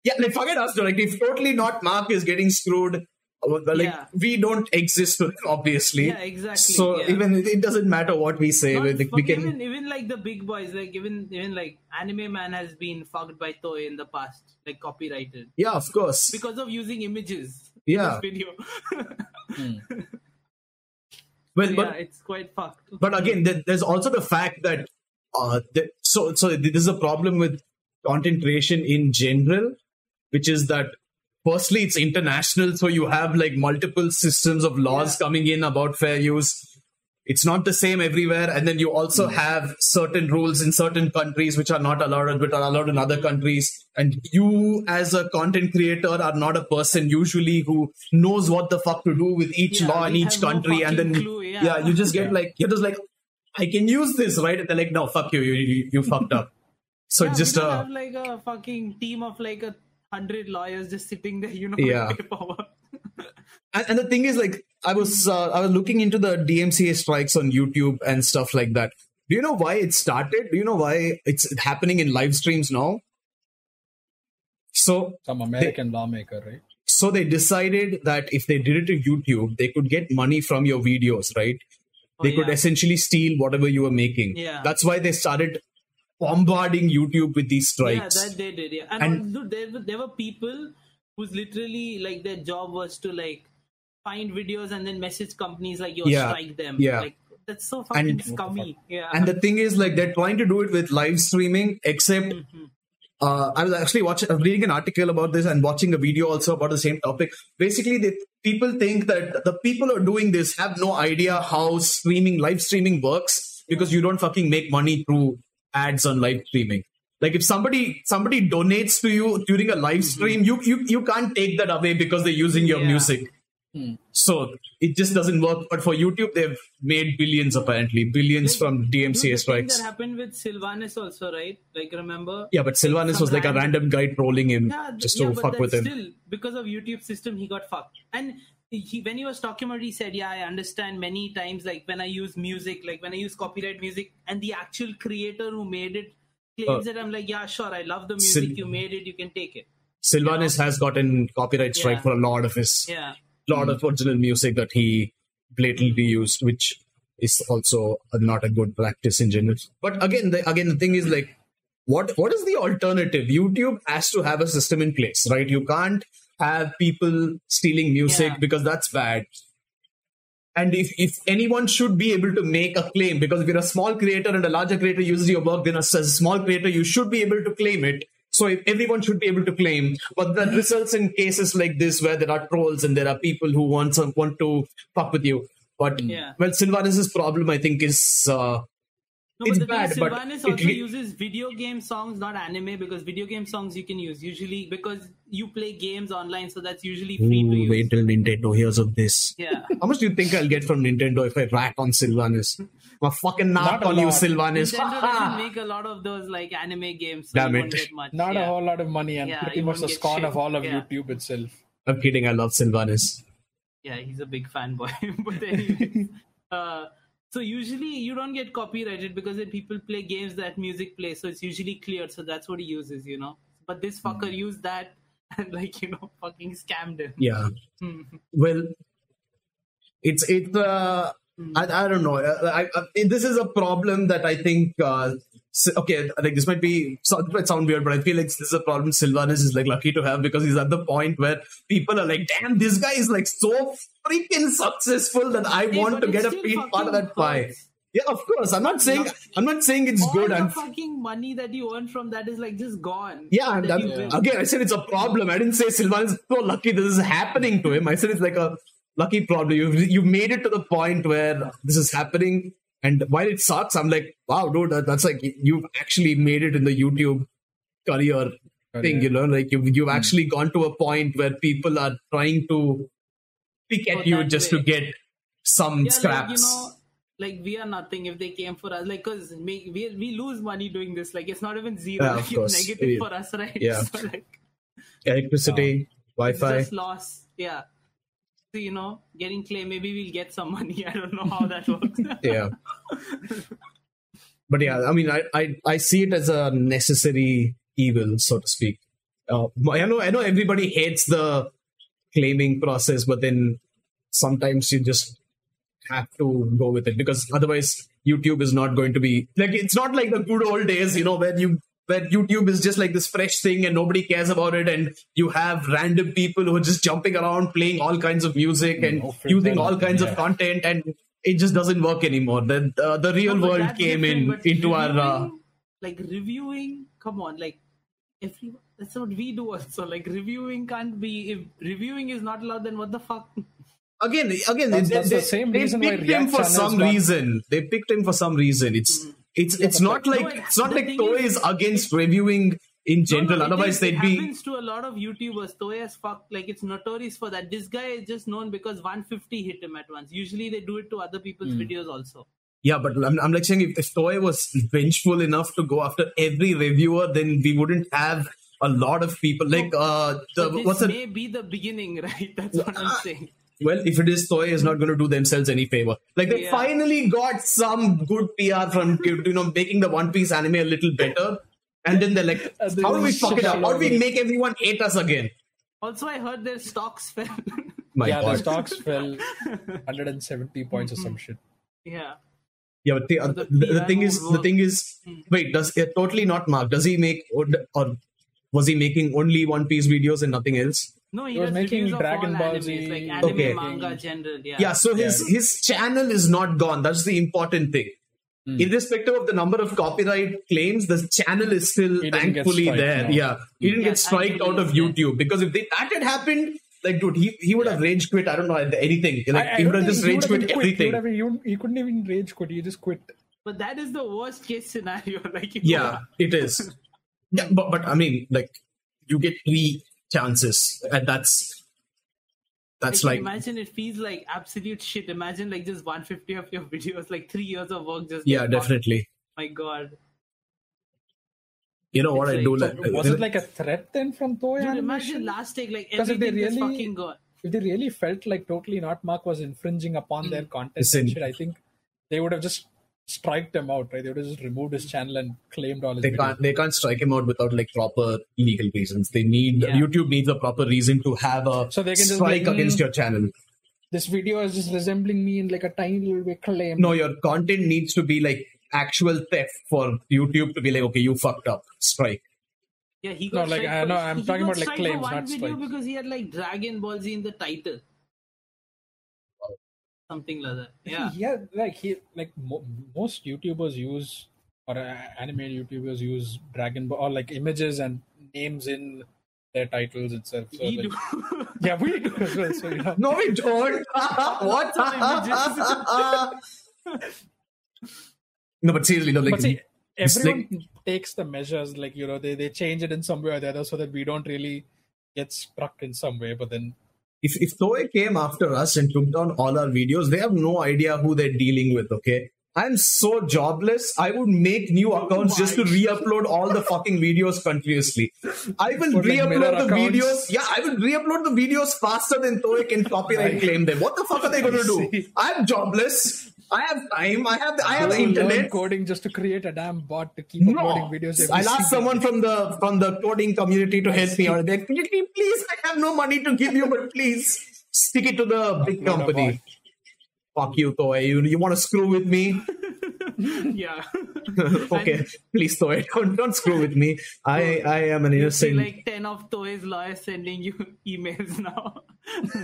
[SPEAKER 3] Yeah, like forget us. Like if totally not Mark is getting screwed, well, like
[SPEAKER 2] Yeah.
[SPEAKER 3] we don't exist to them, obviously.
[SPEAKER 2] Yeah, exactly,
[SPEAKER 3] So
[SPEAKER 2] yeah.
[SPEAKER 3] even it doesn't matter what we say.
[SPEAKER 2] Not
[SPEAKER 3] we, like, we
[SPEAKER 2] fuck-
[SPEAKER 3] can.
[SPEAKER 2] even even like the big boys, like even even like Anime Man has been fucked by Toei in the past, like copyrighted
[SPEAKER 3] yeah, of course.
[SPEAKER 2] because of using images. in
[SPEAKER 3] Yeah.
[SPEAKER 2] this video.
[SPEAKER 3] well,
[SPEAKER 2] yeah,
[SPEAKER 3] but
[SPEAKER 2] it's quite fucked.
[SPEAKER 3] but uh, again, there, there's also the fact that uh, the, so so this is a problem with content creation in general, which is that firstly it's international, so you have like multiple systems of laws
[SPEAKER 2] Yeah.
[SPEAKER 3] coming in about fair use. It's not the same everywhere, and then you also have certain rules in certain countries which are not allowed, but are allowed in other countries. And you, as a content creator, are not a person usually who knows what the fuck to do with each
[SPEAKER 2] Yeah,
[SPEAKER 3] law in
[SPEAKER 2] we
[SPEAKER 3] each
[SPEAKER 2] have no
[SPEAKER 3] country, and then
[SPEAKER 2] fucking clue, yeah.
[SPEAKER 3] you just get like you're just like I can use this, right? And they're like, no, fuck you, you you, you fucked up. So
[SPEAKER 2] Yeah,
[SPEAKER 3] it's just
[SPEAKER 2] we don't
[SPEAKER 3] uh,
[SPEAKER 2] have like a fucking team of like a hundred lawyers just sitting there, you know,
[SPEAKER 3] Yeah.
[SPEAKER 2] with paperwork.
[SPEAKER 3] and, and the thing is like I was uh, I was looking into the DMCA strikes on YouTube and stuff like that. Do you know why it started? Do you know why it's happening in live streams now? So
[SPEAKER 1] Some American lawmaker, right?
[SPEAKER 3] so they decided that if they did it to YouTube, they could get money from your videos, right?
[SPEAKER 2] Oh,
[SPEAKER 3] They could
[SPEAKER 2] yeah.
[SPEAKER 3] essentially steal whatever you were making.
[SPEAKER 2] Yeah.
[SPEAKER 3] That's why they started bombarding YouTube with these
[SPEAKER 2] Yeah,
[SPEAKER 3] strikes.
[SPEAKER 2] that they did. Yeah, and, uh,
[SPEAKER 3] And-
[SPEAKER 2] dude, there, were- there were people whose literally like their job was to like find videos and then message companies like you
[SPEAKER 3] Yeah,
[SPEAKER 2] strike them.
[SPEAKER 3] yeah.
[SPEAKER 2] like that's so fucking
[SPEAKER 3] And-
[SPEAKER 2] scummy. Yeah,
[SPEAKER 3] And the thing is, like, they're trying to do it with live streaming, except
[SPEAKER 2] Mm-hmm.
[SPEAKER 3] uh, I was actually watching, uh, reading an article about this and watching a video also about the same topic. Basically, they, people think that the people who are doing this have no idea how streaming, live streaming works because you don't fucking make money through ads on live streaming. Like if somebody somebody donates to you during a live stream, you you you can't take that away because they're using your
[SPEAKER 2] Mm-hmm. Yeah. Hmm.
[SPEAKER 3] music. So it just doesn't work. But for YouTube, they've made billions apparently, billions from
[SPEAKER 2] Dude, the
[SPEAKER 3] DMCA
[SPEAKER 2] thing that
[SPEAKER 3] strikes.
[SPEAKER 2] happened with Sylvanas also, right? Like remember?
[SPEAKER 3] Yeah, but Sylvanas was like a random guy trolling him
[SPEAKER 2] Yeah, th-
[SPEAKER 3] just
[SPEAKER 2] yeah,
[SPEAKER 3] to
[SPEAKER 2] but
[SPEAKER 3] fuck
[SPEAKER 2] then
[SPEAKER 3] with him.
[SPEAKER 2] Still, because of YouTube system, he got fucked. And he, when he was talking about, it, he said, "Yeah, I understand. Many times, like when I use music, like when I use copyright music, and the actual creator who made it claims
[SPEAKER 3] Uh,
[SPEAKER 2] that I'm like, yeah, sure, I love the music.
[SPEAKER 3] Sil-
[SPEAKER 2] you made it. You can take it.
[SPEAKER 3] Sylvanas has gotten copyright strike
[SPEAKER 2] Yeah.
[SPEAKER 3] for a lot of his
[SPEAKER 2] Yeah,
[SPEAKER 3] lot of original music that he blatantly
[SPEAKER 2] Mm-hmm.
[SPEAKER 3] used, which is also a- not a good practice in general. But again, the, again, the thing is like, what what is the alternative? YouTube has to have a system in place, right? You can't have people stealing music
[SPEAKER 2] Yeah.
[SPEAKER 3] because that's bad. And if, if anyone should be able to make a claim, because if you're a small creator and a larger creator uses your work, then as a small creator, you should be able to claim it. So if everyone should be able to claim, but that results in cases like this where there are trolls and there are people who want some, want to fuck with you. But
[SPEAKER 2] Yeah.
[SPEAKER 3] well, Sylvanas's problem, I think, is uh,
[SPEAKER 2] no,
[SPEAKER 3] It's
[SPEAKER 2] but the thing is,
[SPEAKER 3] bad, but
[SPEAKER 2] Sylvanas
[SPEAKER 3] it
[SPEAKER 2] also
[SPEAKER 3] re-
[SPEAKER 2] uses video game songs, not anime, because video game songs you can use usually because you play games online, so that's usually free to
[SPEAKER 3] Ooh,
[SPEAKER 2] use.
[SPEAKER 3] wait till Nintendo hears of this.
[SPEAKER 2] Yeah.
[SPEAKER 3] How much do you think I'll get from Nintendo if I rat on Sylvanas? My fucking knock
[SPEAKER 1] Not a
[SPEAKER 3] on you,
[SPEAKER 1] lot.
[SPEAKER 3] Sylvanas.
[SPEAKER 2] Nintendo
[SPEAKER 3] Ha-ha.
[SPEAKER 2] doesn't make a lot of those like anime games. So
[SPEAKER 3] Damn
[SPEAKER 2] you
[SPEAKER 3] it.
[SPEAKER 2] Won't get much.
[SPEAKER 1] Not
[SPEAKER 2] yeah.
[SPEAKER 1] a whole lot of money and
[SPEAKER 2] Yeah,
[SPEAKER 1] pretty
[SPEAKER 2] you
[SPEAKER 1] much
[SPEAKER 2] won't
[SPEAKER 1] the
[SPEAKER 2] get
[SPEAKER 1] scorn
[SPEAKER 2] shit.
[SPEAKER 1] of all of
[SPEAKER 2] Yeah.
[SPEAKER 1] YouTube itself.
[SPEAKER 3] I'm kidding. I love Sylvanas.
[SPEAKER 2] Yeah, he's a big fanboy. but anyway, uh, so usually you don't get copyrighted because then people play games that music plays, so it's usually cleared. So that's what he uses, you know. But this
[SPEAKER 3] Hmm.
[SPEAKER 2] fucker used that and like you know Hmm. fucking scammed him.
[SPEAKER 3] Yeah. Well, it's it's uh, I, I don't know. Uh, I, I, I- this is a problem that I think. Uh, s- okay, like this might be so- it might sound weird, but I feel like this is a problem Sylvanus is like lucky to have because he's at the point where people are like, "Damn, this guy is like so freaking successful that I want
[SPEAKER 2] but
[SPEAKER 3] to
[SPEAKER 2] it
[SPEAKER 3] get a
[SPEAKER 2] still
[SPEAKER 3] piece part of
[SPEAKER 2] fucking
[SPEAKER 3] that pie."
[SPEAKER 2] hurts.
[SPEAKER 3] Yeah, of course. I'm not saying I'm not saying it's
[SPEAKER 2] All
[SPEAKER 3] good.
[SPEAKER 2] the
[SPEAKER 3] I'm
[SPEAKER 2] fucking money that you earn from that is like just gone.
[SPEAKER 3] yeah, I'm,
[SPEAKER 2] That
[SPEAKER 3] I'm,
[SPEAKER 2] you built.
[SPEAKER 3] again, I said it's a problem. I didn't say Sylvan is so lucky this is happening to him. I said it's like a lucky problem. You've, you've made it to the point where this is happening. And while it sucks, I'm like, wow, dude, that, that's like you've actually made it in the YouTube career thing, you know? Like you've, you've actually gone to a point where people are trying to pick
[SPEAKER 2] Go
[SPEAKER 3] at you
[SPEAKER 2] that
[SPEAKER 3] just
[SPEAKER 2] way.
[SPEAKER 3] to get some
[SPEAKER 2] Yeah,
[SPEAKER 3] scraps.
[SPEAKER 2] like, you know, like we are nothing if they came for us. Like, cause we we, we lose money doing this. Like, it's not even zero.
[SPEAKER 3] Yeah, of
[SPEAKER 2] like,
[SPEAKER 3] course.
[SPEAKER 2] it's negative
[SPEAKER 3] Yeah.
[SPEAKER 2] for us, right?
[SPEAKER 3] Yeah.
[SPEAKER 2] So, like,
[SPEAKER 3] Electricity, Wi
[SPEAKER 2] it's
[SPEAKER 3] Fi.
[SPEAKER 2] um, just loss. Yeah. So you know, getting clay. Maybe we'll get some money. I don't know how that works.
[SPEAKER 3] yeah but yeah i mean I, I i see it as a necessary evil so to speak uh, i know i know everybody hates the claiming process but then sometimes you just have to go with it because otherwise youtube is not going to be like it's not like the good old days you know where you where youtube is just like this fresh thing and nobody cares about it and you have random people who are just jumping around playing all kinds of music and
[SPEAKER 1] No filter
[SPEAKER 3] using all
[SPEAKER 1] nothing,
[SPEAKER 3] kinds of
[SPEAKER 1] yeah.
[SPEAKER 3] content and it just doesn't work anymore the uh, the real
[SPEAKER 2] No, but
[SPEAKER 3] world
[SPEAKER 2] that's
[SPEAKER 3] came
[SPEAKER 2] different,
[SPEAKER 3] in
[SPEAKER 2] but
[SPEAKER 3] into our uh,
[SPEAKER 2] reviewing- like reviewing. Come on, like every that's what we do also. Like reviewing can't be if reviewing is not allowed, then what the fuck?
[SPEAKER 3] again again
[SPEAKER 1] That's-
[SPEAKER 3] they,
[SPEAKER 1] that's
[SPEAKER 3] they,
[SPEAKER 1] the same
[SPEAKER 3] they
[SPEAKER 1] reason why
[SPEAKER 3] picked
[SPEAKER 1] React
[SPEAKER 3] him for
[SPEAKER 1] channels
[SPEAKER 3] some
[SPEAKER 1] got-
[SPEAKER 3] reason they picked him for some reason it's it's it's not like
[SPEAKER 2] Hmm. No, it-
[SPEAKER 3] it's not
[SPEAKER 2] the
[SPEAKER 3] like
[SPEAKER 2] thing
[SPEAKER 3] Toei
[SPEAKER 2] is-
[SPEAKER 3] is against reviewing in
[SPEAKER 2] No, no,
[SPEAKER 3] general
[SPEAKER 2] it
[SPEAKER 3] otherwise
[SPEAKER 2] is-
[SPEAKER 3] they'd
[SPEAKER 2] it
[SPEAKER 3] be
[SPEAKER 2] happens to a lot of YouTubers. Toei has fucked. Like it's notorious for that. This guy is just known because 150 hit him at once. Usually they do it to other
[SPEAKER 3] Hmm.
[SPEAKER 2] people's videos also.
[SPEAKER 3] yeah but I'm, I'm like saying if, if Toei was vengeful enough to go after every reviewer then we wouldn't have a lot of people like uh the,
[SPEAKER 2] But this
[SPEAKER 3] what's the
[SPEAKER 2] may be the beginning, right? That's what I'm saying.
[SPEAKER 3] well, if it is Toei, is not going to do themselves any favor. Like they
[SPEAKER 2] Yeah.
[SPEAKER 3] finally got some good PR from you know making the One Piece anime a little better, and then they're like,
[SPEAKER 1] And they
[SPEAKER 3] how do we
[SPEAKER 1] just
[SPEAKER 3] fuck it up?
[SPEAKER 1] shit
[SPEAKER 3] How do
[SPEAKER 1] all
[SPEAKER 3] we
[SPEAKER 1] over
[SPEAKER 3] make everyone hate us again?
[SPEAKER 2] Also, I heard their stocks fell.
[SPEAKER 3] My
[SPEAKER 1] yeah, the
[SPEAKER 3] God.
[SPEAKER 1] stocks fell 170 points or some
[SPEAKER 2] Hmm.
[SPEAKER 1] shit.
[SPEAKER 2] yeah.
[SPEAKER 3] Yeah, but the, uh,
[SPEAKER 2] the
[SPEAKER 3] the, the
[SPEAKER 2] PR
[SPEAKER 3] thing is,
[SPEAKER 2] won't
[SPEAKER 3] the
[SPEAKER 2] work.
[SPEAKER 3] thing is, wait, does yeah, totally not Mark? Does he make or, or was he making only One Piece videos and nothing else?
[SPEAKER 2] No, he
[SPEAKER 1] He was
[SPEAKER 2] does
[SPEAKER 1] making
[SPEAKER 2] reviews of
[SPEAKER 1] Dragon
[SPEAKER 2] all
[SPEAKER 1] Ball
[SPEAKER 2] animes,
[SPEAKER 1] Z,
[SPEAKER 2] like anime,
[SPEAKER 3] Okay.
[SPEAKER 2] manga, general. Yeah.
[SPEAKER 3] yeah so his
[SPEAKER 1] Yeah.
[SPEAKER 3] his channel is not gone that's the important thing
[SPEAKER 1] Hmm.
[SPEAKER 3] irrespective of the number of copyright claims the channel is still
[SPEAKER 1] He didn't get
[SPEAKER 3] thankfully
[SPEAKER 1] striked,
[SPEAKER 3] there
[SPEAKER 1] no.
[SPEAKER 3] yeah he didn't get
[SPEAKER 2] Yeah,
[SPEAKER 3] striked out of
[SPEAKER 2] thankfully, yeah.
[SPEAKER 3] youtube because if they, that had happened like dude he, he would have rage quit i don't know anything like
[SPEAKER 1] I- I
[SPEAKER 3] he would
[SPEAKER 1] don't think
[SPEAKER 3] have just
[SPEAKER 1] he
[SPEAKER 3] rage
[SPEAKER 1] would
[SPEAKER 3] quit
[SPEAKER 1] even He, would
[SPEAKER 3] everything
[SPEAKER 1] have, even- he couldn't even rage quit. He just quit.
[SPEAKER 2] But that is the worst case scenario. Like, you
[SPEAKER 3] yeah it is yeah but, but i mean like you get three chances and that's that's
[SPEAKER 2] Like,
[SPEAKER 3] like
[SPEAKER 2] imagine it feels like absolute shit. Imagine like just 150 of your videos, like three years of work just.
[SPEAKER 3] yeah
[SPEAKER 2] get
[SPEAKER 3] definitely
[SPEAKER 2] fucked. My God,
[SPEAKER 3] you know what
[SPEAKER 2] It's
[SPEAKER 3] i
[SPEAKER 2] like-
[SPEAKER 3] do
[SPEAKER 2] So
[SPEAKER 3] like
[SPEAKER 1] Was it like a threat then from Toei
[SPEAKER 2] dude!
[SPEAKER 1] Animation?
[SPEAKER 2] Imagine last take, like
[SPEAKER 1] Because if they
[SPEAKER 2] everything is
[SPEAKER 1] really-
[SPEAKER 2] fucking gone.
[SPEAKER 1] if they really felt like totally not Mark was infringing upon
[SPEAKER 2] Hmm.
[SPEAKER 1] their content
[SPEAKER 3] Listen.
[SPEAKER 1] and shit, I think they would have just striked him out, right? They would have just removed his channel and claimed all his
[SPEAKER 3] they
[SPEAKER 1] videos.
[SPEAKER 3] can't they can't strike him out without like proper legal reasons. They need
[SPEAKER 2] Yeah.
[SPEAKER 3] YouTube needs a proper reason to have a
[SPEAKER 1] So they can just
[SPEAKER 3] strike
[SPEAKER 1] like, mm.
[SPEAKER 3] against your channel.
[SPEAKER 1] This video is just resembling me in like a tiny little way claim.
[SPEAKER 3] No, your content needs to be like actual theft for YouTube to be like, okay, you fucked up, strike.
[SPEAKER 2] Yeah, he
[SPEAKER 1] No,
[SPEAKER 2] got
[SPEAKER 1] like,
[SPEAKER 2] striked
[SPEAKER 1] I
[SPEAKER 2] for-
[SPEAKER 1] know, I'm
[SPEAKER 2] he
[SPEAKER 1] talking
[SPEAKER 2] got
[SPEAKER 1] about, like,
[SPEAKER 2] striked for
[SPEAKER 1] claims,
[SPEAKER 2] one
[SPEAKER 1] not
[SPEAKER 2] video
[SPEAKER 1] strikes.
[SPEAKER 2] because he had like Dragon Ball Z in the title. Something like that. Yeah.
[SPEAKER 1] yeah, like he like mo- most YouTubers use or uh, anime YouTubers use Dragon Ball or like images and names in their titles itself. So
[SPEAKER 2] He
[SPEAKER 1] like,
[SPEAKER 2] do-
[SPEAKER 1] yeah, we do as well. So yeah.
[SPEAKER 3] No, we don't. what? no, but seriously, no, like,
[SPEAKER 1] but see,
[SPEAKER 3] it's
[SPEAKER 1] everyone takes the measures like you know they, they change it in some way or the other so that we don't really get struck in some way. But then
[SPEAKER 3] if if Toei came after us and took down all our videos, they have no idea who they're dealing with. Okay, I'm so jobless. I would make new
[SPEAKER 1] Oh
[SPEAKER 3] accounts just to re-upload all the fucking videos continuously. I will
[SPEAKER 1] Put, like,
[SPEAKER 3] re-upload
[SPEAKER 1] mirror
[SPEAKER 3] the
[SPEAKER 1] accounts.
[SPEAKER 3] videos. Yeah, I will re-upload the videos faster than Toei can copyright claim them. What the fuck are they going to do? I'm jobless. I have time. I have I have
[SPEAKER 1] Those
[SPEAKER 3] the
[SPEAKER 1] who learn
[SPEAKER 3] internet.
[SPEAKER 1] coding just to create a damn bot to keep
[SPEAKER 3] No,
[SPEAKER 1] uploading videos. every
[SPEAKER 3] I'll ask
[SPEAKER 1] single-
[SPEAKER 3] someone from the from the coding community to help me out. Then please, I have no money to give you, but please stick it to the big
[SPEAKER 1] Upload a
[SPEAKER 3] company.
[SPEAKER 1] bot.
[SPEAKER 3] fuck you, Toei. You, you want to screw with me?
[SPEAKER 2] yeah.
[SPEAKER 3] okay,
[SPEAKER 2] And-
[SPEAKER 3] please, Toei, don't, don't screw with me. I, I am an
[SPEAKER 2] See,
[SPEAKER 3] innocent.
[SPEAKER 2] like 10 of Toei's lawyers sending you emails now.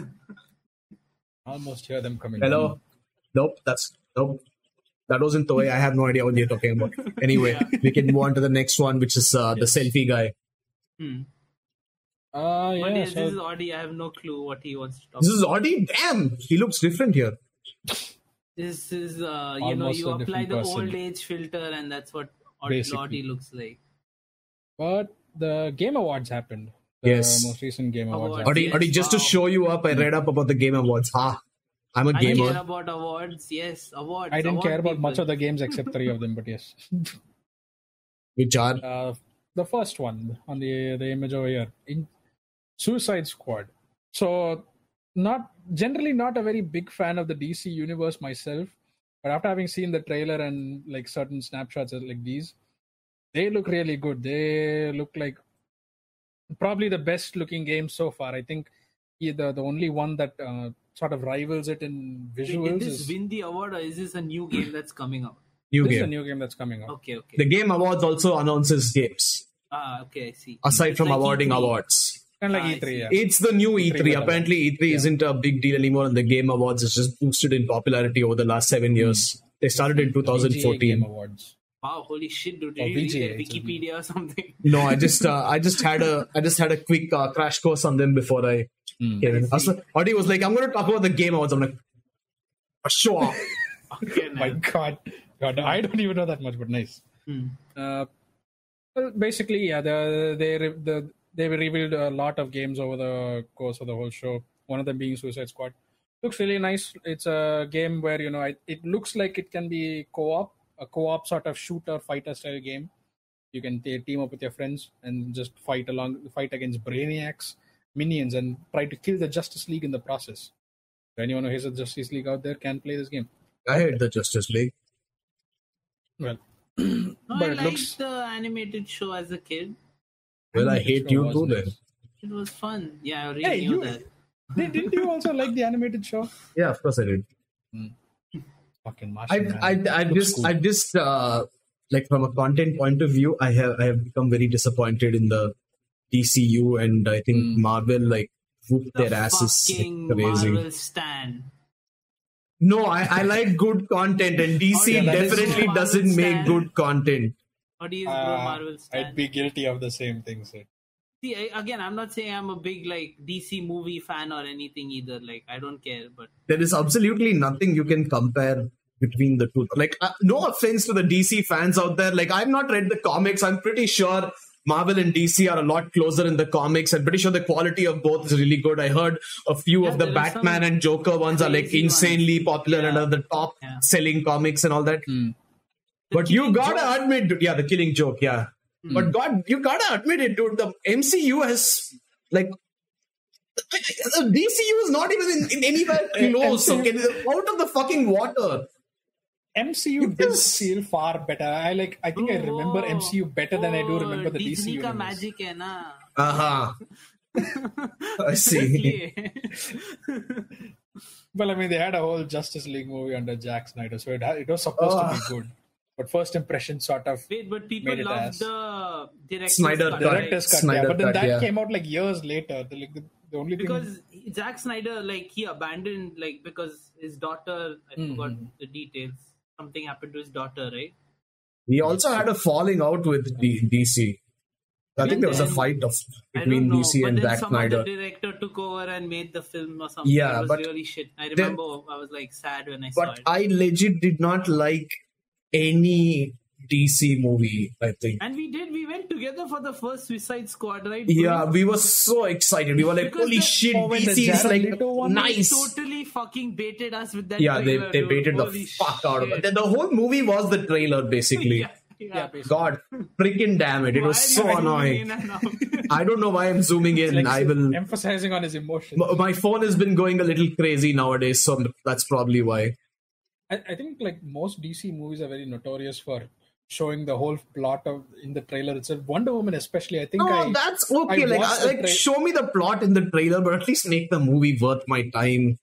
[SPEAKER 1] I almost hear them coming.
[SPEAKER 3] Hello? Nope, that's nope. That wasn't Toei. I have no idea what you're talking about. Anyway,
[SPEAKER 2] Yeah.
[SPEAKER 3] we can move on to the next one, which is uh, the selfie guy.
[SPEAKER 2] Hmm.
[SPEAKER 1] Ah,
[SPEAKER 2] But
[SPEAKER 1] yeah.
[SPEAKER 2] yes, this is
[SPEAKER 1] So,
[SPEAKER 2] Audi. I have no clue what he wants to talk
[SPEAKER 3] This is Audi. Damn, he looks different here.
[SPEAKER 2] This is, uh, you know,
[SPEAKER 1] Almost
[SPEAKER 2] you
[SPEAKER 1] a
[SPEAKER 2] apply
[SPEAKER 1] different
[SPEAKER 2] the
[SPEAKER 1] person.
[SPEAKER 2] old age filter, and that's what
[SPEAKER 1] Basically.
[SPEAKER 2] Audi looks like.
[SPEAKER 1] but the Game Awards happened. The
[SPEAKER 3] Yes.
[SPEAKER 1] Most recent Game Awards.
[SPEAKER 2] Awards.
[SPEAKER 1] happened.
[SPEAKER 3] Audi,
[SPEAKER 2] Yes,
[SPEAKER 3] Audi, just to
[SPEAKER 2] wow.
[SPEAKER 3] show you up, I read up about the Game Awards. Ah, I'm a
[SPEAKER 2] I care
[SPEAKER 3] gamer.
[SPEAKER 2] about awards. Yes, awards.
[SPEAKER 1] I didn't
[SPEAKER 2] award
[SPEAKER 1] care about much
[SPEAKER 2] people.
[SPEAKER 1] of the games except three of them, but yes.
[SPEAKER 3] Which are
[SPEAKER 1] Uh, the first one on the the image over here in Suicide Squad. So, not generally not a very big fan of the DC universe myself, but after having seen the trailer and like certain snapshots like these, they look really good. They look like probably the best looking game so far. I think either the only one that uh, sort of rivals it in
[SPEAKER 2] Did-
[SPEAKER 1] visuals
[SPEAKER 2] Did this
[SPEAKER 1] is
[SPEAKER 2] win the award, or is this a new game that's coming out?
[SPEAKER 3] new
[SPEAKER 1] this is a
[SPEAKER 3] game.
[SPEAKER 1] new game that's coming out.
[SPEAKER 2] Okay, okay.
[SPEAKER 3] The Game Awards also announces games
[SPEAKER 2] ah, okay, I see.
[SPEAKER 3] aside
[SPEAKER 2] It's
[SPEAKER 3] from
[SPEAKER 2] like E
[SPEAKER 3] awarding
[SPEAKER 2] E3.
[SPEAKER 3] awards.
[SPEAKER 1] Kind of
[SPEAKER 2] Ah, I
[SPEAKER 1] like E3,
[SPEAKER 2] see.
[SPEAKER 1] yeah. E
[SPEAKER 3] It's the new E3.
[SPEAKER 1] that
[SPEAKER 3] Apparently, E3 isn't a big deal anymore, and the Game Awards has just boosted in popularity over the last seven years. They started in
[SPEAKER 1] VGA Game
[SPEAKER 3] 2014.
[SPEAKER 1] Awards.
[SPEAKER 2] Wow, holy shit, dude! Did
[SPEAKER 1] Or
[SPEAKER 2] you read
[SPEAKER 1] VGA,
[SPEAKER 2] their
[SPEAKER 1] it's a-
[SPEAKER 2] Wikipedia or something?
[SPEAKER 3] No, I just uh, I just had a I just had a quick uh, crash course on them before I
[SPEAKER 1] Hmm.
[SPEAKER 3] came in. Also, Audie was like, "I'm going to talk about the Game Awards." I'm like, "Sure."
[SPEAKER 2] Okay,
[SPEAKER 1] my
[SPEAKER 2] man.
[SPEAKER 1] god god i don't even know that much but nice
[SPEAKER 2] Hmm.
[SPEAKER 1] uh, well, basically yeah the, they re- the, they revealed a lot of games over the course of the whole show one of them being suicide squad looks really nice it's a game where you know it, it looks like it can be co-op a co-op sort of shooter fighter style game you can t- team up with your friends and just fight along fight against brainiacs minions and try to kill the justice league in the process so anyone who has a justice league out there can play this game
[SPEAKER 3] I hate the Justice League.
[SPEAKER 1] well
[SPEAKER 2] No,
[SPEAKER 1] But
[SPEAKER 2] I
[SPEAKER 1] it
[SPEAKER 2] liked
[SPEAKER 1] looks-
[SPEAKER 2] the animated show as a kid.
[SPEAKER 3] Well, I
[SPEAKER 1] Animated
[SPEAKER 3] hate
[SPEAKER 1] show
[SPEAKER 3] you
[SPEAKER 1] was
[SPEAKER 3] too.
[SPEAKER 1] nice.
[SPEAKER 3] Then,
[SPEAKER 2] It was fun. Yeah, I really
[SPEAKER 1] Hey,
[SPEAKER 2] knew
[SPEAKER 1] you-
[SPEAKER 2] that.
[SPEAKER 1] Did- Didn't you also like the animated show?
[SPEAKER 3] yeah, of course I did.
[SPEAKER 1] Fucking
[SPEAKER 3] I,
[SPEAKER 1] Martian.
[SPEAKER 3] I,
[SPEAKER 1] Man.
[SPEAKER 3] I
[SPEAKER 1] Looks
[SPEAKER 3] just,
[SPEAKER 1] cool.
[SPEAKER 3] I just, uh, like from a content point of view, I have, I have become very disappointed in the DCU, and I think Marvel like whooped
[SPEAKER 2] Hmm. The
[SPEAKER 3] their asses like,
[SPEAKER 2] fucking
[SPEAKER 3] crazy.
[SPEAKER 2] Marvel stand.
[SPEAKER 3] No, I, I like good content, and DC
[SPEAKER 2] Oh,
[SPEAKER 1] yeah, that is
[SPEAKER 3] definitely
[SPEAKER 2] true.
[SPEAKER 3] doesn't make
[SPEAKER 2] Marvel
[SPEAKER 3] good content.
[SPEAKER 2] What do you
[SPEAKER 1] Uh,
[SPEAKER 2] bro, Marvel
[SPEAKER 1] I'd
[SPEAKER 2] stand?
[SPEAKER 1] be guilty of the same thing. Sir.
[SPEAKER 2] See, I, again, I'm not saying I'm a big like DC movie fan or anything either. Like, I don't care, but
[SPEAKER 3] There is absolutely nothing you can compare between the two. Like, uh, no offense to the DC fans out there. Like, I've not read the comics. I'm pretty sure Marvel and DC are a lot closer in the comics. I'm pretty sure the quality of both is really good. I heard a few
[SPEAKER 2] Yeah,
[SPEAKER 3] of the
[SPEAKER 2] there are some
[SPEAKER 3] Batman and Joker ones are like
[SPEAKER 2] crazy ones.
[SPEAKER 3] insanely popular and
[SPEAKER 2] Yeah.
[SPEAKER 3] are the top
[SPEAKER 2] Yeah.
[SPEAKER 3] selling comics and all that.
[SPEAKER 2] The
[SPEAKER 3] But you
[SPEAKER 2] Killing
[SPEAKER 3] gotta
[SPEAKER 2] Joke- Hmm.
[SPEAKER 3] admit, dude, yeah, the killing joke, yeah. But God, you gotta admit it, dude. The MCU has like the DCU is not even in, in anywhere close.
[SPEAKER 1] MCU
[SPEAKER 3] Okay, They're out of the fucking water.
[SPEAKER 1] MCU did
[SPEAKER 3] Yes.
[SPEAKER 1] feel far better. I like. I think I remember
[SPEAKER 2] Oh,
[SPEAKER 1] MCU better than I do
[SPEAKER 2] oh,
[SPEAKER 1] remember the DC
[SPEAKER 2] Disney
[SPEAKER 1] universe.
[SPEAKER 2] का magic है ना
[SPEAKER 3] Uh huh. I see.
[SPEAKER 2] इसलिए।
[SPEAKER 1] Well, I mean, they had a whole Justice League movie under Zack Snyder, so it, ha- it was supposed to
[SPEAKER 3] Oh.
[SPEAKER 1] be good. But first impression sort of
[SPEAKER 2] Wait, but people
[SPEAKER 1] Made it
[SPEAKER 2] love
[SPEAKER 1] ass.
[SPEAKER 2] the director's
[SPEAKER 3] Snyder
[SPEAKER 2] cut,
[SPEAKER 3] cut.
[SPEAKER 2] right?
[SPEAKER 1] director's cut, yeah.
[SPEAKER 3] Snyder
[SPEAKER 1] But then
[SPEAKER 3] cut,
[SPEAKER 1] that
[SPEAKER 3] yeah.
[SPEAKER 1] came out like years later. The, like, the, the only thing
[SPEAKER 2] because Zack Snyder, like he abandoned, like because his daughter, I forgot
[SPEAKER 3] Hmm,
[SPEAKER 2] the details. Something happened to his daughter, right?
[SPEAKER 3] He also had a falling out with D- DC. I think there was a fight of
[SPEAKER 2] I don't
[SPEAKER 3] between
[SPEAKER 2] know.
[SPEAKER 3] DC
[SPEAKER 2] but
[SPEAKER 3] and
[SPEAKER 2] then
[SPEAKER 3] Zack
[SPEAKER 2] some
[SPEAKER 3] Snyder.
[SPEAKER 2] other director took over and made the film or something.
[SPEAKER 3] Yeah,
[SPEAKER 2] it was
[SPEAKER 3] but
[SPEAKER 2] really shit. I remember I was like sad when I saw
[SPEAKER 3] But
[SPEAKER 2] it.
[SPEAKER 3] I legit did not like any DC movie. I think.
[SPEAKER 2] and we did. We went together for the first Suicide Squad, right?
[SPEAKER 3] Yeah, we were so excited. We were like,
[SPEAKER 2] Because
[SPEAKER 3] "Holy
[SPEAKER 2] the-
[SPEAKER 3] shit,
[SPEAKER 1] Oh, when the
[SPEAKER 3] DC is
[SPEAKER 1] Jared
[SPEAKER 3] like
[SPEAKER 1] Leto one-
[SPEAKER 2] They
[SPEAKER 3] nice."
[SPEAKER 2] totally fucking baited us with that.
[SPEAKER 3] yeah, they,
[SPEAKER 2] trailer,
[SPEAKER 3] they
[SPEAKER 2] dude.
[SPEAKER 3] baited the
[SPEAKER 2] Holy
[SPEAKER 3] fuck out of it.
[SPEAKER 2] shit.
[SPEAKER 3] The, the whole movie was the trailer, basically.
[SPEAKER 2] yeah, yeah.
[SPEAKER 3] God, freaking damn it. It was so
[SPEAKER 2] Why are you
[SPEAKER 3] annoying.
[SPEAKER 2] zooming in and out?
[SPEAKER 3] I don't know why I'm zooming in.
[SPEAKER 1] like
[SPEAKER 3] I will.
[SPEAKER 1] emphasizing on his emotions.
[SPEAKER 3] M- My phone has been going a little crazy nowadays, so that's probably why.
[SPEAKER 1] I, I think like most DC movies are very notorious for showing the whole plot of in the trailer itself. Wonder Woman, especially, I think.
[SPEAKER 3] No,
[SPEAKER 1] I,
[SPEAKER 3] Oh, that's okay.
[SPEAKER 1] I
[SPEAKER 3] like,
[SPEAKER 1] watched the
[SPEAKER 3] I, like
[SPEAKER 1] tra-
[SPEAKER 3] show me the plot in the trailer, but at least make the movie worth my time.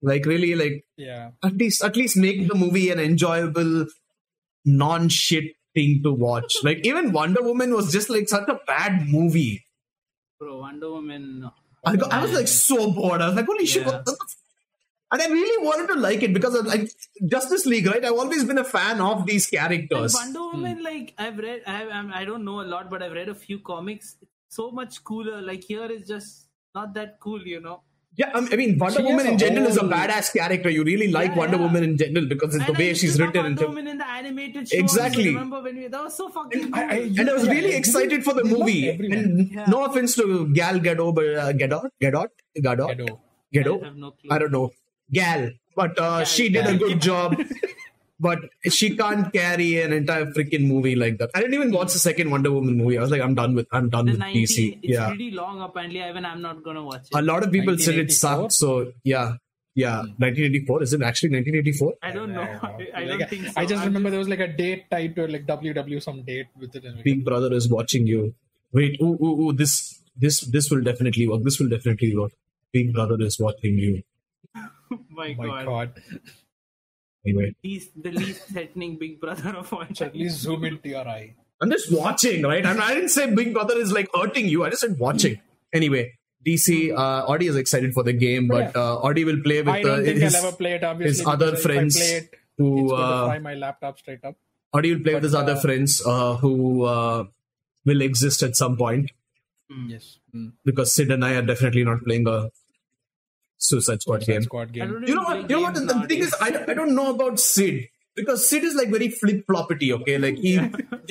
[SPEAKER 3] Like really, like
[SPEAKER 1] Yeah.
[SPEAKER 3] at least at least make the movie an enjoyable, non shit thing to watch. like even Wonder Woman was just like such a bad movie.
[SPEAKER 2] Bro, Wonder Woman.
[SPEAKER 3] I, got, I was like so bored. I was like, holy shit.
[SPEAKER 2] Yeah.
[SPEAKER 3] What the f- and I really wanted to like it because of, like Justice League, right? I've always been a fan of these
[SPEAKER 2] And
[SPEAKER 3] characters.
[SPEAKER 2] Wonder Woman, like I've read, I, I'm- I don't know a lot, but I've read a few comics. So much cooler. Like here is just not that cool, you know.
[SPEAKER 3] Yeah, I mean- I mean, Wonder
[SPEAKER 1] She
[SPEAKER 3] Woman
[SPEAKER 1] has
[SPEAKER 3] in
[SPEAKER 1] a
[SPEAKER 3] general is a
[SPEAKER 1] whole-
[SPEAKER 3] badass character. You really like
[SPEAKER 2] Yeah,
[SPEAKER 3] Wonder
[SPEAKER 2] yeah.
[SPEAKER 3] Woman in general because it's the
[SPEAKER 2] And I
[SPEAKER 3] way
[SPEAKER 2] used
[SPEAKER 3] she's
[SPEAKER 2] to love
[SPEAKER 3] written.
[SPEAKER 2] Wonder
[SPEAKER 3] and the-
[SPEAKER 2] Woman in the animated show.
[SPEAKER 3] Exactly.
[SPEAKER 2] Also, remember when we that was so fucking.
[SPEAKER 1] I- I-
[SPEAKER 2] cool.
[SPEAKER 3] And I was
[SPEAKER 1] Yeah,
[SPEAKER 3] really
[SPEAKER 1] yeah.
[SPEAKER 3] excited for the
[SPEAKER 1] They love
[SPEAKER 3] movie.
[SPEAKER 1] everyone.
[SPEAKER 3] And
[SPEAKER 2] Yeah.
[SPEAKER 3] no offense to Gal Gadot, but uh, Gadot, Gadot, Gadot,
[SPEAKER 1] Gadot.
[SPEAKER 3] Gadot.
[SPEAKER 2] I have no clue.
[SPEAKER 3] I don't know, Gal. But uh, she did a
[SPEAKER 1] Gal.
[SPEAKER 3] good job. But she can't carry an entire freaking movie like that. I didn't even watch the second Wonder Woman movie. I was like, I'm done with, I'm done
[SPEAKER 2] the
[SPEAKER 3] with
[SPEAKER 2] 90,
[SPEAKER 3] DC.
[SPEAKER 2] It's
[SPEAKER 3] Yeah,
[SPEAKER 2] pretty long apparently. Even I'm not gonna watch it.
[SPEAKER 3] a lot of people said it
[SPEAKER 1] 1984?
[SPEAKER 3] sucked. So yeah, yeah,
[SPEAKER 1] Hmm.
[SPEAKER 3] 1984 is it actually 1984?
[SPEAKER 2] I don't know. I, I
[SPEAKER 1] Like,
[SPEAKER 2] don't think so.
[SPEAKER 1] I just
[SPEAKER 2] I'm
[SPEAKER 1] remember there was like a date tied to it, like WW some date with it. And like,
[SPEAKER 3] Big Brother is watching you. Wait, ooh, ooh, ooh, this, this, this will definitely work. This will definitely work. Big Brother is watching you.
[SPEAKER 2] my,
[SPEAKER 1] oh my
[SPEAKER 2] god.
[SPEAKER 1] god.
[SPEAKER 3] Anyway,
[SPEAKER 2] Least, the least threatening big brother of all
[SPEAKER 1] At
[SPEAKER 2] time.
[SPEAKER 1] least zoom into your eye.
[SPEAKER 3] I'm just watching, right? I'm, I didn't say Big Brother is like hurting you. I just said watching. Anyway, DC, uh, Audie is excited for the game, but
[SPEAKER 1] Oh, Yeah.
[SPEAKER 3] uh, Audie will play with
[SPEAKER 1] I
[SPEAKER 3] uh,
[SPEAKER 1] don't think
[SPEAKER 3] his,
[SPEAKER 1] I'll ever play it, obviously.
[SPEAKER 3] his other
[SPEAKER 1] because
[SPEAKER 3] friends
[SPEAKER 1] If I play it, it's
[SPEAKER 3] who
[SPEAKER 1] going to
[SPEAKER 3] uh,
[SPEAKER 1] fry my laptop straight up.
[SPEAKER 3] Audie will play with
[SPEAKER 1] But,
[SPEAKER 3] his other
[SPEAKER 1] uh,
[SPEAKER 3] friends uh, who uh, will exist at some point
[SPEAKER 2] Hmm.
[SPEAKER 1] Yes. Mm.
[SPEAKER 3] because Sid and I are definitely not playing a Suicide Squad game.
[SPEAKER 1] Squad
[SPEAKER 2] I
[SPEAKER 1] game.
[SPEAKER 2] don't
[SPEAKER 3] you know
[SPEAKER 2] even
[SPEAKER 3] what?
[SPEAKER 2] play
[SPEAKER 3] You know what?
[SPEAKER 2] games
[SPEAKER 3] The thing
[SPEAKER 2] nowadays.
[SPEAKER 3] is, I, I don't know about Sid because Sid is like very flip floppity. Okay, like he, yeah,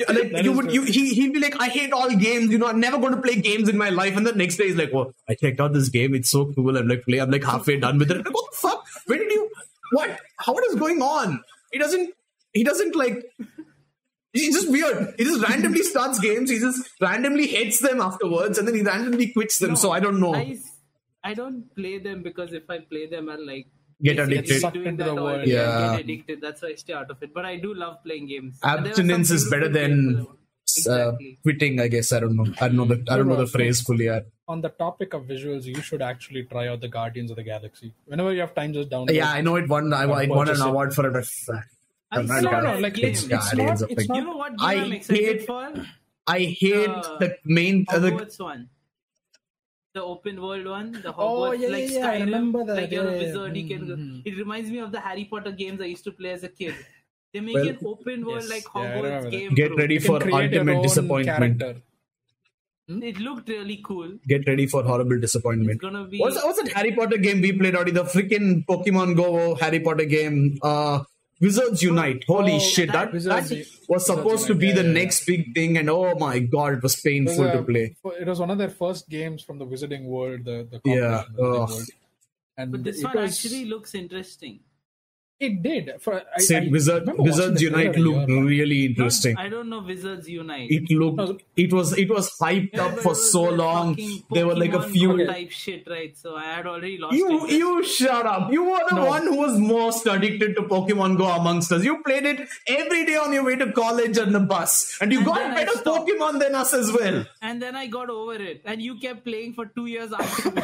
[SPEAKER 3] like
[SPEAKER 1] That
[SPEAKER 3] you
[SPEAKER 1] is
[SPEAKER 3] would,
[SPEAKER 1] true.
[SPEAKER 3] you, he, he'd be like, I hate all games. You know, I'm never going to play games in my life. And the next day, he's like, Oh, I checked out this game. It's so cool. I'm like, play. I'm like halfway done with it. I'm like, what the fuck? Where did you? What? How what is going on? He doesn't. He doesn't like. He's just weird. He just randomly starts games. He just randomly hates them afterwards, and then he randomly quits them.
[SPEAKER 2] No,
[SPEAKER 3] so I don't know.
[SPEAKER 2] I, I don't play them because if I play them, I'll like
[SPEAKER 3] Get
[SPEAKER 2] basically
[SPEAKER 3] addicted.
[SPEAKER 1] Sucked
[SPEAKER 2] Doing
[SPEAKER 1] into
[SPEAKER 2] that
[SPEAKER 1] the
[SPEAKER 2] all
[SPEAKER 1] world.
[SPEAKER 2] day,
[SPEAKER 3] Yeah.
[SPEAKER 2] Get addicted. That's why I stay out of it. But I do love playing games. And there were some
[SPEAKER 3] abstinence is
[SPEAKER 2] people
[SPEAKER 3] better
[SPEAKER 2] who play
[SPEAKER 3] than
[SPEAKER 2] for-
[SPEAKER 3] uh,
[SPEAKER 2] Exactly.
[SPEAKER 3] quitting i guess i don't know i don't know the i don't know the phrase fully I,
[SPEAKER 1] On the topic of visuals, you should actually try out the Guardians of the Galaxy. Whenever you have time, just download.
[SPEAKER 3] yeah i know it won i, I won an award for it
[SPEAKER 2] I
[SPEAKER 3] I'm
[SPEAKER 2] saw
[SPEAKER 3] not
[SPEAKER 1] No, no,
[SPEAKER 3] gonna-
[SPEAKER 1] like it's,
[SPEAKER 2] It's
[SPEAKER 1] it's, not,
[SPEAKER 3] Guardians of
[SPEAKER 1] it's
[SPEAKER 3] the-
[SPEAKER 1] not.
[SPEAKER 2] You know what game
[SPEAKER 3] I
[SPEAKER 2] I am excited
[SPEAKER 3] hate-
[SPEAKER 2] for?
[SPEAKER 3] i hate
[SPEAKER 2] Uh,
[SPEAKER 3] the main uh, the,
[SPEAKER 2] Hogwarts one. The open world one, the Hogwarts,
[SPEAKER 1] Oh, yeah,
[SPEAKER 2] like
[SPEAKER 1] yeah, yeah, I
[SPEAKER 2] Skyrim,
[SPEAKER 1] remember that,
[SPEAKER 2] like you're
[SPEAKER 1] yeah,
[SPEAKER 2] a
[SPEAKER 1] yeah.
[SPEAKER 2] wizard. You can.
[SPEAKER 1] Mhm.
[SPEAKER 2] It reminds me of the Harry Potter games I used to play as a kid. They make
[SPEAKER 3] Well,
[SPEAKER 2] an open world
[SPEAKER 1] yes,
[SPEAKER 2] like
[SPEAKER 1] yeah, I
[SPEAKER 2] Hogwarts
[SPEAKER 1] remember that.
[SPEAKER 2] game.
[SPEAKER 3] get
[SPEAKER 2] bro.
[SPEAKER 3] ready
[SPEAKER 1] You can
[SPEAKER 3] for
[SPEAKER 1] create your
[SPEAKER 3] ultimate
[SPEAKER 1] own
[SPEAKER 3] disappointment
[SPEAKER 1] character.
[SPEAKER 2] It looked really cool.
[SPEAKER 3] get ready for horrible disappointment
[SPEAKER 2] It's gonna be.
[SPEAKER 3] what's, what's that harry potter game we played already the freaking pokemon go harry potter game uh Wizards Unite! Holy
[SPEAKER 1] Oh,
[SPEAKER 3] shit,
[SPEAKER 2] that-
[SPEAKER 3] that,
[SPEAKER 1] Wizards
[SPEAKER 3] that
[SPEAKER 1] U-
[SPEAKER 3] was supposed to
[SPEAKER 1] Unite,
[SPEAKER 3] be
[SPEAKER 1] yeah,
[SPEAKER 3] the
[SPEAKER 1] yeah, yeah.
[SPEAKER 3] next big thing, and oh my god, it was
[SPEAKER 1] It was,
[SPEAKER 3] painful to
[SPEAKER 1] uh,
[SPEAKER 3] play.
[SPEAKER 1] It was one of their first games from the Wizarding World. The, the
[SPEAKER 3] Yeah,
[SPEAKER 1] competition of the Wizarding
[SPEAKER 3] ugh.
[SPEAKER 1] World. And
[SPEAKER 2] But this
[SPEAKER 1] it
[SPEAKER 2] one
[SPEAKER 1] was-
[SPEAKER 2] actually looks interesting.
[SPEAKER 1] it did. For, I,
[SPEAKER 3] Sid,
[SPEAKER 1] I
[SPEAKER 3] Wizard,
[SPEAKER 1] remember watching
[SPEAKER 3] Wizards
[SPEAKER 1] the trailer
[SPEAKER 3] Unite
[SPEAKER 1] a year
[SPEAKER 3] looked
[SPEAKER 1] back.
[SPEAKER 3] really interesting.
[SPEAKER 2] I don't know Wizards Unite.
[SPEAKER 3] it looked it was it was hyped
[SPEAKER 2] Yeah,
[SPEAKER 3] up
[SPEAKER 2] but it
[SPEAKER 3] for
[SPEAKER 2] was
[SPEAKER 3] so
[SPEAKER 2] that
[SPEAKER 3] long
[SPEAKER 2] fucking
[SPEAKER 3] there were like a
[SPEAKER 2] Pokemon
[SPEAKER 3] few
[SPEAKER 2] Go type shit, right? So I had already lost.
[SPEAKER 3] you
[SPEAKER 2] interest.
[SPEAKER 3] you shut up you were the
[SPEAKER 1] No.
[SPEAKER 3] one who was most addicted to pokemon go amongst us you played it every day on your way to college on the bus and you
[SPEAKER 2] And then
[SPEAKER 3] got
[SPEAKER 2] I
[SPEAKER 3] better
[SPEAKER 2] stopped.
[SPEAKER 3] pokemon than us as well
[SPEAKER 2] and then I got over it, and you kept playing for two years after.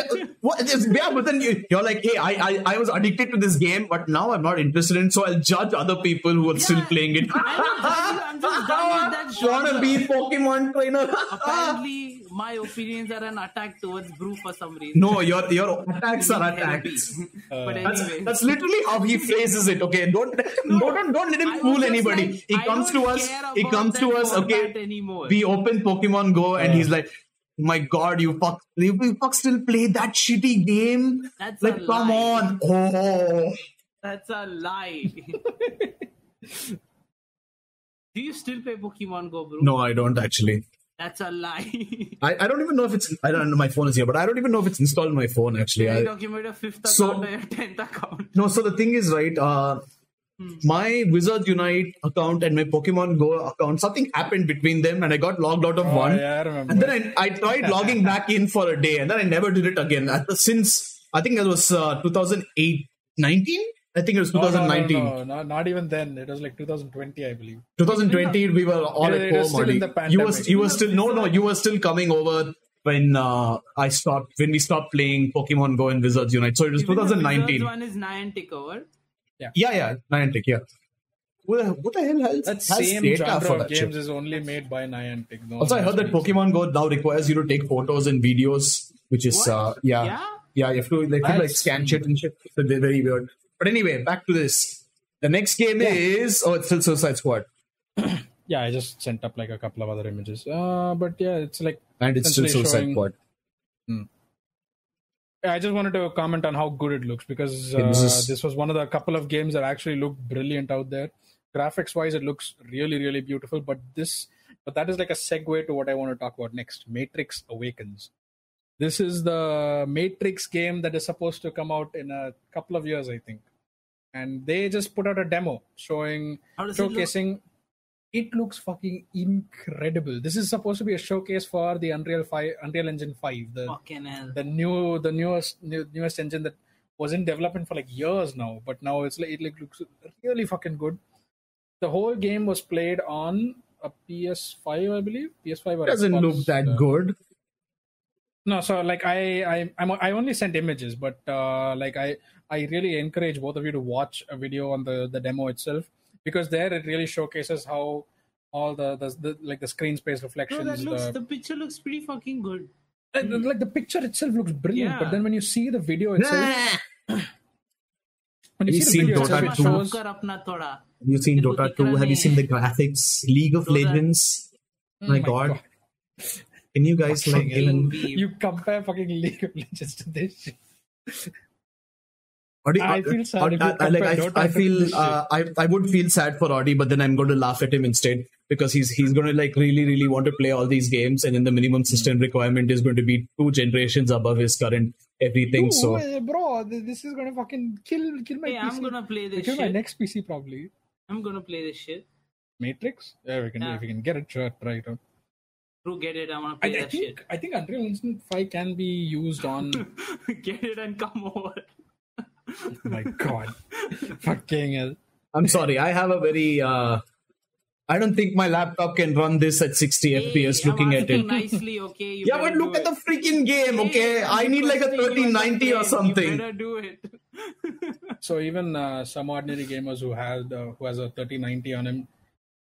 [SPEAKER 3] yeah, what, it's- yeah, but then you, you're like, hey, I, I I was addicted to this game, but now I'm not interested in, so I'll judge other people who are still
[SPEAKER 2] Yeah.
[SPEAKER 3] playing it.
[SPEAKER 2] I'm just done with that
[SPEAKER 3] Wanna
[SPEAKER 2] genre.
[SPEAKER 3] be Pokemon trainer?
[SPEAKER 2] Apparently, my opinions are an attack towards Brew for some reason.
[SPEAKER 3] no, your your attacks are
[SPEAKER 2] Therapy.
[SPEAKER 3] attacks.
[SPEAKER 2] but
[SPEAKER 3] That's,
[SPEAKER 2] anyway,
[SPEAKER 3] that's literally how he phrases it. Okay, don't don't don't let him
[SPEAKER 2] I was
[SPEAKER 3] fool
[SPEAKER 2] just
[SPEAKER 3] anybody.
[SPEAKER 2] like,
[SPEAKER 3] he
[SPEAKER 2] I
[SPEAKER 3] comes
[SPEAKER 2] don't
[SPEAKER 3] to us.
[SPEAKER 2] care
[SPEAKER 3] He
[SPEAKER 2] about
[SPEAKER 3] comes to
[SPEAKER 2] that
[SPEAKER 3] us. Okay,
[SPEAKER 2] format anymore.
[SPEAKER 3] we open Pokemon Go, and he's like, "My God, you fuck, you, you fuck still play that shitty game?
[SPEAKER 2] That's
[SPEAKER 3] like,
[SPEAKER 2] a
[SPEAKER 3] come
[SPEAKER 2] lie.
[SPEAKER 3] on, oh."
[SPEAKER 2] that's a lie. Do you still play Pokemon Go, Brew?
[SPEAKER 3] No, I don't actually.
[SPEAKER 2] That's a lie.
[SPEAKER 3] I, I don't even know if it's. I don't know. My phone is here, but I don't even know if it's installed on my phone actually.
[SPEAKER 2] You
[SPEAKER 3] I,
[SPEAKER 2] document a fifth
[SPEAKER 3] So-
[SPEAKER 2] account or your tenth account.
[SPEAKER 3] No, so the thing is, right? Uh,
[SPEAKER 2] Hmm.
[SPEAKER 3] My Wizard Unite account and my Pokemon Go account, something happened between them, and I got logged out of
[SPEAKER 1] Oh,
[SPEAKER 3] one.
[SPEAKER 1] yeah, I remember.
[SPEAKER 3] And then I, I tried logging back in for a day, and then I never did it again. At the, since I think it was uh, 2008, 19. I think it was
[SPEAKER 1] Oh, No, no, no,
[SPEAKER 3] 2019,
[SPEAKER 1] No, no, not even then. It was like 2020, I believe.
[SPEAKER 3] 2020. We were all
[SPEAKER 1] It-
[SPEAKER 3] at
[SPEAKER 1] it
[SPEAKER 3] home.
[SPEAKER 1] was still in
[SPEAKER 3] already.
[SPEAKER 1] the
[SPEAKER 3] you were
[SPEAKER 1] pandemic.
[SPEAKER 3] you were still no no. You were still coming over when uh, I stopped when we stopped playing Pokemon Go and Wizards Unite. So it was
[SPEAKER 2] Even the
[SPEAKER 3] 2019.
[SPEAKER 2] Wizards one is Niantic over.
[SPEAKER 3] Yeah, yeah, Niantic. Yeah. Who the, who the hell has,
[SPEAKER 1] That
[SPEAKER 3] has
[SPEAKER 1] same
[SPEAKER 3] data
[SPEAKER 1] genre
[SPEAKER 3] for
[SPEAKER 1] of
[SPEAKER 3] that
[SPEAKER 1] games
[SPEAKER 3] shit?
[SPEAKER 1] is only made by Niantic. No
[SPEAKER 3] Also, I
[SPEAKER 1] one
[SPEAKER 3] heard
[SPEAKER 1] else
[SPEAKER 3] that
[SPEAKER 1] makes it.
[SPEAKER 3] Pokemon Go now requires you to take photos and videos, which is
[SPEAKER 2] What?
[SPEAKER 3] uh, yeah,
[SPEAKER 2] Yeah?
[SPEAKER 3] you have to like, people, like
[SPEAKER 1] That's-
[SPEAKER 3] scan shit and shit. So they're very weird. But anyway, back to this. The next game is oh, it's still Suicide Squad,
[SPEAKER 1] Yeah, I just sent up like a couple of other images. Uh, but yeah, it's like
[SPEAKER 3] and it's still
[SPEAKER 1] Essentially
[SPEAKER 3] Suicide
[SPEAKER 1] showing-
[SPEAKER 3] Squad.
[SPEAKER 1] I just wanted to comment on how good it looks because uh,
[SPEAKER 3] Yeah, this is-
[SPEAKER 1] this was one of the couple of games that actually looked brilliant out there. Graphics wise, it looks really, really beautiful. But this, but that is like a segue to what I want to talk about next: Matrix Awakens. This is the Matrix game that is supposed to come out in a couple of years, I think. And they just put out a demo showing
[SPEAKER 2] How does it look?
[SPEAKER 1] showcasing it looks fucking incredible. This is supposed to be a showcase for the Unreal 5 Unreal Engine 5, the
[SPEAKER 2] Fucking hell.
[SPEAKER 1] the new the newest new, newest engine that was in development for like years now but now it's like it like looks really fucking good the whole game was played on a ps5 i believe ps5 or
[SPEAKER 3] Doesn't
[SPEAKER 1] Xbox,
[SPEAKER 3] look that
[SPEAKER 1] uh,
[SPEAKER 3] good.
[SPEAKER 1] no so like i i I'm, i only sent images but uh like i i really encourage both of you to watch a video on the the demo itself because there it really showcases how all the the, the like the screen space
[SPEAKER 2] No,
[SPEAKER 1] reflections
[SPEAKER 2] that looks
[SPEAKER 3] uh,
[SPEAKER 1] the-
[SPEAKER 2] the picture looks pretty fucking good.
[SPEAKER 1] like, the- like the picture itself looks brilliant
[SPEAKER 2] Yeah.
[SPEAKER 1] but then when you see the video itself
[SPEAKER 3] Nah.
[SPEAKER 1] when you
[SPEAKER 3] Have you
[SPEAKER 1] see the
[SPEAKER 3] seen
[SPEAKER 1] video
[SPEAKER 3] Dota
[SPEAKER 1] itself, it
[SPEAKER 3] two?
[SPEAKER 1] shows
[SPEAKER 2] Showkar apna thoda.
[SPEAKER 3] Have you seen
[SPEAKER 2] It will
[SPEAKER 3] Dota
[SPEAKER 2] take
[SPEAKER 3] 2? Have you
[SPEAKER 2] running.
[SPEAKER 3] seen the graphics? League of
[SPEAKER 2] Dota-
[SPEAKER 3] Legends? My,
[SPEAKER 1] my
[SPEAKER 3] God.
[SPEAKER 1] God.
[SPEAKER 3] Can you guys like
[SPEAKER 2] Fucking
[SPEAKER 3] even?
[SPEAKER 2] weeb.
[SPEAKER 1] you compare fucking League of Legends to this shit.
[SPEAKER 3] Audi, uh,
[SPEAKER 1] I feel sad
[SPEAKER 3] Audi-
[SPEAKER 1] if you
[SPEAKER 3] I, I, like,
[SPEAKER 1] compare
[SPEAKER 3] I,
[SPEAKER 1] Dota
[SPEAKER 3] I
[SPEAKER 1] to
[SPEAKER 3] feel
[SPEAKER 1] this
[SPEAKER 3] uh, I I would feel sad for Audi, but then I'm going to laugh at him instead because he's he's going to like really really want to play all these games, and then the minimum system requirement is going to be two generations above his current everything. so
[SPEAKER 1] Ooh, bro, th- this is gonna fucking kill kill my
[SPEAKER 2] Hey,
[SPEAKER 1] PC.
[SPEAKER 2] I'm gonna play this
[SPEAKER 1] kill my
[SPEAKER 2] shit.
[SPEAKER 1] next PC probably.
[SPEAKER 2] I'm gonna play this shit.
[SPEAKER 1] Matrix? Yeah, we can
[SPEAKER 2] Yeah.
[SPEAKER 1] if we can get it sure, try it out.
[SPEAKER 2] Bro, get it. I wanna
[SPEAKER 1] I,
[SPEAKER 2] play
[SPEAKER 1] I
[SPEAKER 2] that
[SPEAKER 1] think I think Unreal Engine 5 can be used on
[SPEAKER 2] shit. get it and come over.
[SPEAKER 1] my god. fucking hell.
[SPEAKER 3] I'm sorry, I have a very uh, I don't think my laptop can run this at 60 FPS.
[SPEAKER 2] Hey,
[SPEAKER 3] Looking
[SPEAKER 2] I'm
[SPEAKER 3] at it.
[SPEAKER 2] asking nicely, okay? You
[SPEAKER 3] Yeah,
[SPEAKER 2] better
[SPEAKER 3] but look
[SPEAKER 2] do
[SPEAKER 3] at the
[SPEAKER 2] it.
[SPEAKER 3] freaking game,
[SPEAKER 2] Hey,
[SPEAKER 3] okay?
[SPEAKER 2] I'm
[SPEAKER 3] I need like a
[SPEAKER 2] requesting you
[SPEAKER 3] 3090 or
[SPEAKER 2] as a friend. You
[SPEAKER 3] something.
[SPEAKER 2] better do it.
[SPEAKER 1] So even uh, some ordinary gamers who had uh, who has a 3090 on him,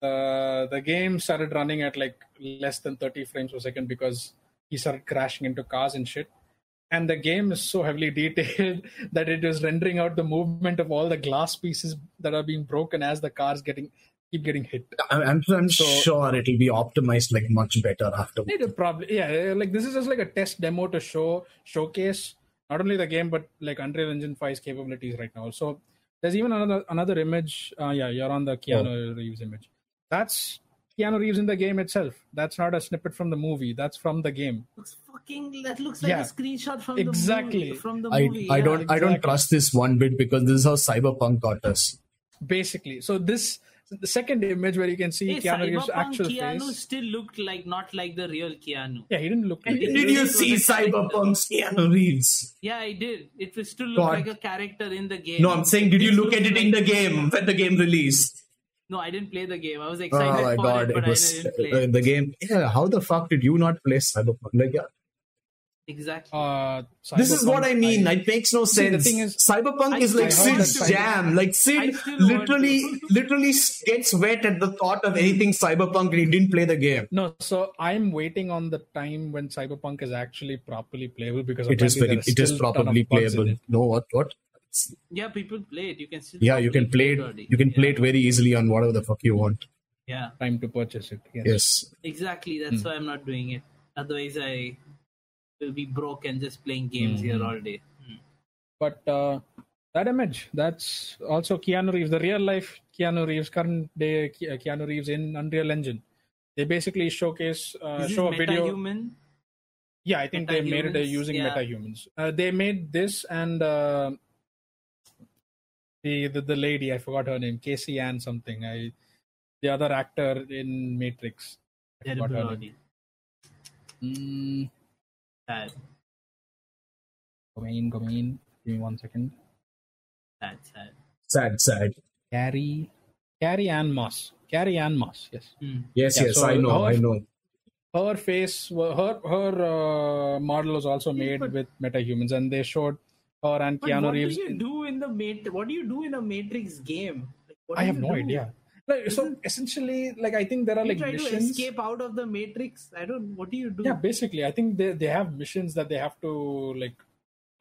[SPEAKER 1] uh, the game started running at like less than 30 frames per second because he started crashing into cars and shit. And the game is so heavily detailed that it is rendering out the movement of all the glass pieces that are being broken as the cars getting keep getting hit.
[SPEAKER 3] I'm, I'm, I'm
[SPEAKER 1] So-
[SPEAKER 3] sure it'll be optimized like much better afterwards.
[SPEAKER 1] It would probably yeah, uh, like this is just like a test demo to show showcase not only the game but like Unreal Engine 5's capabilities right now. So there's even another another image. Uh, yeah, you're on the
[SPEAKER 3] Oh.
[SPEAKER 1] Keanu Reeves image. That's Keanu Reeves in the game itself. That's not a snippet from the movie. That's from the game.
[SPEAKER 2] looks fucking. That looks like
[SPEAKER 1] Yeah.
[SPEAKER 2] a screenshot from the
[SPEAKER 1] Exactly.
[SPEAKER 2] movie, from the
[SPEAKER 3] I,
[SPEAKER 2] movie.
[SPEAKER 3] I
[SPEAKER 2] yeah.
[SPEAKER 3] don't I don't
[SPEAKER 1] exactly.
[SPEAKER 3] trust this one bit because this is how cyberpunk got us.
[SPEAKER 1] Basically. So this the second image where you can see
[SPEAKER 2] Hey,
[SPEAKER 1] Keanu Reeves'
[SPEAKER 2] Cyberpunk
[SPEAKER 1] actual
[SPEAKER 2] Keanu
[SPEAKER 1] face.
[SPEAKER 2] still looked like not like the real Keanu.
[SPEAKER 1] Yeah, he didn't look like
[SPEAKER 2] Did
[SPEAKER 1] it.
[SPEAKER 3] Did you see Cyberpunk's Keanu Reeves?
[SPEAKER 2] Yeah, I did. It was still look
[SPEAKER 3] God.
[SPEAKER 2] like a character in the game.
[SPEAKER 3] No, I'm saying, did you
[SPEAKER 2] This
[SPEAKER 3] look at
[SPEAKER 2] looks
[SPEAKER 3] it in the
[SPEAKER 2] like-
[SPEAKER 3] game when the game released?
[SPEAKER 2] No, I didn't play the game. I was excited
[SPEAKER 3] Oh my
[SPEAKER 2] for
[SPEAKER 3] god,
[SPEAKER 2] it, but
[SPEAKER 3] it
[SPEAKER 2] I
[SPEAKER 3] was
[SPEAKER 2] didn't play.
[SPEAKER 3] uh, the game. Yeah, how the fuck did you not play Cyberpunk? Like, yeah,
[SPEAKER 2] exactly.
[SPEAKER 1] Uh,
[SPEAKER 3] this is what
[SPEAKER 1] Cyberpunk,
[SPEAKER 3] I mean. it makes no
[SPEAKER 1] See, the
[SPEAKER 3] sense.
[SPEAKER 1] thing is-
[SPEAKER 3] Cyberpunk
[SPEAKER 2] I
[SPEAKER 3] is like
[SPEAKER 1] still
[SPEAKER 3] Sid's
[SPEAKER 1] want to-
[SPEAKER 3] jam. Like
[SPEAKER 2] I
[SPEAKER 3] Sid
[SPEAKER 2] still want
[SPEAKER 3] literally,
[SPEAKER 2] to.
[SPEAKER 3] literally gets wet at the thought of anything Cyberpunk, and he didn't play the game.
[SPEAKER 1] No, so I'm waiting on the time when Cyberpunk is actually properly playable because
[SPEAKER 3] It is
[SPEAKER 1] apparently
[SPEAKER 3] very,
[SPEAKER 1] there are
[SPEAKER 3] it is
[SPEAKER 1] still ton of
[SPEAKER 3] probably
[SPEAKER 1] bugs in
[SPEAKER 3] playable.
[SPEAKER 1] it.
[SPEAKER 3] No, what, what?
[SPEAKER 2] yeah, people play it. You can still.
[SPEAKER 3] Yeah, you can play it.
[SPEAKER 2] already.
[SPEAKER 3] You can
[SPEAKER 2] yeah.
[SPEAKER 3] play it very easily on whatever the fuck you want.
[SPEAKER 2] Yeah,
[SPEAKER 1] Time to purchase it. Yes.
[SPEAKER 3] Yes.
[SPEAKER 2] exactly. That's why I'm not doing it. Otherwise, I will be broke and just playing games here all day. Hmm.
[SPEAKER 1] But uh, that image, that's also Keanu Reeves, the real life Keanu Reeves, current day Ke- uh, Keanu Reeves in Unreal Engine. They basically showcase, uh,
[SPEAKER 2] Is this
[SPEAKER 1] show a video.
[SPEAKER 2] Human?
[SPEAKER 1] Yeah, I think they made it uh,
[SPEAKER 2] Metahumans?
[SPEAKER 1] using
[SPEAKER 2] Yeah.
[SPEAKER 1] metahumans. Uh, they made this and uh, the, the the lady I forgot her name, Casey Ann something. I the other actor in Matrix. I forgot
[SPEAKER 2] Terrible
[SPEAKER 1] her name.
[SPEAKER 2] audio.
[SPEAKER 1] Mm,
[SPEAKER 2] Sad,
[SPEAKER 1] come in, come in. Give me one second.
[SPEAKER 2] sad, sad.
[SPEAKER 3] Sad, sad.
[SPEAKER 1] Carrie, Carrie Ann Moss. Carrie Ann Moss. Yes.
[SPEAKER 2] Hmm.
[SPEAKER 3] Yes,
[SPEAKER 1] Yeah,
[SPEAKER 3] yes,
[SPEAKER 1] so
[SPEAKER 3] I know,
[SPEAKER 1] how-
[SPEAKER 3] I know.
[SPEAKER 1] her face, wa- her her uh, model was also made
[SPEAKER 2] but-
[SPEAKER 1] with metahumans, and they showed her and
[SPEAKER 2] But
[SPEAKER 1] Keanu
[SPEAKER 2] what
[SPEAKER 1] Reeves.
[SPEAKER 2] do you do in the mat- What do you do in a Matrix game? Like, what
[SPEAKER 1] I
[SPEAKER 2] do
[SPEAKER 1] have
[SPEAKER 2] you
[SPEAKER 1] no
[SPEAKER 2] do?
[SPEAKER 1] idea. Like, so essentially, like I think there are
[SPEAKER 2] You
[SPEAKER 1] like
[SPEAKER 2] try to
[SPEAKER 1] missions.
[SPEAKER 2] escape out of the Matrix. I don't. What do you do?
[SPEAKER 1] Yeah, basically, I think they they have missions that they have to like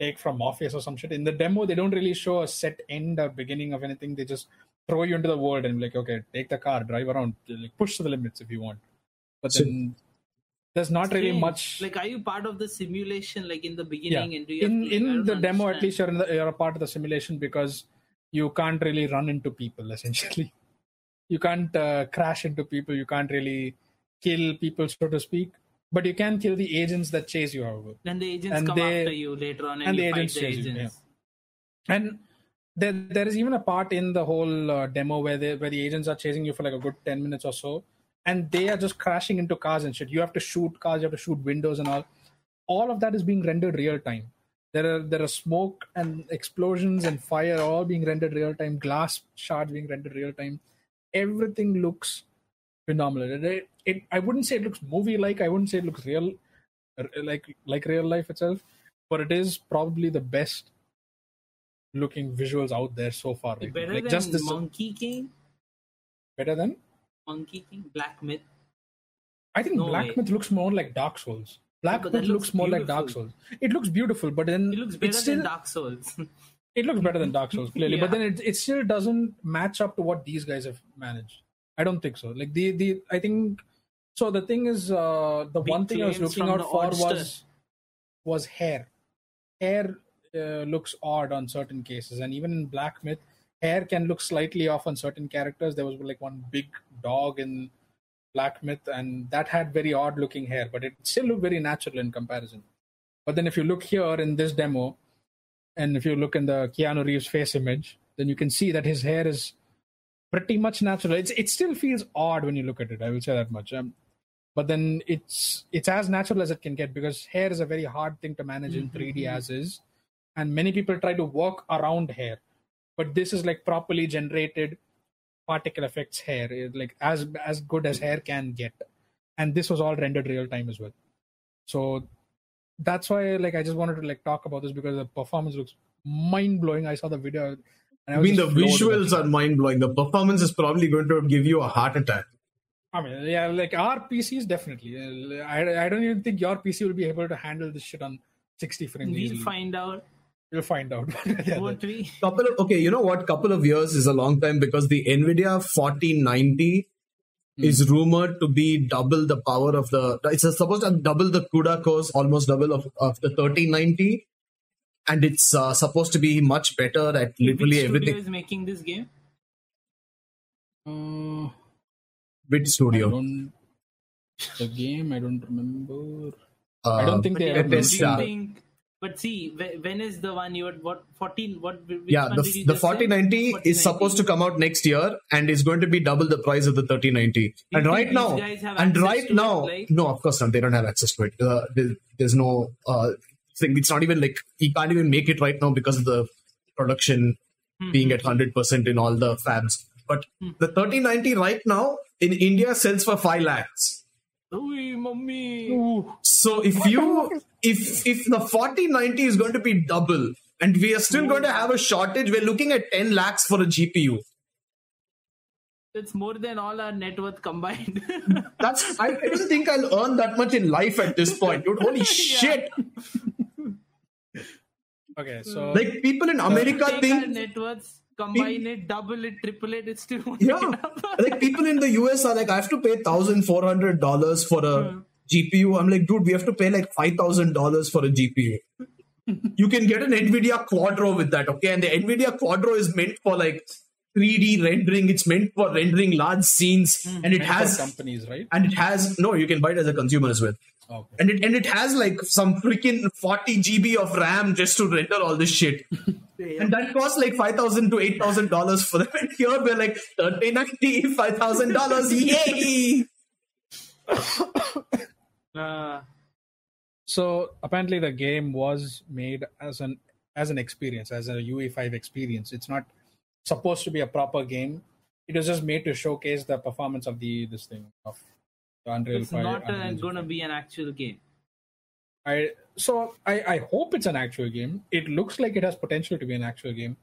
[SPEAKER 1] take from Morpheus or some shit. In the demo, they don't really show a set end or beginning of anything. They just throw you into the world and like, okay, take the car, drive around, like push to the limits if you want. But
[SPEAKER 3] So-
[SPEAKER 1] then there's not really
[SPEAKER 2] Strange.
[SPEAKER 1] much.
[SPEAKER 2] Like, are you part of the simulation? Like in the
[SPEAKER 1] yeah.
[SPEAKER 2] beginning, and do you
[SPEAKER 1] in
[SPEAKER 2] have to- I
[SPEAKER 1] in
[SPEAKER 2] don't
[SPEAKER 1] the demo, at
[SPEAKER 2] understand.
[SPEAKER 1] least you're in the, you're a part of the simulation because you can't really run into people. Essentially, you can't uh, crash into people. You can't really kill people, so to speak. But you can kill the agents that chase you, however.
[SPEAKER 2] Then the agents
[SPEAKER 1] and
[SPEAKER 2] come
[SPEAKER 1] they-
[SPEAKER 2] after you later on, and,
[SPEAKER 1] and
[SPEAKER 2] you
[SPEAKER 1] the
[SPEAKER 2] fight
[SPEAKER 1] agents
[SPEAKER 2] the
[SPEAKER 1] chase you,
[SPEAKER 2] agents.
[SPEAKER 1] and there, there is even a part in the whole uh, demo where they, where the agents are chasing you for like a good 10 minutes or so and they are just crashing into cars and shit you have to shoot cars you have to shoot windows and all all of that is being rendered real time there are there are smoke and explosions and fire all being rendered real time glass shards being rendered real time everything looks phenomenal It- it, it, i wouldn't say it looks movie like i wouldn't say it looks real r- like like real life itself but it is probably the best looking visuals out there so far right now.
[SPEAKER 2] Better
[SPEAKER 1] like
[SPEAKER 2] than
[SPEAKER 1] just this
[SPEAKER 2] Monkey King.
[SPEAKER 1] better than
[SPEAKER 2] Monkey King, Black Myth.
[SPEAKER 1] i think
[SPEAKER 2] No
[SPEAKER 1] black
[SPEAKER 2] way.
[SPEAKER 1] myth looks more like dark souls black
[SPEAKER 2] but that
[SPEAKER 1] myth looks,
[SPEAKER 2] looks
[SPEAKER 1] more like dark souls
[SPEAKER 2] beautiful.
[SPEAKER 1] it looks beautiful but then
[SPEAKER 2] It looks better
[SPEAKER 1] it's still,
[SPEAKER 2] than Dark Souls.
[SPEAKER 1] it looks better than dark souls clearly but
[SPEAKER 2] Yeah.
[SPEAKER 1] then it, it still doesn't match up to what these guys have managed i don't think so like the the i think so the thing is uh the
[SPEAKER 2] Big
[SPEAKER 1] one thing i was
[SPEAKER 2] claims
[SPEAKER 1] looking
[SPEAKER 2] from
[SPEAKER 1] out
[SPEAKER 2] the
[SPEAKER 1] for was
[SPEAKER 2] oddster.
[SPEAKER 1] was hair hair uh, looks odd on certain cases and even in black myth hair can look slightly off on certain characters there was like one big dog in black myth and that had very odd looking hair but it still looked very natural in comparison but then if you look here in this demo and if you look in the keanu reeves face image then you can see that his hair is pretty much natural it's, it still feels odd when you look at it i will say that much um, but then it's it's as natural as it can get because hair is a very hard thing to manage in 3d
[SPEAKER 3] Mm-hmm.
[SPEAKER 1] as is and many people try to work around hair but this is like properly generated particle effects hair It- like as as good as hair can get and this was all rendered real time as well so that's why like i just wanted to like talk about this because the performance looks mind blowing i saw the video and
[SPEAKER 3] I mean, the
[SPEAKER 1] just floored with it.
[SPEAKER 3] visuals are mind blowing. The performance is probably going to give you a heart attack.
[SPEAKER 1] I mean, yeah, like our PCs definitely. Uh, I, I don't even think your PC will be able to handle this shit on 60 frames.
[SPEAKER 2] we'll
[SPEAKER 1] easily.
[SPEAKER 2] find out,
[SPEAKER 1] You'll find out. Yeah,
[SPEAKER 2] won't we?
[SPEAKER 3] Couple of okay, you know what? Couple of years is a long time because the Nvidia 4090
[SPEAKER 1] Hmm.
[SPEAKER 3] is rumored to be double the power of the. It's supposed to double the CUDA cores, almost double of, of the 3090, and it's uh, supposed to be much better at literally
[SPEAKER 2] Which
[SPEAKER 3] everything.
[SPEAKER 2] studio is making this game?
[SPEAKER 1] Uh,
[SPEAKER 3] Which studio?
[SPEAKER 1] I don't. The game, I don't remember.
[SPEAKER 3] Uh,
[SPEAKER 1] I don't think they
[SPEAKER 2] yeah,
[SPEAKER 1] have.
[SPEAKER 2] but do
[SPEAKER 3] it is,
[SPEAKER 2] you
[SPEAKER 3] uh,
[SPEAKER 2] think- But see, wh- when is the one you had? What fourteen? What? which
[SPEAKER 3] yeah,
[SPEAKER 2] one
[SPEAKER 3] the,
[SPEAKER 2] did you
[SPEAKER 3] the
[SPEAKER 2] just say?
[SPEAKER 3] 4090 is
[SPEAKER 2] 4090.
[SPEAKER 3] supposed to come out next year and is going to be double the price of the 3090.
[SPEAKER 2] you
[SPEAKER 3] And
[SPEAKER 2] think
[SPEAKER 3] right
[SPEAKER 2] these
[SPEAKER 3] now,
[SPEAKER 2] guys have
[SPEAKER 3] and
[SPEAKER 2] access
[SPEAKER 3] right
[SPEAKER 2] to it,
[SPEAKER 3] now,
[SPEAKER 2] like-
[SPEAKER 3] no, of course not. They don't have access to it. Uh, there, there's no uh, thing. It's not even like you can't even make it right now because of the production
[SPEAKER 2] Hmm.
[SPEAKER 3] being at 100% in all the fabs. But the 3090 right now in India sells for 5 lakhs.
[SPEAKER 2] Ooh, mummy.
[SPEAKER 1] Ooh,
[SPEAKER 3] So if you if if the 4090 is going to be double and we are still going to have a shortage, we're looking at 10 lakhs for a GPU.
[SPEAKER 2] That's more than all our net worth combined.
[SPEAKER 3] That's I I don't think I'll earn that much in life at this point, dude. Holy shit.
[SPEAKER 1] okay, so
[SPEAKER 3] Like people in America
[SPEAKER 2] Take our
[SPEAKER 3] think
[SPEAKER 2] net worths, combine it, double it, triple it. It's still won't be
[SPEAKER 3] Yeah.
[SPEAKER 2] enough.
[SPEAKER 3] like people in the US are like, I have to pay thousand four hundred dollars for a GPU. I'm like, dude, we have to pay like five thousand dollars for a GPU. you can get an NVIDIA Quadro with that, okay? And the NVIDIA Quadro is meant for like 3D rendering. It's meant for rendering large scenes, and it
[SPEAKER 1] Hmm. for
[SPEAKER 3] has
[SPEAKER 1] companies, right?
[SPEAKER 3] and it has no. You can buy it as a consumer as well.
[SPEAKER 1] Okay.
[SPEAKER 3] And it and it has like some freaking 40 GB of RAM just to render all this shit. And that costs like five thousand to eight thousand dollars for them. And here we're like thirty ninety, five thousand dollars, yay!
[SPEAKER 2] Uh,
[SPEAKER 1] So apparently, the game was made as an as an experience, as a UE5 experience. It's not supposed to be a proper game. It was just made to showcase the performance of the this thing of Unreal
[SPEAKER 2] It's
[SPEAKER 1] 5,
[SPEAKER 2] not
[SPEAKER 1] Unreal
[SPEAKER 2] uh, going to
[SPEAKER 1] Engine
[SPEAKER 2] be an actual game.
[SPEAKER 1] 5. I so I, I hope it's an actual game. It looks like it has potential to be an actual game.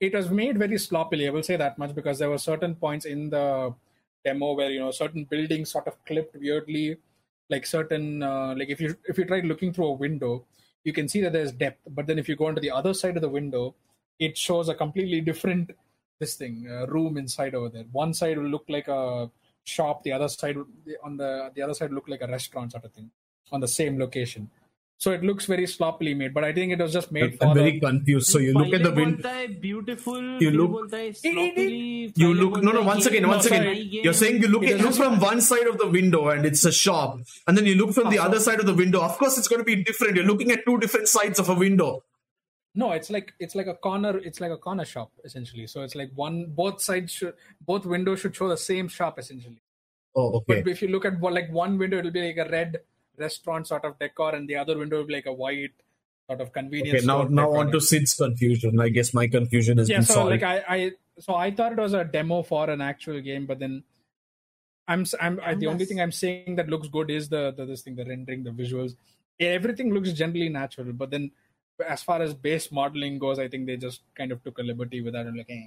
[SPEAKER 1] It was made very sloppily, I will say that much, because there were certain points in the demo where you know certain buildings sort of clipped weirdly, like certain uh, like if you if you try looking through a window, you can see that there's depth, but then if you go onto the other side of the window, it shows a completely different this thing uh, room inside over there. One side will look like a shop, the other side would- the- on the the other side look like a restaurant sort of thing on the same location. So it looks very sloppily made, but I think it was just made for
[SPEAKER 3] I'm
[SPEAKER 1] the-
[SPEAKER 3] very confused. So you look at the
[SPEAKER 2] पहले
[SPEAKER 3] wind.
[SPEAKER 2] बोलता है beautiful
[SPEAKER 3] You
[SPEAKER 2] फिर
[SPEAKER 3] look-
[SPEAKER 2] बोलता है
[SPEAKER 1] it- it-
[SPEAKER 2] sloppily,
[SPEAKER 3] You
[SPEAKER 2] पहले
[SPEAKER 3] look no no
[SPEAKER 2] बोलता है
[SPEAKER 3] once
[SPEAKER 2] game,
[SPEAKER 3] again once
[SPEAKER 2] no,
[SPEAKER 3] again
[SPEAKER 2] sorry,
[SPEAKER 3] you're saying you look
[SPEAKER 1] It
[SPEAKER 3] at look
[SPEAKER 1] doesn't-
[SPEAKER 3] from one side of the window and it's a shop and then you look from the other side of the window of course it's going to be different you're looking at two different sides of a window
[SPEAKER 1] No, it's like it's like a corner. It's like a corner shop essentially. So it's like one both sides should both windows should show the same shop essentially.
[SPEAKER 3] oh okay
[SPEAKER 1] But if you look at one- like one window, it'll be like a red restaurant sort of decor, and the other window will be like a white sort of convenience.
[SPEAKER 3] okay now
[SPEAKER 1] store
[SPEAKER 3] now
[SPEAKER 1] decor.
[SPEAKER 3] on to Sid's confusion I guess my confusion has
[SPEAKER 1] yeah.
[SPEAKER 3] been
[SPEAKER 1] So
[SPEAKER 3] solved
[SPEAKER 1] like I, I so I thought it was a demo for an actual game, but then I'm s- I'm I, the only
[SPEAKER 2] Unless-
[SPEAKER 1] thing I'm saying that looks good is the, the this thing the rendering the visuals everything looks generally natural, but then as far as base modeling goes, I think they just kind of took a liberty with that and like hey,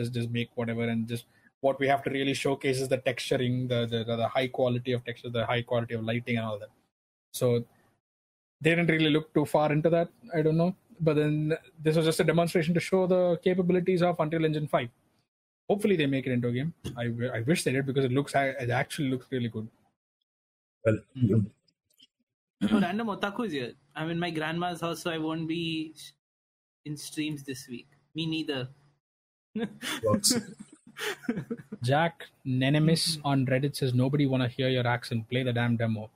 [SPEAKER 1] just just make whatever and just what we have to really showcase is the texturing, the the, the, the high quality of texture, the high quality of lighting and all that. So they didn't really look too far into that. I don't know. But then this was just a demonstration to show the capabilities of Unreal Engine 5. Hopefully they make it into a game. I, w- I wish they did because it looks it actually looks really good.
[SPEAKER 3] well,
[SPEAKER 2] random otakus here. I'm in my grandma's house, so I won't be sh- in streams this week. Me neither.
[SPEAKER 3] works.
[SPEAKER 1] Jack Nenemis on Reddit says nobody wanna hear your accent. Play the damn demo.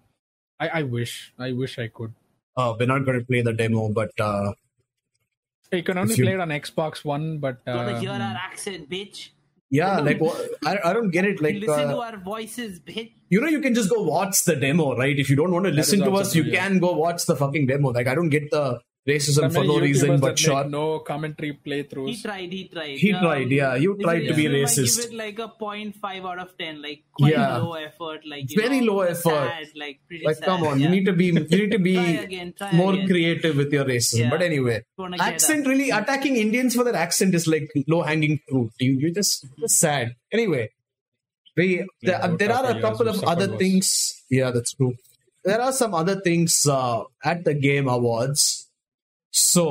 [SPEAKER 1] I, I wish. I wish I could.
[SPEAKER 3] Uh, we're not going to play the demo but uh,
[SPEAKER 1] You can only
[SPEAKER 3] If you-
[SPEAKER 1] play it on Xbox One, but
[SPEAKER 2] Gotta
[SPEAKER 1] uh,
[SPEAKER 2] hear our accent, bitch.
[SPEAKER 3] yeah like wha- I, I don't get it like
[SPEAKER 2] Listen
[SPEAKER 3] uh,
[SPEAKER 2] to our voices, bitch.
[SPEAKER 3] you know you can just go watch the demo right if you don't want to listen to
[SPEAKER 1] also
[SPEAKER 3] us you
[SPEAKER 1] true, yeah.
[SPEAKER 3] can go watch the fucking demo like i don't get the racism
[SPEAKER 1] there
[SPEAKER 3] for
[SPEAKER 1] are
[SPEAKER 3] no
[SPEAKER 1] many YouTubers
[SPEAKER 3] reason
[SPEAKER 1] that
[SPEAKER 3] but
[SPEAKER 1] make
[SPEAKER 3] sure
[SPEAKER 1] no commentary
[SPEAKER 2] He
[SPEAKER 1] playthroughs.
[SPEAKER 2] tried, he tried.
[SPEAKER 3] He tried, yeah. You
[SPEAKER 2] if
[SPEAKER 3] tried to be
[SPEAKER 2] listen, I
[SPEAKER 3] racist.
[SPEAKER 2] Give it like a 0.5 out of 10, like quite
[SPEAKER 3] Yeah.
[SPEAKER 2] low effort, like you
[SPEAKER 3] Very
[SPEAKER 2] know,
[SPEAKER 3] low effort.
[SPEAKER 2] Sad, like pretty
[SPEAKER 3] like
[SPEAKER 2] sad,
[SPEAKER 3] come on
[SPEAKER 2] yeah.
[SPEAKER 3] you need to be you need to be
[SPEAKER 2] Try again, try
[SPEAKER 3] more
[SPEAKER 2] again.
[SPEAKER 3] creative with your racism
[SPEAKER 2] Yeah.
[SPEAKER 3] but anyway
[SPEAKER 2] Gonna get
[SPEAKER 3] accent
[SPEAKER 2] up.
[SPEAKER 3] really attacking indians for their accent is like low hanging fruit you you just just sad anyway we, there,
[SPEAKER 1] no
[SPEAKER 3] there
[SPEAKER 1] doubt
[SPEAKER 3] are
[SPEAKER 1] for
[SPEAKER 3] a
[SPEAKER 1] you
[SPEAKER 3] couple
[SPEAKER 1] guys
[SPEAKER 3] of
[SPEAKER 1] who suffered
[SPEAKER 3] other
[SPEAKER 1] worse.
[SPEAKER 3] things yeah that's true there are some other things uh, at the game awards so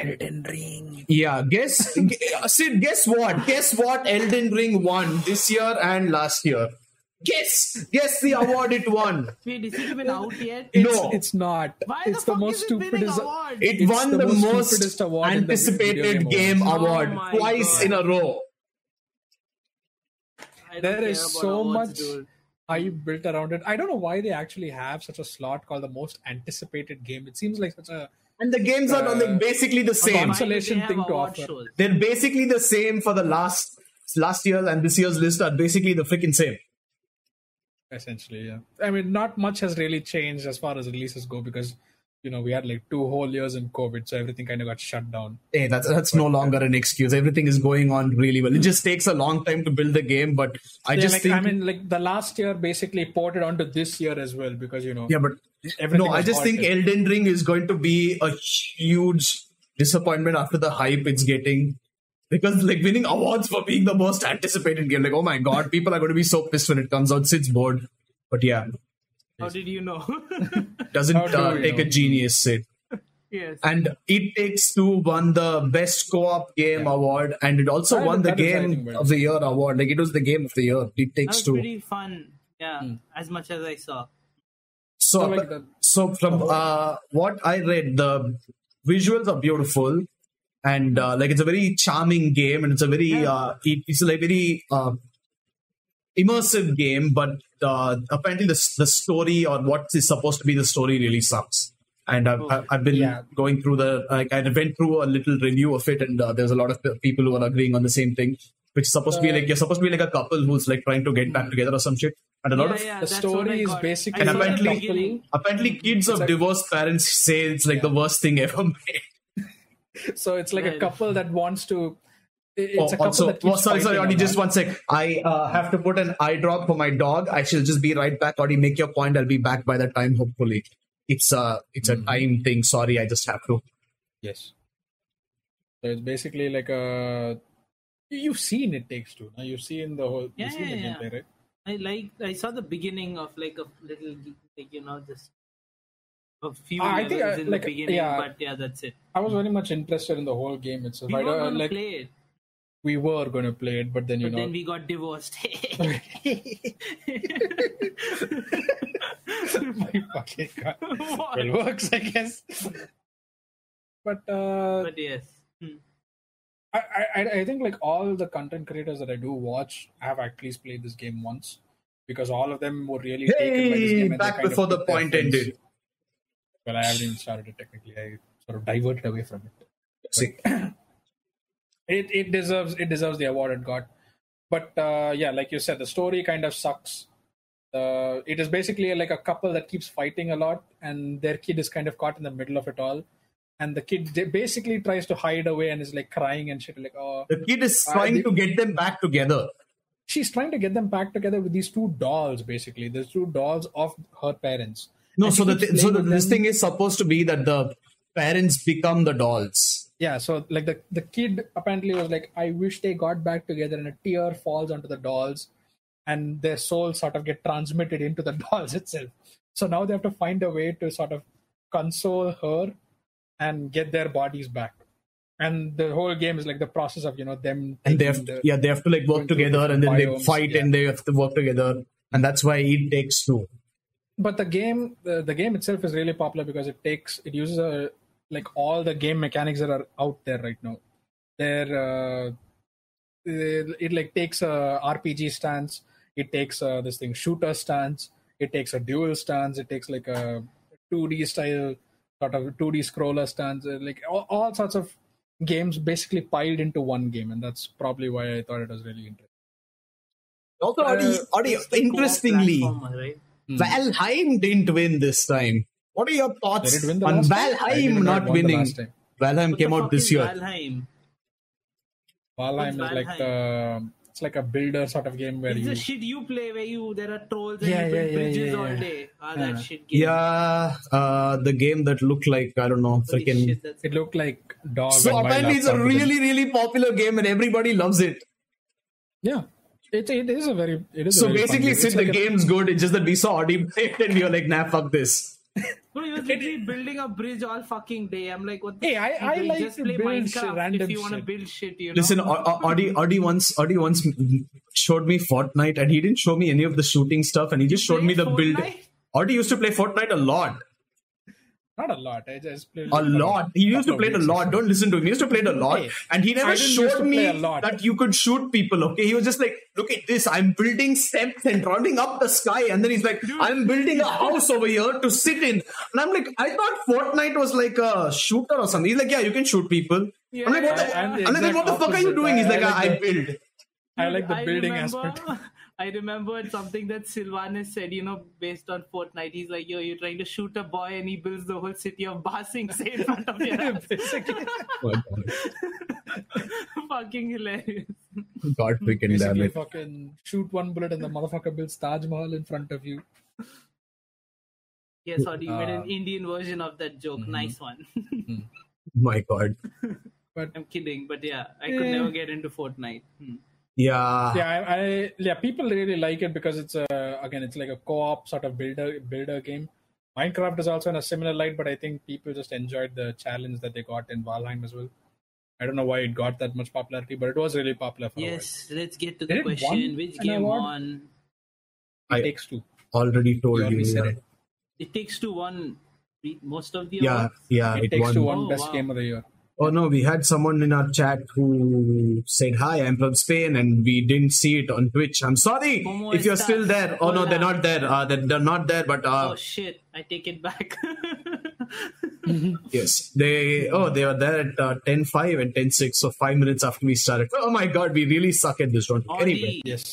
[SPEAKER 1] Elden Ring.
[SPEAKER 3] Yeah, guess g- Sid, guess what? Guess what Elden Ring won this year and last year? Guess guess the award it won.
[SPEAKER 2] Wait, is it even out yet?
[SPEAKER 3] No.
[SPEAKER 1] It's not.
[SPEAKER 2] Why
[SPEAKER 1] it's
[SPEAKER 2] the,
[SPEAKER 1] the,
[SPEAKER 2] fuck
[SPEAKER 1] most
[SPEAKER 2] is it winning
[SPEAKER 1] stupid.
[SPEAKER 2] awards?
[SPEAKER 3] It
[SPEAKER 1] It's
[SPEAKER 3] won
[SPEAKER 1] the
[SPEAKER 3] the,
[SPEAKER 1] most
[SPEAKER 3] most
[SPEAKER 1] stupidest award in the video
[SPEAKER 3] anticipated
[SPEAKER 1] game
[SPEAKER 3] game award,
[SPEAKER 2] awards. Oh my
[SPEAKER 3] twice
[SPEAKER 2] God.
[SPEAKER 3] in a row.
[SPEAKER 2] I don't
[SPEAKER 1] there
[SPEAKER 2] care
[SPEAKER 1] is
[SPEAKER 2] about
[SPEAKER 1] so
[SPEAKER 2] awards,
[SPEAKER 1] much
[SPEAKER 2] dude.
[SPEAKER 1] hype built around it. I don't know why they actually have such a slot called the most anticipated game. It seems like such a
[SPEAKER 3] And the games are
[SPEAKER 1] Uh,
[SPEAKER 3] like basically
[SPEAKER 2] Why
[SPEAKER 3] the same.
[SPEAKER 2] do they
[SPEAKER 1] Consolation
[SPEAKER 2] have
[SPEAKER 1] thing to
[SPEAKER 2] award
[SPEAKER 1] offer.
[SPEAKER 2] shows?
[SPEAKER 3] They're basically the same for the last last year and this year's list are basically the freaking same.
[SPEAKER 1] essentially. Yeah, I mean, not much has really changed as far as releases go because you know we had like two whole years in COVID, so everything kind of got shut down.
[SPEAKER 3] Hey, that's that's no longer an excuse. Everything is going on really well. It just takes a long time to build the game, but I
[SPEAKER 1] Yeah,
[SPEAKER 3] just
[SPEAKER 1] like,
[SPEAKER 3] think
[SPEAKER 1] I mean, like the last year basically ported onto this year as well because you know
[SPEAKER 3] Yeah, but
[SPEAKER 1] everything
[SPEAKER 3] no, I
[SPEAKER 1] was
[SPEAKER 3] just think
[SPEAKER 1] halted.
[SPEAKER 3] Elden Ring is going to be a huge disappointment after the hype it's getting. Because like winning awards for being the most anticipated game, like oh my god, people are going to be so pissed when it comes out. Sid's bored, but yeah,
[SPEAKER 2] How did you know?
[SPEAKER 3] doesn't
[SPEAKER 1] How do
[SPEAKER 3] uh,
[SPEAKER 1] we
[SPEAKER 3] take a
[SPEAKER 1] know?
[SPEAKER 3] genius, Sid.
[SPEAKER 2] yes.
[SPEAKER 3] And it takes two won the best co-op game award, and it also
[SPEAKER 1] That-
[SPEAKER 3] won the
[SPEAKER 1] that is, I
[SPEAKER 3] game
[SPEAKER 1] think, well-
[SPEAKER 3] of the year award. Like it was the game of the year. It
[SPEAKER 2] That
[SPEAKER 3] takes
[SPEAKER 2] was
[SPEAKER 3] two.
[SPEAKER 2] pretty fun. Yeah,
[SPEAKER 1] Hmm.
[SPEAKER 2] as much as I saw.
[SPEAKER 3] So,
[SPEAKER 1] So, like, the-
[SPEAKER 3] so from uh, what I read, the visuals are beautiful, and uh, like it's a very charming game, and it's a very uh, it- it's like very uh, immersive game. But uh, apparently, the the story or what is supposed to be the story really sucks. And I've, I've- I've been
[SPEAKER 1] Oh, Yeah.
[SPEAKER 3] going through the like I went through a little review of it, and uh, there's a lot of pe- people who are agreeing on the same thing, which is supposed
[SPEAKER 1] Uh,
[SPEAKER 3] to be like you're supposed to be like a couple who's like trying to get
[SPEAKER 1] hmm.
[SPEAKER 3] back together or some shit, and a lot
[SPEAKER 2] yeah,
[SPEAKER 3] of
[SPEAKER 2] yeah,
[SPEAKER 1] the
[SPEAKER 2] that's what I
[SPEAKER 1] story is
[SPEAKER 2] got.
[SPEAKER 1] basically
[SPEAKER 2] I
[SPEAKER 3] And
[SPEAKER 2] saw the
[SPEAKER 3] apparently-
[SPEAKER 2] beginning.
[SPEAKER 3] Apparently,
[SPEAKER 1] Mm-hmm.
[SPEAKER 3] kids of divorced parents say it's like the worst thing ever made.
[SPEAKER 1] so it's like a
[SPEAKER 2] Right.
[SPEAKER 1] couple that wants to it's a
[SPEAKER 3] Oh,
[SPEAKER 1] couple
[SPEAKER 3] also,
[SPEAKER 1] that keeps
[SPEAKER 3] well, sorry, sorry,
[SPEAKER 1] fighting
[SPEAKER 3] Audie,
[SPEAKER 1] a
[SPEAKER 3] just
[SPEAKER 1] lot.
[SPEAKER 3] one sec. I uh, have to put an eye drop for my dog. I shall just be right back. Audie, make your point. I'll be back by that time, hopefully. It's a it's a
[SPEAKER 1] Mm-hmm.
[SPEAKER 3] time thing. Sorry, I just have to.
[SPEAKER 1] Yes. So it's basically like a. You've seen it takes two. Now you've seen the whole.
[SPEAKER 2] Yeah,
[SPEAKER 1] you've seen the
[SPEAKER 2] yeah,
[SPEAKER 1] gameplay, right?
[SPEAKER 2] I like I saw the beginning of like a little like you know just a few
[SPEAKER 1] Ah, I
[SPEAKER 2] levels
[SPEAKER 1] think I-
[SPEAKER 2] in
[SPEAKER 1] like,
[SPEAKER 2] the beginning,
[SPEAKER 1] yeah.
[SPEAKER 2] but yeah, that's it.
[SPEAKER 1] I was very much interested in the whole game. It's a
[SPEAKER 2] We
[SPEAKER 1] right,
[SPEAKER 2] were
[SPEAKER 1] uh,
[SPEAKER 2] gonna
[SPEAKER 1] like
[SPEAKER 2] play it,
[SPEAKER 1] we were going to play it, but then you
[SPEAKER 2] but
[SPEAKER 1] know.
[SPEAKER 2] then we got divorced.
[SPEAKER 1] my fucking god.
[SPEAKER 2] What?
[SPEAKER 1] Well, works, I guess. But, uh,
[SPEAKER 2] but yes, Hmm.
[SPEAKER 1] I, I, I think like all the content creators that I do watch have at least played this game once because all of them were really taken by this
[SPEAKER 3] Hey,
[SPEAKER 1] game. and they
[SPEAKER 3] back
[SPEAKER 1] kind of
[SPEAKER 3] before the
[SPEAKER 1] took their
[SPEAKER 3] point
[SPEAKER 1] things-
[SPEAKER 3] ended.
[SPEAKER 1] Well, I haven't even started it technically. I sort of diverted away from it.
[SPEAKER 3] See,
[SPEAKER 1] It it deserves it deserves the award it got. But uh, yeah, like you said, the story kind of sucks. Uh, it is basically like a couple that keeps fighting a lot, and their kid is kind of caught in the middle of it all. And the kid j- basically tries to hide away and is like crying and shit. Like, oh,
[SPEAKER 3] the kid is
[SPEAKER 1] I
[SPEAKER 3] trying
[SPEAKER 1] did-
[SPEAKER 3] to get them back together.
[SPEAKER 1] she's trying to get them back together with these two dolls. Basically, these two dolls of her parents.
[SPEAKER 3] No,
[SPEAKER 1] And
[SPEAKER 3] so
[SPEAKER 1] she
[SPEAKER 3] the
[SPEAKER 1] keeps
[SPEAKER 3] thi- so
[SPEAKER 1] playing
[SPEAKER 3] the,
[SPEAKER 1] with
[SPEAKER 3] this
[SPEAKER 1] them.
[SPEAKER 3] thing is supposed to be that the parents become the dolls.
[SPEAKER 1] yeah so like the the kid apparently was like i wish they got back together and a tear falls onto the dolls and their souls sort of get transmitted into the dolls itself so now they have to find a way to sort of console her and get their bodies back and the whole game is like the process of you know them
[SPEAKER 3] and
[SPEAKER 1] taking
[SPEAKER 3] they have
[SPEAKER 1] the-
[SPEAKER 3] to, yeah they have to like work
[SPEAKER 1] going through
[SPEAKER 3] together and
[SPEAKER 1] different
[SPEAKER 3] then they
[SPEAKER 1] biomes,
[SPEAKER 3] fight
[SPEAKER 1] yeah.
[SPEAKER 3] and they have to work together and that's why it takes two
[SPEAKER 1] but the game the, the game itself is really popular because it takes it uses a, like all the game mechanics that are out there right now they're uh, it, it like takes a rpg stance it takes uh this thing shooter stance it takes a dual stance it takes like a 2d style sort of 2d scroller stance uh, like all, all sorts of games basically piled into one game and that's probably why i thought it was really interesting
[SPEAKER 3] also Adi,
[SPEAKER 1] Uh,
[SPEAKER 3] Adi,
[SPEAKER 2] It's a co-op
[SPEAKER 3] interestingly
[SPEAKER 2] platformer, right?
[SPEAKER 3] Hmm. valheim didn't win this time what are your thoughts
[SPEAKER 1] Did it win the
[SPEAKER 3] on
[SPEAKER 1] last time? I didn't
[SPEAKER 3] valheim
[SPEAKER 1] know it
[SPEAKER 3] not
[SPEAKER 1] won the
[SPEAKER 3] winning
[SPEAKER 1] last time.
[SPEAKER 3] valheim
[SPEAKER 2] What the
[SPEAKER 3] came out
[SPEAKER 2] fuck
[SPEAKER 3] this
[SPEAKER 2] is
[SPEAKER 3] year
[SPEAKER 2] Valheim?
[SPEAKER 1] Valheim
[SPEAKER 2] What's
[SPEAKER 1] is like the it's like a builder sort of game where
[SPEAKER 2] It's the
[SPEAKER 1] you
[SPEAKER 2] shit you play where you there are trolls and
[SPEAKER 1] Yeah,
[SPEAKER 2] you build
[SPEAKER 1] yeah, yeah,
[SPEAKER 2] bridges
[SPEAKER 1] yeah,
[SPEAKER 2] all
[SPEAKER 1] yeah.
[SPEAKER 2] day. Ah, that
[SPEAKER 1] Yeah.
[SPEAKER 2] shit game.
[SPEAKER 3] yeah uh the game that looked like i don't know
[SPEAKER 2] Holy
[SPEAKER 3] freaking
[SPEAKER 2] shit, that's
[SPEAKER 1] it looked like dog.
[SPEAKER 3] so
[SPEAKER 1] on my
[SPEAKER 3] apparently it's a
[SPEAKER 1] laptop with
[SPEAKER 3] really really popular game and everybody loves it
[SPEAKER 1] yeah. It, it is a very it is a
[SPEAKER 3] so
[SPEAKER 1] very fun
[SPEAKER 3] basically
[SPEAKER 1] game.
[SPEAKER 3] Sid,
[SPEAKER 1] It's
[SPEAKER 3] the
[SPEAKER 1] like a-
[SPEAKER 3] game's good it's just that we saw Adi play it and we were like nah fuck this
[SPEAKER 2] Bro, he was literally building a bridge all fucking day. I'm like, what the
[SPEAKER 1] Hey, I-
[SPEAKER 2] fuck,
[SPEAKER 1] I
[SPEAKER 2] dude?
[SPEAKER 1] like
[SPEAKER 2] just
[SPEAKER 1] to
[SPEAKER 2] play
[SPEAKER 1] build
[SPEAKER 2] Minecraft
[SPEAKER 1] shit, random
[SPEAKER 2] if you want to
[SPEAKER 1] shit.
[SPEAKER 2] build shit, you know.
[SPEAKER 3] Listen, Au- Au- Audi, Audi once, Audi once showed me Fortnite, and he didn't show me any of the shooting stuff, and he just showed
[SPEAKER 2] play
[SPEAKER 3] me the build.
[SPEAKER 2] Fortnite?
[SPEAKER 3] Audi used to play Fortnite a lot,
[SPEAKER 1] not a lot. I just played
[SPEAKER 3] a
[SPEAKER 1] it for
[SPEAKER 3] lot. He used to
[SPEAKER 1] couple
[SPEAKER 3] play
[SPEAKER 1] of
[SPEAKER 3] it a
[SPEAKER 1] weeks.
[SPEAKER 3] lot. Don't listen to him. He used to play it a lot,
[SPEAKER 1] Hey,
[SPEAKER 3] and he never
[SPEAKER 1] I didn't used
[SPEAKER 3] showed
[SPEAKER 1] to play
[SPEAKER 3] me
[SPEAKER 1] a lot.
[SPEAKER 3] that you could shoot people. Okay, he was just like, "Look at this! I'm building steps and running up the sky," and then he's like, "I'm building a house over here to sit in." And I'm like, "I thought Fortnite was like a shooter or something." He's like, "Yeah, you can shoot people." I'm like, "What the,
[SPEAKER 1] I- I'm the
[SPEAKER 3] I'm like,
[SPEAKER 1] exact
[SPEAKER 3] then what the fuck are you
[SPEAKER 1] opposite.
[SPEAKER 3] doing?" He's
[SPEAKER 1] I-
[SPEAKER 3] like,
[SPEAKER 1] I
[SPEAKER 3] "I,
[SPEAKER 1] like
[SPEAKER 3] I
[SPEAKER 1] the-
[SPEAKER 3] build."
[SPEAKER 1] I like the building
[SPEAKER 2] remember,
[SPEAKER 1] aspect.
[SPEAKER 2] I remembered something that Sylvanas said, you know, based on Fortnite. He's like, yo, you're trying to shoot a boy and he builds the whole city of Basing say in front of your house.
[SPEAKER 1] basically,
[SPEAKER 2] fucking hilarious.
[SPEAKER 3] God freaking damn
[SPEAKER 1] basically
[SPEAKER 3] it.
[SPEAKER 1] fucking shoot one bullet and the motherfucker builds Taj Mahal in front of you.
[SPEAKER 2] Yeah, sorry, you made an
[SPEAKER 1] Uh, mm-hmm.
[SPEAKER 2] Indian version of that joke. Nice one.
[SPEAKER 3] My God.
[SPEAKER 2] I'm kidding, but yeah, I could
[SPEAKER 1] Eh.
[SPEAKER 2] never get into Fortnite. Hmm.
[SPEAKER 3] Yeah.
[SPEAKER 1] yeah I, I yeah people really like it because it's a again it's like a co-op sort of builder builder game minecraft is also in a similar light but i think people just enjoyed the challenge that they got in valheim as well i don't know why it got that much popularity but it was really popular for
[SPEAKER 2] Yes, let's get to
[SPEAKER 1] Did
[SPEAKER 2] the
[SPEAKER 1] it won
[SPEAKER 2] question. Which
[SPEAKER 1] an
[SPEAKER 2] game
[SPEAKER 1] award?
[SPEAKER 2] won?
[SPEAKER 1] a while.
[SPEAKER 3] I-
[SPEAKER 1] it takes two
[SPEAKER 3] Already told
[SPEAKER 1] You
[SPEAKER 3] you.
[SPEAKER 1] already said
[SPEAKER 3] Yeah.
[SPEAKER 1] it.
[SPEAKER 2] It takes two one most of the
[SPEAKER 3] Yeah.
[SPEAKER 2] awards.
[SPEAKER 3] yeah,
[SPEAKER 1] it
[SPEAKER 3] It,
[SPEAKER 1] takes
[SPEAKER 3] won.
[SPEAKER 1] two one
[SPEAKER 2] Oh,
[SPEAKER 1] best
[SPEAKER 2] wow.
[SPEAKER 1] game of the year
[SPEAKER 3] Oh no, we had someone in our chat who said, Hi, I'm from Spain, and we didn't see it on Twitch. I'm sorry
[SPEAKER 2] ¿Cómo
[SPEAKER 3] if you're
[SPEAKER 2] estás?
[SPEAKER 3] still there. Oh no, they're
[SPEAKER 2] Hola.
[SPEAKER 3] not there. Uh, they're, they're not there, but uh,
[SPEAKER 2] Oh shit! I take it back.
[SPEAKER 3] yes, they oh they were there at uh, 10 5 and 10 6, so five minutes after we started. Oh my god, we really suck at this, don't we? Anyway,
[SPEAKER 2] Audi.
[SPEAKER 1] yes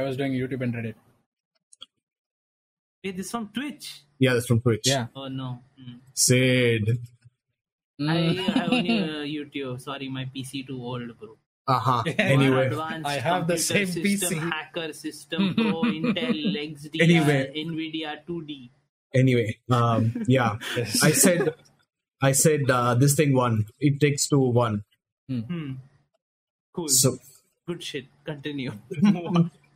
[SPEAKER 1] i was doing youtube and reddit
[SPEAKER 2] Wait, this from Twitch?
[SPEAKER 3] yeah, that's from Twitch.
[SPEAKER 1] yeah
[SPEAKER 2] Oh no! Hmm.
[SPEAKER 3] Said,
[SPEAKER 2] I have only uh, YouTube. Sorry, my PC too old, bro.
[SPEAKER 3] Uh huh.
[SPEAKER 1] Yeah.
[SPEAKER 3] anyway,
[SPEAKER 2] advanced
[SPEAKER 1] I have the
[SPEAKER 2] computer
[SPEAKER 1] same
[SPEAKER 2] system,
[SPEAKER 1] PC.
[SPEAKER 2] hacker system, Pro, Intel, XDR,
[SPEAKER 3] Anyway.
[SPEAKER 2] NVIDIA 2D.
[SPEAKER 3] anyway, um, yeah.
[SPEAKER 1] Yes.
[SPEAKER 3] I said, I said uh, this thing won. It takes two one.
[SPEAKER 2] Hmm. Cool.
[SPEAKER 3] So
[SPEAKER 2] Good shit. Continue.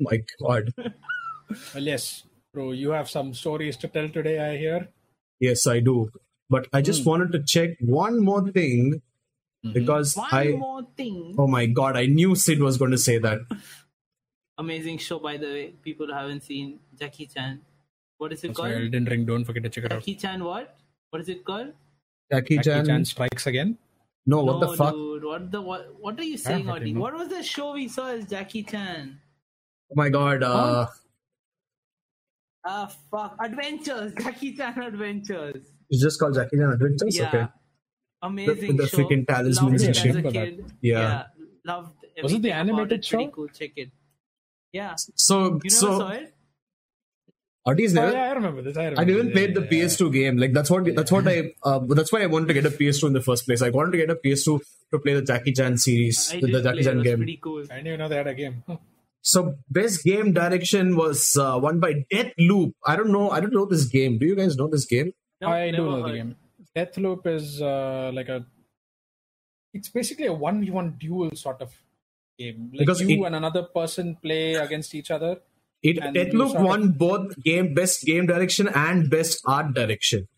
[SPEAKER 3] my god.
[SPEAKER 1] Well, yes, bro, you have some stories to tell today, I hear.
[SPEAKER 3] Yes, I do. But I just wanted to check one more thing because
[SPEAKER 2] One
[SPEAKER 3] I.
[SPEAKER 2] more thing.
[SPEAKER 3] Oh my god! I knew Sid was going to say that.
[SPEAKER 2] Amazing show, by the way. People who haven't seen Jackie Chan. What is it
[SPEAKER 1] That's why
[SPEAKER 2] called?
[SPEAKER 1] Elden Ring, don't forget to check it out.
[SPEAKER 2] Jackie Chan, what? What is it called?
[SPEAKER 3] Jackie,
[SPEAKER 1] Jackie
[SPEAKER 3] Chan.
[SPEAKER 1] Chan strikes again.
[SPEAKER 3] No, what
[SPEAKER 2] No,
[SPEAKER 3] the fuck?
[SPEAKER 2] Dude, what the what? What are you saying,
[SPEAKER 1] fucking
[SPEAKER 2] Audie?
[SPEAKER 1] know.
[SPEAKER 2] What was the show we saw as Jackie Chan?
[SPEAKER 3] Oh my god! Uh,
[SPEAKER 2] Ah, fuck! Adventures, Jackie Chan Adventures.
[SPEAKER 3] It's just called Jackie Chan Adventures.
[SPEAKER 2] yeah,
[SPEAKER 3] Okay.
[SPEAKER 2] amazing.
[SPEAKER 3] the
[SPEAKER 2] show.
[SPEAKER 3] freaking talismans
[SPEAKER 2] Loved
[SPEAKER 1] and
[SPEAKER 2] it
[SPEAKER 1] shit.
[SPEAKER 2] as a
[SPEAKER 1] Remember
[SPEAKER 2] kid.
[SPEAKER 3] Yeah.
[SPEAKER 2] loved.
[SPEAKER 1] Was it the
[SPEAKER 2] everything about
[SPEAKER 1] animated
[SPEAKER 2] it. Pretty
[SPEAKER 1] show?
[SPEAKER 2] Cool. Check it. Yeah,
[SPEAKER 3] So
[SPEAKER 2] you never saw
[SPEAKER 3] so
[SPEAKER 2] it.
[SPEAKER 3] Artie's
[SPEAKER 1] Oh,
[SPEAKER 3] never.
[SPEAKER 1] yeah, I remember this. I, remember
[SPEAKER 3] I even
[SPEAKER 1] this.
[SPEAKER 3] played the
[SPEAKER 1] Yeah, yeah,
[SPEAKER 3] PS2 game. Like that's what that's what I uh, that's why I wanted to get a PS2 in the first place. I wanted to get a PS2 to play the Jackie Chan series,
[SPEAKER 2] I
[SPEAKER 3] the, the
[SPEAKER 2] did play,
[SPEAKER 3] Jackie
[SPEAKER 2] it
[SPEAKER 3] Chan
[SPEAKER 2] was
[SPEAKER 3] game.
[SPEAKER 2] Pretty cool.
[SPEAKER 1] yeah. I didn't even know they had a game. Huh.
[SPEAKER 3] So best game direction was uh, won by Death Loop. I don't know. I don't know this game. Do you guys know this game?
[SPEAKER 2] Nope,
[SPEAKER 1] I do
[SPEAKER 2] never
[SPEAKER 1] know the
[SPEAKER 2] heard.
[SPEAKER 1] game. Deathloop is uh, like a. It's basically a 1v1 duel sort of game. Like
[SPEAKER 3] Because
[SPEAKER 1] you
[SPEAKER 3] it-
[SPEAKER 1] and another person play against each other.
[SPEAKER 3] It
[SPEAKER 1] And
[SPEAKER 3] Death
[SPEAKER 1] you
[SPEAKER 3] Loop
[SPEAKER 1] sort of-
[SPEAKER 3] won both game best game direction and best art direction.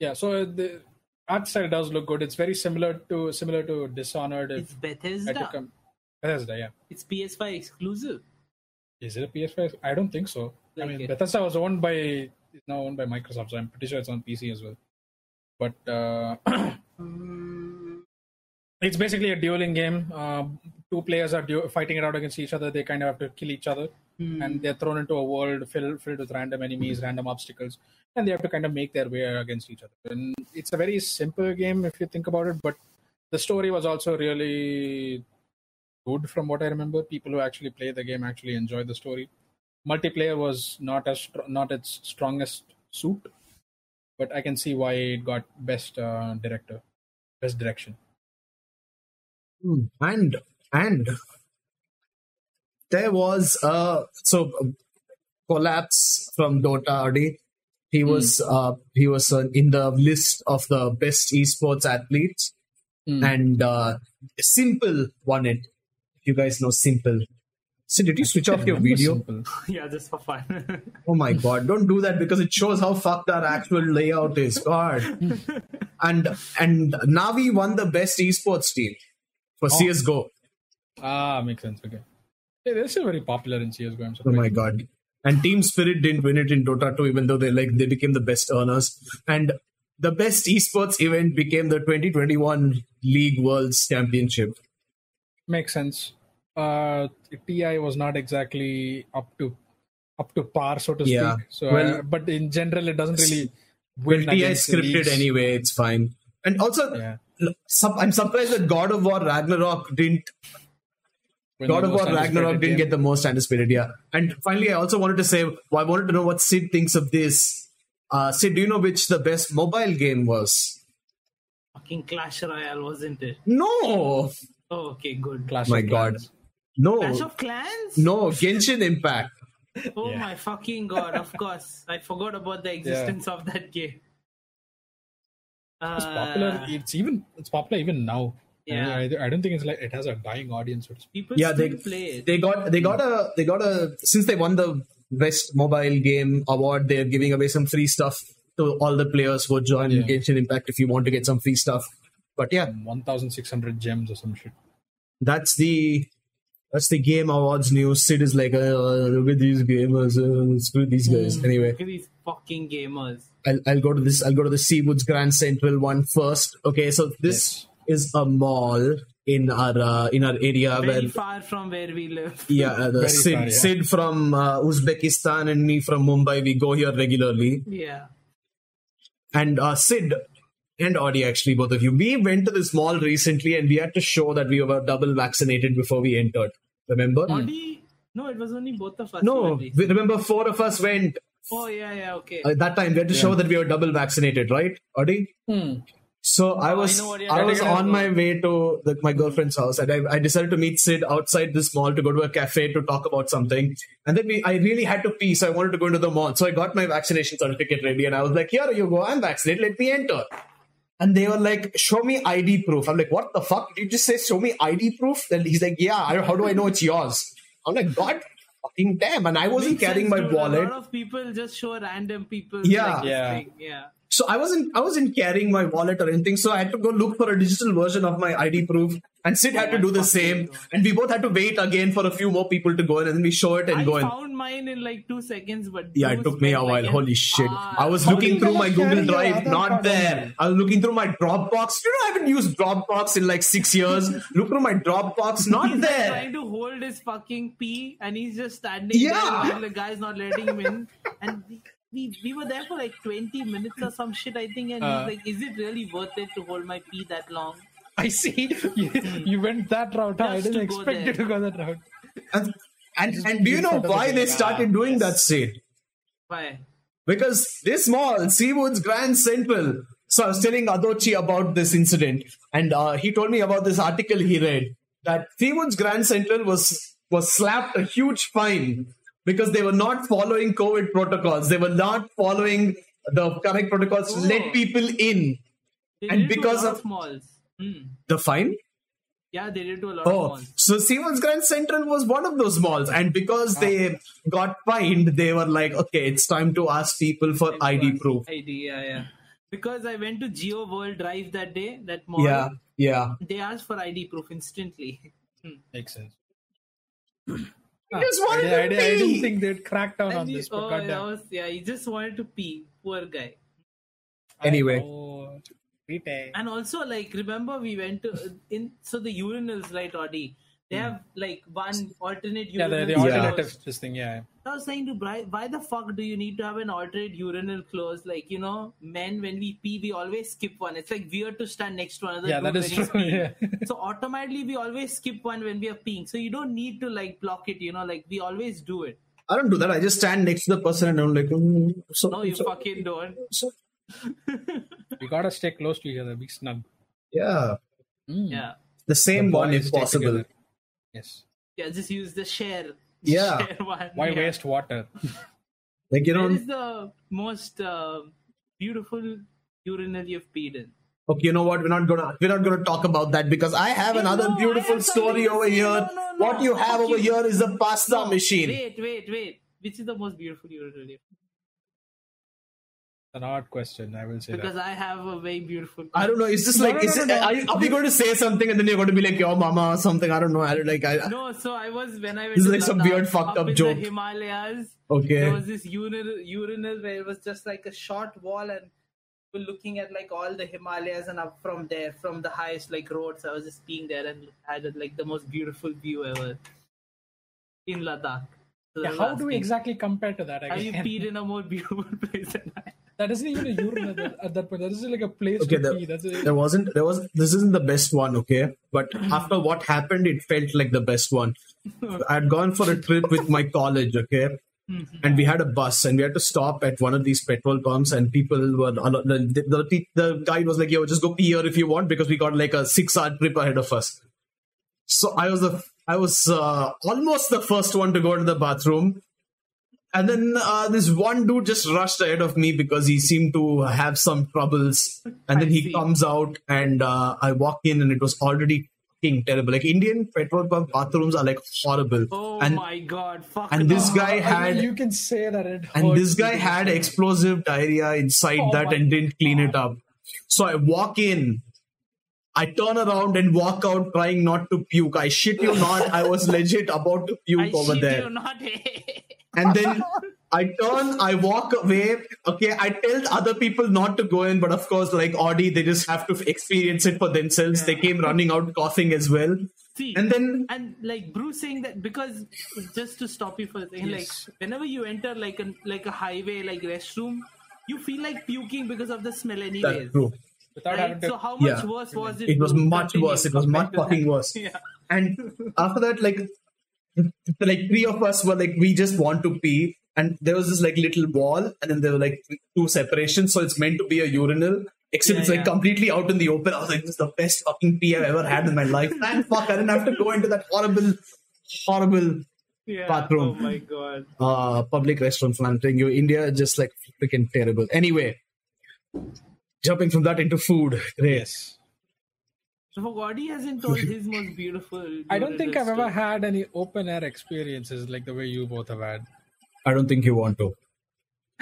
[SPEAKER 1] Yeah, so the art style does look good. It's very similar to similar to Dishonored. If
[SPEAKER 2] It's
[SPEAKER 1] I had to
[SPEAKER 2] Bethesda.
[SPEAKER 1] come- Bethesda, yeah.
[SPEAKER 2] It's PS5 exclusive.
[SPEAKER 1] Is it a PS5? I don't think so. I
[SPEAKER 2] Like
[SPEAKER 1] mean,
[SPEAKER 2] it.
[SPEAKER 1] Bethesda was owned by it's now owned by Microsoft, so I'm pretty sure it's on PC as well. But uh,
[SPEAKER 2] Mm,
[SPEAKER 1] it's basically a dueling game. Um, two players are du- fighting it out against each other. They kind of have to kill each other, and they're thrown into a world filled filled with random enemies, random obstacles, and they have to kind of make their way against each other. And it's a very simple game if you think about it, but the story was also really good from what I remember. People who actually play the game actually enjoy the story. Multiplayer was not as str- not its strongest suit, but I can see why it got best uh, director, best direction.
[SPEAKER 3] Hmm. And and there was uh so um, collapse from Dota already. He was uh he was uh, in the list of the best esports athletes,
[SPEAKER 1] Hmm.
[SPEAKER 3] and uh Simple won it. If you guys know Simple. So did you switch off your
[SPEAKER 1] Remember
[SPEAKER 3] video?
[SPEAKER 1] Simple.
[SPEAKER 2] Yeah, just for fun.
[SPEAKER 3] Oh my god, don't do that because it shows how fucked our actual layout is. God. and and Navi won the best esports team for CSGO.
[SPEAKER 1] Ah, makes sense. Okay. Yeah, they're still very popular in CSGO. I'm
[SPEAKER 3] Oh
[SPEAKER 1] surprised.
[SPEAKER 3] my god. And Team Spirit didn't win it in Dota 2, even though they like they became the best earners. And the best esports event became the 2021 League Worlds Championship.
[SPEAKER 1] Makes sense. Uh, TI was not exactly up to up to par, so to
[SPEAKER 3] Yeah.
[SPEAKER 1] speak. So,
[SPEAKER 3] Well-
[SPEAKER 1] uh, but in general, it doesn't really
[SPEAKER 3] Well,
[SPEAKER 1] win.
[SPEAKER 3] TI
[SPEAKER 1] against the
[SPEAKER 3] scripted
[SPEAKER 1] leagues.
[SPEAKER 3] anyway, it's fine. And also,
[SPEAKER 1] Yeah.
[SPEAKER 3] look, sup- I'm surprised that God of War Ragnarok didn't
[SPEAKER 1] When
[SPEAKER 3] God
[SPEAKER 1] the
[SPEAKER 3] of
[SPEAKER 1] most
[SPEAKER 3] War Ragnarok
[SPEAKER 1] anticipated
[SPEAKER 3] didn't
[SPEAKER 1] game-
[SPEAKER 3] get the most anticipated, yeah. And finally, I also wanted to say, well, I wanted to know what Sid thinks of this. Uh, Sid, do you know which the best mobile game was?
[SPEAKER 2] Fucking Clash Royale, wasn't it?
[SPEAKER 3] No,
[SPEAKER 2] Oh, okay, good.
[SPEAKER 1] Clash
[SPEAKER 3] my
[SPEAKER 1] of
[SPEAKER 3] God,
[SPEAKER 1] Clans.
[SPEAKER 3] no,
[SPEAKER 2] Clash of Clans?
[SPEAKER 3] no, Genshin Impact.
[SPEAKER 2] Oh
[SPEAKER 1] Yeah.
[SPEAKER 2] my fucking god, of course. I forgot about the existence of that game.
[SPEAKER 1] It's popular.
[SPEAKER 2] Uh,
[SPEAKER 1] It's even it's popular even now.
[SPEAKER 2] Yeah.
[SPEAKER 1] I, I don't think it's like it has a dying audience. So to speak.
[SPEAKER 2] people
[SPEAKER 3] Yeah,
[SPEAKER 2] still
[SPEAKER 3] they
[SPEAKER 2] play it.
[SPEAKER 3] they got they got a they got a since they won the best mobile game award, they're giving away some free stuff to all the players who join
[SPEAKER 1] Yeah.
[SPEAKER 3] Genshin Impact if you want to get some free stuff. But yeah,
[SPEAKER 1] One thousand six hundred gems or some shit.
[SPEAKER 3] that's the that's the game awards news. Sid is like, uh, look at these gamers, uh, screw these guys. Anyway,
[SPEAKER 2] Look at these fucking gamers.
[SPEAKER 3] I'll, I'll go to this. I'll go to the Seawoods Grand Central one first. Okay, so this is a mall in our uh, in our area
[SPEAKER 2] Very
[SPEAKER 3] where
[SPEAKER 2] far from where we live.
[SPEAKER 3] yeah, uh, the
[SPEAKER 1] Very
[SPEAKER 3] Sid
[SPEAKER 1] far, yeah.
[SPEAKER 3] Sid from uh, Uzbekistan and me from Mumbai. We go here regularly.
[SPEAKER 2] Yeah.
[SPEAKER 3] and uh, Sid and Audi actually, both of you. We went to this mall recently, and we had to show that we were double vaccinated before we entered. Remember?
[SPEAKER 2] Only- No, it was only both of us.
[SPEAKER 3] Hmm. No,
[SPEAKER 2] only.
[SPEAKER 3] we, remember four of us went
[SPEAKER 2] Oh, yeah, yeah, okay.
[SPEAKER 3] at that time. We had to show that we were double vaccinated, right, Audi? So I
[SPEAKER 4] Hmm. Oh, I
[SPEAKER 3] was
[SPEAKER 4] know what you're
[SPEAKER 3] I
[SPEAKER 4] talking
[SPEAKER 3] was
[SPEAKER 4] about.
[SPEAKER 3] on my way to the, my girlfriend's house, and I, I decided to meet Sid outside this mall to go to a cafe to talk about something. And then we, I really had to pee, so I wanted to go into the mall. So I got my vaccination certificate ready, and I was like, "Here you go, I'm vaccinated. Let me enter." And they were like, "Show me ID proof." I'm like, "What the fuck? Did you just say show me ID proof?" Then he's like, "Yeah. I, how do I know it's yours?" I'm like, "God." Fucking damn, and I wasn't carrying my
[SPEAKER 2] Dude, A
[SPEAKER 3] wallet.
[SPEAKER 2] lot of people just show random people.
[SPEAKER 3] Yeah.
[SPEAKER 2] like this
[SPEAKER 1] Yeah.
[SPEAKER 2] thing. yeah.
[SPEAKER 3] So I wasn't I wasn't carrying my wallet or anything. So I had to go look for a digital version of my ID proof. And Sid had to do the same. And we both had to wait again for a few more people to go in and then we show it and
[SPEAKER 2] I
[SPEAKER 3] go in.
[SPEAKER 2] found mine in like two seconds, but
[SPEAKER 3] Yeah,
[SPEAKER 2] you
[SPEAKER 3] it took me a
[SPEAKER 2] spent,
[SPEAKER 3] while.
[SPEAKER 2] like,
[SPEAKER 3] Holy
[SPEAKER 2] an
[SPEAKER 3] shit.
[SPEAKER 2] hour.
[SPEAKER 3] I was
[SPEAKER 1] How
[SPEAKER 3] looking
[SPEAKER 1] did
[SPEAKER 3] through
[SPEAKER 1] you
[SPEAKER 3] my
[SPEAKER 1] not
[SPEAKER 3] Google
[SPEAKER 1] carry your
[SPEAKER 3] Drive,
[SPEAKER 1] Aadhaar
[SPEAKER 3] not
[SPEAKER 1] card on
[SPEAKER 3] there.
[SPEAKER 1] you?
[SPEAKER 3] I was looking through my Dropbox. You know, I haven't used Dropbox in like six years. Look through my Dropbox, not
[SPEAKER 2] He's like,
[SPEAKER 3] there.
[SPEAKER 2] trying to hold his fucking pee, and he's just standing
[SPEAKER 3] Yeah.
[SPEAKER 2] there, and the guy's not letting him in. And we, we, we were there for like 20 minutes or some shit, I think. And
[SPEAKER 1] Uh.
[SPEAKER 2] he's like, "Is it really worth it to hold my pee that long?"
[SPEAKER 1] I see. You, you went that route. huh? I
[SPEAKER 2] Just
[SPEAKER 1] didn't
[SPEAKER 2] to go
[SPEAKER 1] expect you
[SPEAKER 2] there.
[SPEAKER 1] to go that route.
[SPEAKER 3] And, and, and do you know why they started doing that, Sid?
[SPEAKER 2] Why?
[SPEAKER 3] because this mall, Seawood's Grand Central. So I was telling Adochi about this incident, and uh, he told me about this article he read that Seawood's Grand Central was was slapped a huge fine because they were not following COVID protocols. They were not following the correct protocols to let
[SPEAKER 2] Oh.
[SPEAKER 3] people in.
[SPEAKER 2] They
[SPEAKER 3] And
[SPEAKER 2] did it to a
[SPEAKER 3] because
[SPEAKER 2] lot
[SPEAKER 3] of-
[SPEAKER 2] malls. Hmm.
[SPEAKER 3] The fine?
[SPEAKER 2] Yeah, they did it to a lot of
[SPEAKER 3] Oh,
[SPEAKER 2] malls.
[SPEAKER 3] so Seawood's Grand Central was one of those malls, and because they got fined, they were like, okay, it's time to ask people for ID proof.
[SPEAKER 2] ID, yeah, yeah. Because I went to Geo World Drive that day, that mall.
[SPEAKER 3] Yeah, yeah.
[SPEAKER 2] They asked for ID proof instantly.
[SPEAKER 1] Makes sense.
[SPEAKER 3] just wanted
[SPEAKER 1] I, I- I
[SPEAKER 3] to pee.
[SPEAKER 1] didn't think they'd crack down on
[SPEAKER 2] And he-
[SPEAKER 1] this, but
[SPEAKER 2] oh, that
[SPEAKER 1] goddamn.
[SPEAKER 2] was, yeah, he just wanted to pee. Poor guy.
[SPEAKER 3] Anyway.
[SPEAKER 1] Oh, retail.
[SPEAKER 2] And also, like, remember we went to uh, in so the urinals, right, Audi? They have like one alternate
[SPEAKER 1] Hmm. Yeah, the,
[SPEAKER 2] urinal.
[SPEAKER 1] the
[SPEAKER 3] Yeah.
[SPEAKER 1] alternative this thing, yeah.
[SPEAKER 2] I was saying to Brian, why the fuck do you need to have an alternate urinal clothes? Like, you know, men when we pee, we always skip one. It's like weird to stand next to another.
[SPEAKER 1] Yeah,
[SPEAKER 2] dude
[SPEAKER 1] that is
[SPEAKER 2] when he's
[SPEAKER 1] true,
[SPEAKER 2] peeing.
[SPEAKER 1] yeah.
[SPEAKER 2] so automatically we always skip one when we are peeing. So you don't need to like block it. You know, like we always do it.
[SPEAKER 3] I don't do that. I just stand next to the person and I'm like, mm, so,
[SPEAKER 2] No, you
[SPEAKER 3] so-
[SPEAKER 2] fucking don't.
[SPEAKER 3] so-
[SPEAKER 1] We gotta stay close to each other, be snug.
[SPEAKER 3] yeah,
[SPEAKER 1] Mm.
[SPEAKER 2] Yeah,
[SPEAKER 3] the
[SPEAKER 1] The
[SPEAKER 3] same one
[SPEAKER 1] boys
[SPEAKER 3] if
[SPEAKER 1] stay
[SPEAKER 3] possible.
[SPEAKER 1] together. Yes.
[SPEAKER 2] yeah. Just use the share.
[SPEAKER 3] Yeah.
[SPEAKER 2] share one.
[SPEAKER 1] Why
[SPEAKER 2] yeah.
[SPEAKER 1] waste water?
[SPEAKER 3] Like you
[SPEAKER 2] That
[SPEAKER 3] know,
[SPEAKER 2] is the most uh, beautiful urinal you've peed in.
[SPEAKER 3] okay, you know what? We're not gonna we're not gonna talk about that because I have
[SPEAKER 2] No,
[SPEAKER 3] another
[SPEAKER 2] I have
[SPEAKER 3] beautiful
[SPEAKER 2] something
[SPEAKER 3] story
[SPEAKER 2] to
[SPEAKER 3] over
[SPEAKER 2] say.
[SPEAKER 3] here.
[SPEAKER 2] No, no, no.
[SPEAKER 3] What you have
[SPEAKER 2] Fuck
[SPEAKER 3] over
[SPEAKER 2] you.
[SPEAKER 3] here is a pasta
[SPEAKER 2] No,
[SPEAKER 3] machine.
[SPEAKER 2] Wait, wait, wait. Which is the most beautiful urinal you've
[SPEAKER 1] An odd question, I will say
[SPEAKER 2] Because
[SPEAKER 1] that.
[SPEAKER 2] I have a very beautiful.
[SPEAKER 3] I don't know. It's just
[SPEAKER 1] No,
[SPEAKER 3] like,
[SPEAKER 1] no,
[SPEAKER 3] is
[SPEAKER 1] no,
[SPEAKER 3] it,
[SPEAKER 1] no.
[SPEAKER 3] Are, you- are we going to say something and then you're going to be like your mama or something? I don't know. I don't like. I,
[SPEAKER 2] No, so I was when I went.
[SPEAKER 3] This is
[SPEAKER 2] to
[SPEAKER 3] like some
[SPEAKER 2] Ladakh,
[SPEAKER 3] weird fucked up
[SPEAKER 2] in
[SPEAKER 3] joke.
[SPEAKER 2] The Himalayas.
[SPEAKER 3] Okay.
[SPEAKER 2] There was this urinal, urinal where it was just like a short wall and we were looking at like all the Himalayas and up from there, from the highest like roads. I was just being there and had like the most beautiful view ever in Ladakh. So
[SPEAKER 1] Yeah,
[SPEAKER 2] that
[SPEAKER 1] how
[SPEAKER 2] was
[SPEAKER 1] do we
[SPEAKER 2] asking,
[SPEAKER 1] exactly compare to that?
[SPEAKER 2] Have you
[SPEAKER 1] again?
[SPEAKER 2] peed in a more beautiful place than I?
[SPEAKER 1] That isn't even a urinal at that- at that point. That is like a place
[SPEAKER 3] okay,
[SPEAKER 1] to
[SPEAKER 3] there,
[SPEAKER 1] pee. That's a,
[SPEAKER 3] there wasn't there was this isn't the best one, okay? But after what happened, it felt like the best one. I'd gone for a trip with my college, okay? And we had a bus, and we had to stop at one of these petrol pumps, and people were the the, the, the guide was like, "Yo, just go pee here if you want," because we got like a six-hour trip ahead of us. So I was the I was uh, almost the first one to go to the bathroom, and then uh, this one dude just rushed ahead of me because he seemed to have some troubles. And then
[SPEAKER 2] I
[SPEAKER 3] he
[SPEAKER 2] see.
[SPEAKER 3] comes out, and uh, I walk in, and it was already fucking terrible. Like Indian petrol pump bathrooms are like horrible.
[SPEAKER 2] Oh
[SPEAKER 3] and
[SPEAKER 2] my god! Fuck.
[SPEAKER 3] and this
[SPEAKER 2] no.
[SPEAKER 3] guy
[SPEAKER 1] I mean,
[SPEAKER 3] had
[SPEAKER 1] you can say that it
[SPEAKER 3] and
[SPEAKER 1] hurts
[SPEAKER 3] this guy
[SPEAKER 1] because-
[SPEAKER 3] had explosive diarrhea inside
[SPEAKER 1] Oh
[SPEAKER 3] that
[SPEAKER 1] my
[SPEAKER 3] and didn't clean it up. So I walk in, I turn around and walk out trying not to puke. I shit you not, I was legit about to puke
[SPEAKER 2] I
[SPEAKER 3] over
[SPEAKER 2] shit
[SPEAKER 3] there.
[SPEAKER 2] you not.
[SPEAKER 3] And then I turn, I walk away. Okay, I tell other people not to go in, but of course, like Audi, they just have to experience it for themselves. They came running out coughing as well.
[SPEAKER 2] See,
[SPEAKER 3] And then
[SPEAKER 2] and like Bruce saying that because just to stop you for a second,
[SPEAKER 1] Yes.
[SPEAKER 2] like whenever you enter like a like a highway like restroom, you feel like puking because of the smell anyways.
[SPEAKER 3] that's true.
[SPEAKER 1] without having
[SPEAKER 2] Right?
[SPEAKER 1] to.
[SPEAKER 2] So how much
[SPEAKER 3] Yeah.
[SPEAKER 2] worse was it?
[SPEAKER 3] It was
[SPEAKER 2] to
[SPEAKER 3] much
[SPEAKER 2] continue
[SPEAKER 3] worse. It was
[SPEAKER 2] compared
[SPEAKER 3] much
[SPEAKER 2] to
[SPEAKER 3] fucking
[SPEAKER 2] that?
[SPEAKER 3] worse.
[SPEAKER 2] Yeah.
[SPEAKER 3] And after that, like, like three of us were like, we just want to pee. And there was this like little wall, and then there were like two separations, so it's meant to be a urinal. Except
[SPEAKER 2] Yeah,
[SPEAKER 3] it's like
[SPEAKER 2] yeah.
[SPEAKER 3] completely out in the open. I was like, this is the best fucking pee I've ever had in my life. Thank fuck, I didn't have to go into that horrible, horrible
[SPEAKER 2] Yeah.
[SPEAKER 3] Bathroom.
[SPEAKER 2] Oh my god.
[SPEAKER 3] uh, public restaurants. and I'm telling you, India is just like freaking terrible. Anyway, jumping from that into food. Great.
[SPEAKER 1] Yes.
[SPEAKER 2] Fogadi hasn't told his most beautiful.
[SPEAKER 1] I don't think I've ever
[SPEAKER 2] story.
[SPEAKER 1] had any open air experiences like the way you both have had.
[SPEAKER 3] I don't think you want to.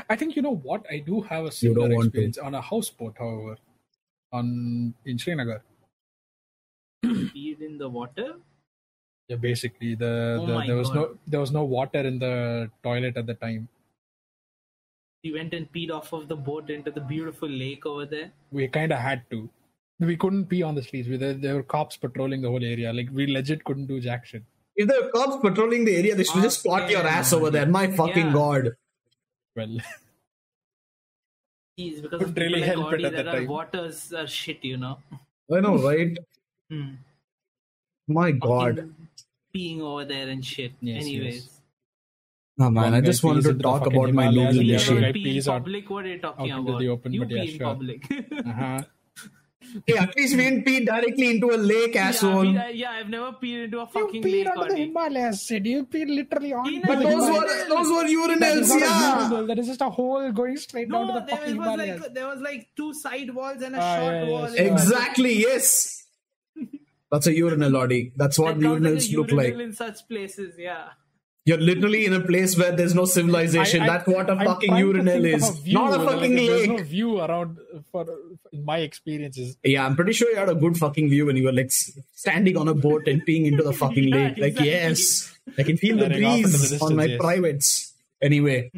[SPEAKER 1] I think you know what I do have a similar
[SPEAKER 3] don't want to.
[SPEAKER 1] experience on a houseboat, however, on in Srinagar.
[SPEAKER 2] peed in the water.
[SPEAKER 1] Yeah, basically the,
[SPEAKER 2] Oh
[SPEAKER 1] the
[SPEAKER 2] my
[SPEAKER 1] there was
[SPEAKER 2] God.
[SPEAKER 1] no there was no water in the toilet at the time.
[SPEAKER 2] He went and peed off of the boat into the beautiful lake over there.
[SPEAKER 1] We kind of had to. We couldn't pee on the streets. We, there, there were cops patrolling the whole area. Like we legit couldn't do jack shit.
[SPEAKER 3] If there were cops patrolling the area, they should just spot your ass over there. My fucking
[SPEAKER 2] Yeah.
[SPEAKER 3] god.
[SPEAKER 1] Well,
[SPEAKER 2] Jeez, because
[SPEAKER 1] Couldn't
[SPEAKER 2] of people
[SPEAKER 1] really
[SPEAKER 2] like
[SPEAKER 1] help it
[SPEAKER 2] Gaudi,
[SPEAKER 1] at the
[SPEAKER 2] there are
[SPEAKER 1] time.
[SPEAKER 2] waters are shit, you know.
[SPEAKER 3] I know, right?
[SPEAKER 2] Hmm.
[SPEAKER 3] My god.
[SPEAKER 2] Fucking Peeing over there and shit.
[SPEAKER 1] Yes,
[SPEAKER 2] Anyways.
[SPEAKER 1] yes.
[SPEAKER 3] Oh man, I
[SPEAKER 1] One
[SPEAKER 3] just
[SPEAKER 1] guy
[SPEAKER 3] wanted
[SPEAKER 1] pees
[SPEAKER 3] to
[SPEAKER 1] into
[SPEAKER 3] talk
[SPEAKER 1] fucking
[SPEAKER 3] about my
[SPEAKER 1] Himalayas and
[SPEAKER 3] noodle
[SPEAKER 1] the other
[SPEAKER 2] You
[SPEAKER 3] machine.
[SPEAKER 1] guy
[SPEAKER 2] don't pee in
[SPEAKER 1] pees out-
[SPEAKER 2] public. What are you talking
[SPEAKER 1] out into
[SPEAKER 2] about?
[SPEAKER 1] the open,
[SPEAKER 2] you
[SPEAKER 1] but yeah,
[SPEAKER 2] pee in
[SPEAKER 1] sure.
[SPEAKER 2] public.
[SPEAKER 1] uh-huh.
[SPEAKER 3] Hey, at least we didn't pee directly into a lake,
[SPEAKER 2] Yeah, I
[SPEAKER 1] um,
[SPEAKER 3] asshole.
[SPEAKER 2] mean, I- yeah, I've never peed into a fucking lake already.
[SPEAKER 1] Himalayas, Sid. You peed literally on.
[SPEAKER 2] Peed
[SPEAKER 1] the
[SPEAKER 2] on
[SPEAKER 3] but
[SPEAKER 2] the
[SPEAKER 3] those
[SPEAKER 2] Himalayas.
[SPEAKER 3] were those were
[SPEAKER 1] That is
[SPEAKER 3] urinals,
[SPEAKER 1] not a
[SPEAKER 3] yeah.
[SPEAKER 1] urinal. That is just a hole going straight down to
[SPEAKER 2] No,
[SPEAKER 1] the
[SPEAKER 2] there
[SPEAKER 1] fucking
[SPEAKER 2] was,
[SPEAKER 1] Himalayas.
[SPEAKER 2] like, there was like two side walls and a
[SPEAKER 1] Ah,
[SPEAKER 2] short
[SPEAKER 1] yeah, yeah,
[SPEAKER 2] wall.
[SPEAKER 1] sure.
[SPEAKER 3] Exactly, yes. That's a urinal, Lodi. That's what
[SPEAKER 2] That counts as
[SPEAKER 3] urinals
[SPEAKER 2] a
[SPEAKER 3] look
[SPEAKER 2] urinal
[SPEAKER 3] like.
[SPEAKER 2] in such places, yeah.
[SPEAKER 3] You're literally in a place where there's no civilization.
[SPEAKER 1] I- I-
[SPEAKER 3] That's what a
[SPEAKER 1] I'm
[SPEAKER 3] fucking
[SPEAKER 1] trying to
[SPEAKER 3] urinal
[SPEAKER 1] think of
[SPEAKER 3] is.
[SPEAKER 1] a view,
[SPEAKER 3] Not a
[SPEAKER 1] like,
[SPEAKER 3] fucking
[SPEAKER 1] There's
[SPEAKER 3] lake.
[SPEAKER 1] no view around for in my experiences.
[SPEAKER 3] Yeah, I'm pretty sure you had a good fucking view when you were like s- standing on a boat and peeing into the fucking
[SPEAKER 2] Yeah,
[SPEAKER 3] lake. Like,
[SPEAKER 2] exactly.
[SPEAKER 3] yes, I can feel the
[SPEAKER 1] Staring off into the
[SPEAKER 3] breeze on
[SPEAKER 1] distance,
[SPEAKER 3] my
[SPEAKER 1] yes.
[SPEAKER 3] privates. Anyway,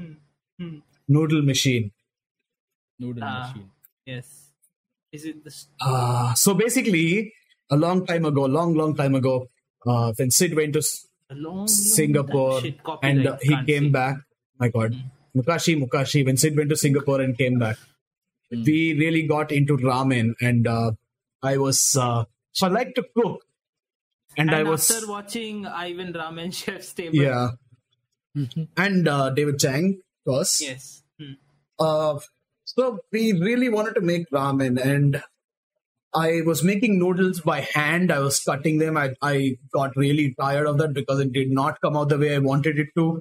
[SPEAKER 2] hmm.
[SPEAKER 3] noodle machine.
[SPEAKER 1] Noodle
[SPEAKER 2] Ah.
[SPEAKER 1] machine.
[SPEAKER 2] Yes. Is it the s-
[SPEAKER 3] Uh, so basically, a long time ago, long, long time ago, uh, when Sid went to S-
[SPEAKER 2] a long, long
[SPEAKER 3] Singapore
[SPEAKER 2] time? Shit, copyright,
[SPEAKER 3] and uh, he
[SPEAKER 2] can't Mm-hmm.
[SPEAKER 3] came
[SPEAKER 2] see.
[SPEAKER 3] back. My God, Mukashi, Mukashi. When Sid went to Singapore and came back,
[SPEAKER 2] Mm.
[SPEAKER 3] we really got into ramen, and uh, I was uh, so I like to cook, and,
[SPEAKER 2] And
[SPEAKER 3] I was
[SPEAKER 2] after watching Ivan Ramen Chef's table.
[SPEAKER 3] yeah, and uh, David Chang, of course.
[SPEAKER 2] Mm-hmm. Yes. Hmm.
[SPEAKER 3] Uh, so we really wanted to make ramen, and I was making noodles by hand. I was cutting them. I, I got really tired of that because it did not come out the way I wanted it to.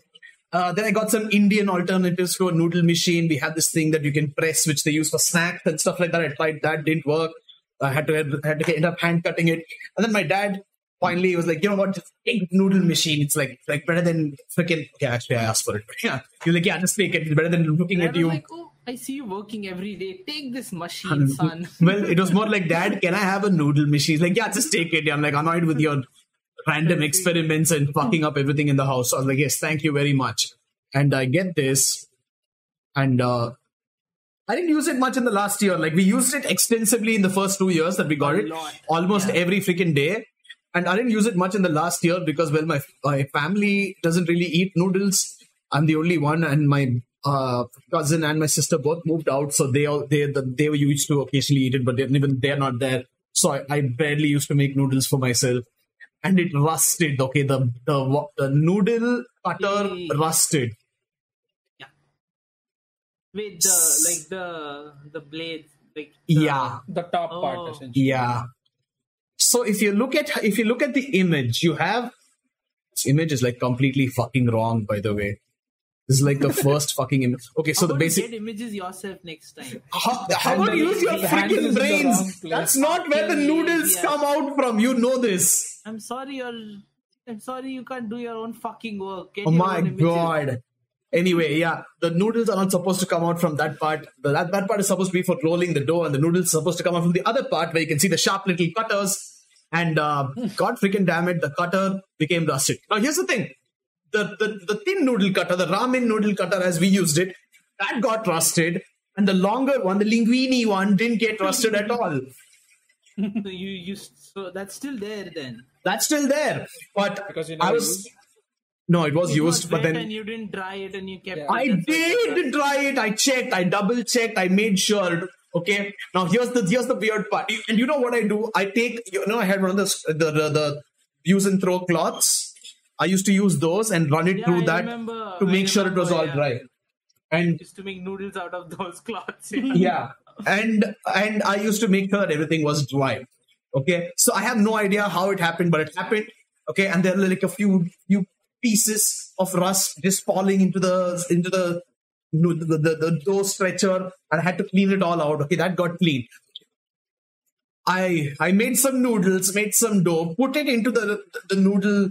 [SPEAKER 3] Uh, then I got some Indian alternatives to a noodle machine. We had this thing that you can press, which they use for snacks and stuff like that. I tried that, didn't work. I had to had to end up hand cutting it. And then my dad finally was like, you know what, just take noodle machine. It's like like better than freaking. Okay, actually, I asked for it. yeah, he was like, yeah, just take it. It's better than looking
[SPEAKER 2] And I
[SPEAKER 3] at
[SPEAKER 2] was
[SPEAKER 3] you.
[SPEAKER 2] like, oh, I see you working every day. Take this machine, son.
[SPEAKER 3] well, it was more like, Dad, can I have a noodle machine? He's like, yeah, just take it. I'm like annoyed with your random experiments and fucking up everything in the house. So I was like, yes, thank you very much. And I get this, and uh, I didn't use it much in the last year. Like we used it extensively in the first two years that we got
[SPEAKER 2] A
[SPEAKER 3] it,
[SPEAKER 2] lot.
[SPEAKER 3] almost
[SPEAKER 2] Yeah.
[SPEAKER 3] every freaking day. And I didn't use it much in the last year because well, my my family doesn't really eat noodles. I'm the only one, and my uh, cousin and my sister both moved out, so they all they the, they were used to occasionally eat it, but they're, even they're not there. So I, I barely used to make noodles for myself, and it rusted. Okay, the the wa- the noodle cutter
[SPEAKER 2] Hey.
[SPEAKER 3] rusted.
[SPEAKER 2] With the, like, the the blade. Like, the-
[SPEAKER 3] Yeah,
[SPEAKER 1] The top
[SPEAKER 2] Oh.
[SPEAKER 1] part essentially.
[SPEAKER 3] Yeah. So if you look at if you look at the image, you have this image is like completely fucking wrong, by the way. This is like the first fucking image. Okay, so
[SPEAKER 2] How
[SPEAKER 3] the
[SPEAKER 2] about
[SPEAKER 3] basic
[SPEAKER 2] Get images yourself next time.
[SPEAKER 3] how, how about you use your
[SPEAKER 1] The handle is
[SPEAKER 3] freaking
[SPEAKER 1] in the wrong
[SPEAKER 3] brains?
[SPEAKER 1] place.
[SPEAKER 3] That's not where the noodles
[SPEAKER 2] Yeah.
[SPEAKER 3] come out from. You know this.
[SPEAKER 2] I'm sorry, you're. I'm sorry, you can't do your own fucking work. Get
[SPEAKER 3] Oh
[SPEAKER 2] your
[SPEAKER 3] my
[SPEAKER 2] own images.
[SPEAKER 3] god. Anyway, yeah, the noodles are not supposed to come out from that part. The- That, that part is supposed to be for rolling the dough, and the noodles are supposed to come out from the other part where you can see the sharp little cutters. And uh,
[SPEAKER 2] Hmm.
[SPEAKER 3] god freaking damn it, the cutter became rusted. Now, here's the thing the, the, the thin noodle cutter, the ramen noodle cutter as we used it, that got rusted. And the longer one, the linguini one, didn't get rusted at all.
[SPEAKER 2] So you you so that's still there then.
[SPEAKER 3] That's still there. But
[SPEAKER 1] Because you
[SPEAKER 3] I
[SPEAKER 1] never
[SPEAKER 3] was.
[SPEAKER 1] used?
[SPEAKER 3] No, it was
[SPEAKER 2] It was
[SPEAKER 3] used, but
[SPEAKER 2] wet
[SPEAKER 3] then
[SPEAKER 2] and you didn't dry it and you kept.
[SPEAKER 1] Yeah.
[SPEAKER 2] it,
[SPEAKER 3] I
[SPEAKER 2] that's why it's
[SPEAKER 3] did try it. I checked. I double checked. I made sure. Okay. Now here's the here's the weird part. You- And you know what I do? I take you know I had one of those the the, the use and throw cloths. I used to use those and run it
[SPEAKER 2] Yeah,
[SPEAKER 3] through
[SPEAKER 2] I
[SPEAKER 3] that
[SPEAKER 2] remember-
[SPEAKER 3] to
[SPEAKER 2] I
[SPEAKER 3] make sure it was all
[SPEAKER 2] remember, yeah.
[SPEAKER 3] dry. And
[SPEAKER 2] Just to make noodles out of those cloths.
[SPEAKER 3] yeah, and and I used to make sure everything was dry. Okay, so I have no idea how it happened, but it happened. Okay, and there were like a few few pieces of rust just falling into the into the no, the, the, the door stretcher, and I had to clean it all out. Okay, that got cleaned. I I made some noodles, made some dough, put it into the the noodle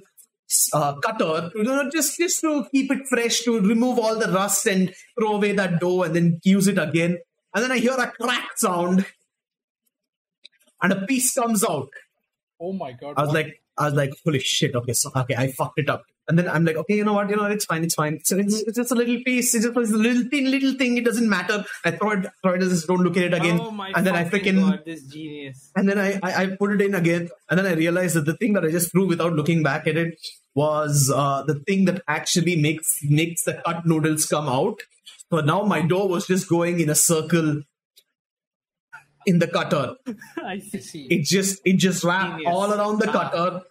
[SPEAKER 3] uh, cutter, you know, just just to keep it fresh, to remove all the rust and throw away that dough, and then use it again. And then I hear a crack sound, and a piece comes out.
[SPEAKER 1] Oh my god.
[SPEAKER 3] I was
[SPEAKER 1] what-
[SPEAKER 3] like, I was like, holy shit. Okay, so okay, I fucked it up. And then I'm like, okay, you know what? You know, it's fine, it's fine. So it's, it's just a little piece. It's just a little thin, little thing. It doesn't matter. I throw it, throw it. I just don't look at it again.
[SPEAKER 2] oh my
[SPEAKER 3] and then I
[SPEAKER 2] fucking
[SPEAKER 3] freaking,
[SPEAKER 2] God, this genius.
[SPEAKER 3] and then I, I I put it in again. And then I realized that the thing that I just threw without looking back at it was uh, the thing that actually makes makes the cut noodles come out. So now my dough was just going in a circle in the cutter
[SPEAKER 2] I
[SPEAKER 1] I
[SPEAKER 2] see.
[SPEAKER 1] see.
[SPEAKER 3] it just it just wrapped
[SPEAKER 2] Genius.
[SPEAKER 3] all around the
[SPEAKER 2] Ah.
[SPEAKER 3] cutter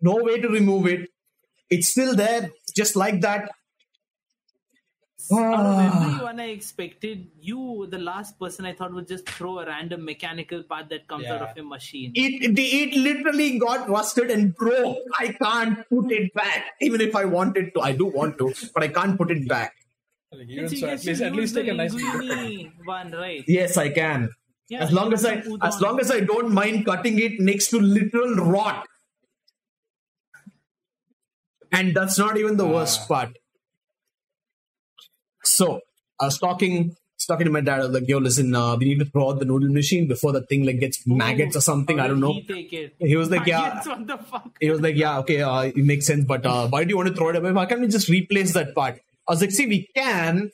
[SPEAKER 3] no way to remove it it's still there just like that
[SPEAKER 2] Out of
[SPEAKER 3] Ah.
[SPEAKER 2] everyone I expected, you the last person I thought would just throw a random mechanical part that comes out
[SPEAKER 1] Yeah.
[SPEAKER 2] of a machine.
[SPEAKER 3] it, it it literally got rusted and broke i can't put it back even if i wanted to i do want to but i can't put it back
[SPEAKER 1] Like,
[SPEAKER 2] Did
[SPEAKER 1] even
[SPEAKER 2] you
[SPEAKER 1] so, at
[SPEAKER 2] guys
[SPEAKER 1] least at
[SPEAKER 2] use
[SPEAKER 1] least
[SPEAKER 2] the
[SPEAKER 1] take a nice.
[SPEAKER 2] linguine one, right?
[SPEAKER 3] yes i can
[SPEAKER 2] Yeah,
[SPEAKER 3] as long
[SPEAKER 2] you
[SPEAKER 3] as i
[SPEAKER 2] have
[SPEAKER 3] as
[SPEAKER 2] udon.
[SPEAKER 3] long as i don't mind cutting it next to literal rot and that's not even the worst
[SPEAKER 1] Ah.
[SPEAKER 3] part so i was talking was talking to my dad I was like yo listen uh, we need to throw out the noodle machine before the thing like gets maggots or something
[SPEAKER 2] How
[SPEAKER 3] i
[SPEAKER 2] did
[SPEAKER 3] don't know
[SPEAKER 2] Oh, He, take it?
[SPEAKER 3] He was like, yeah.
[SPEAKER 2] Maggots, what the fuck?
[SPEAKER 3] he was like yeah okay uh, it makes sense but uh, why do you want to throw it away why can't we just replace that part i was like see we can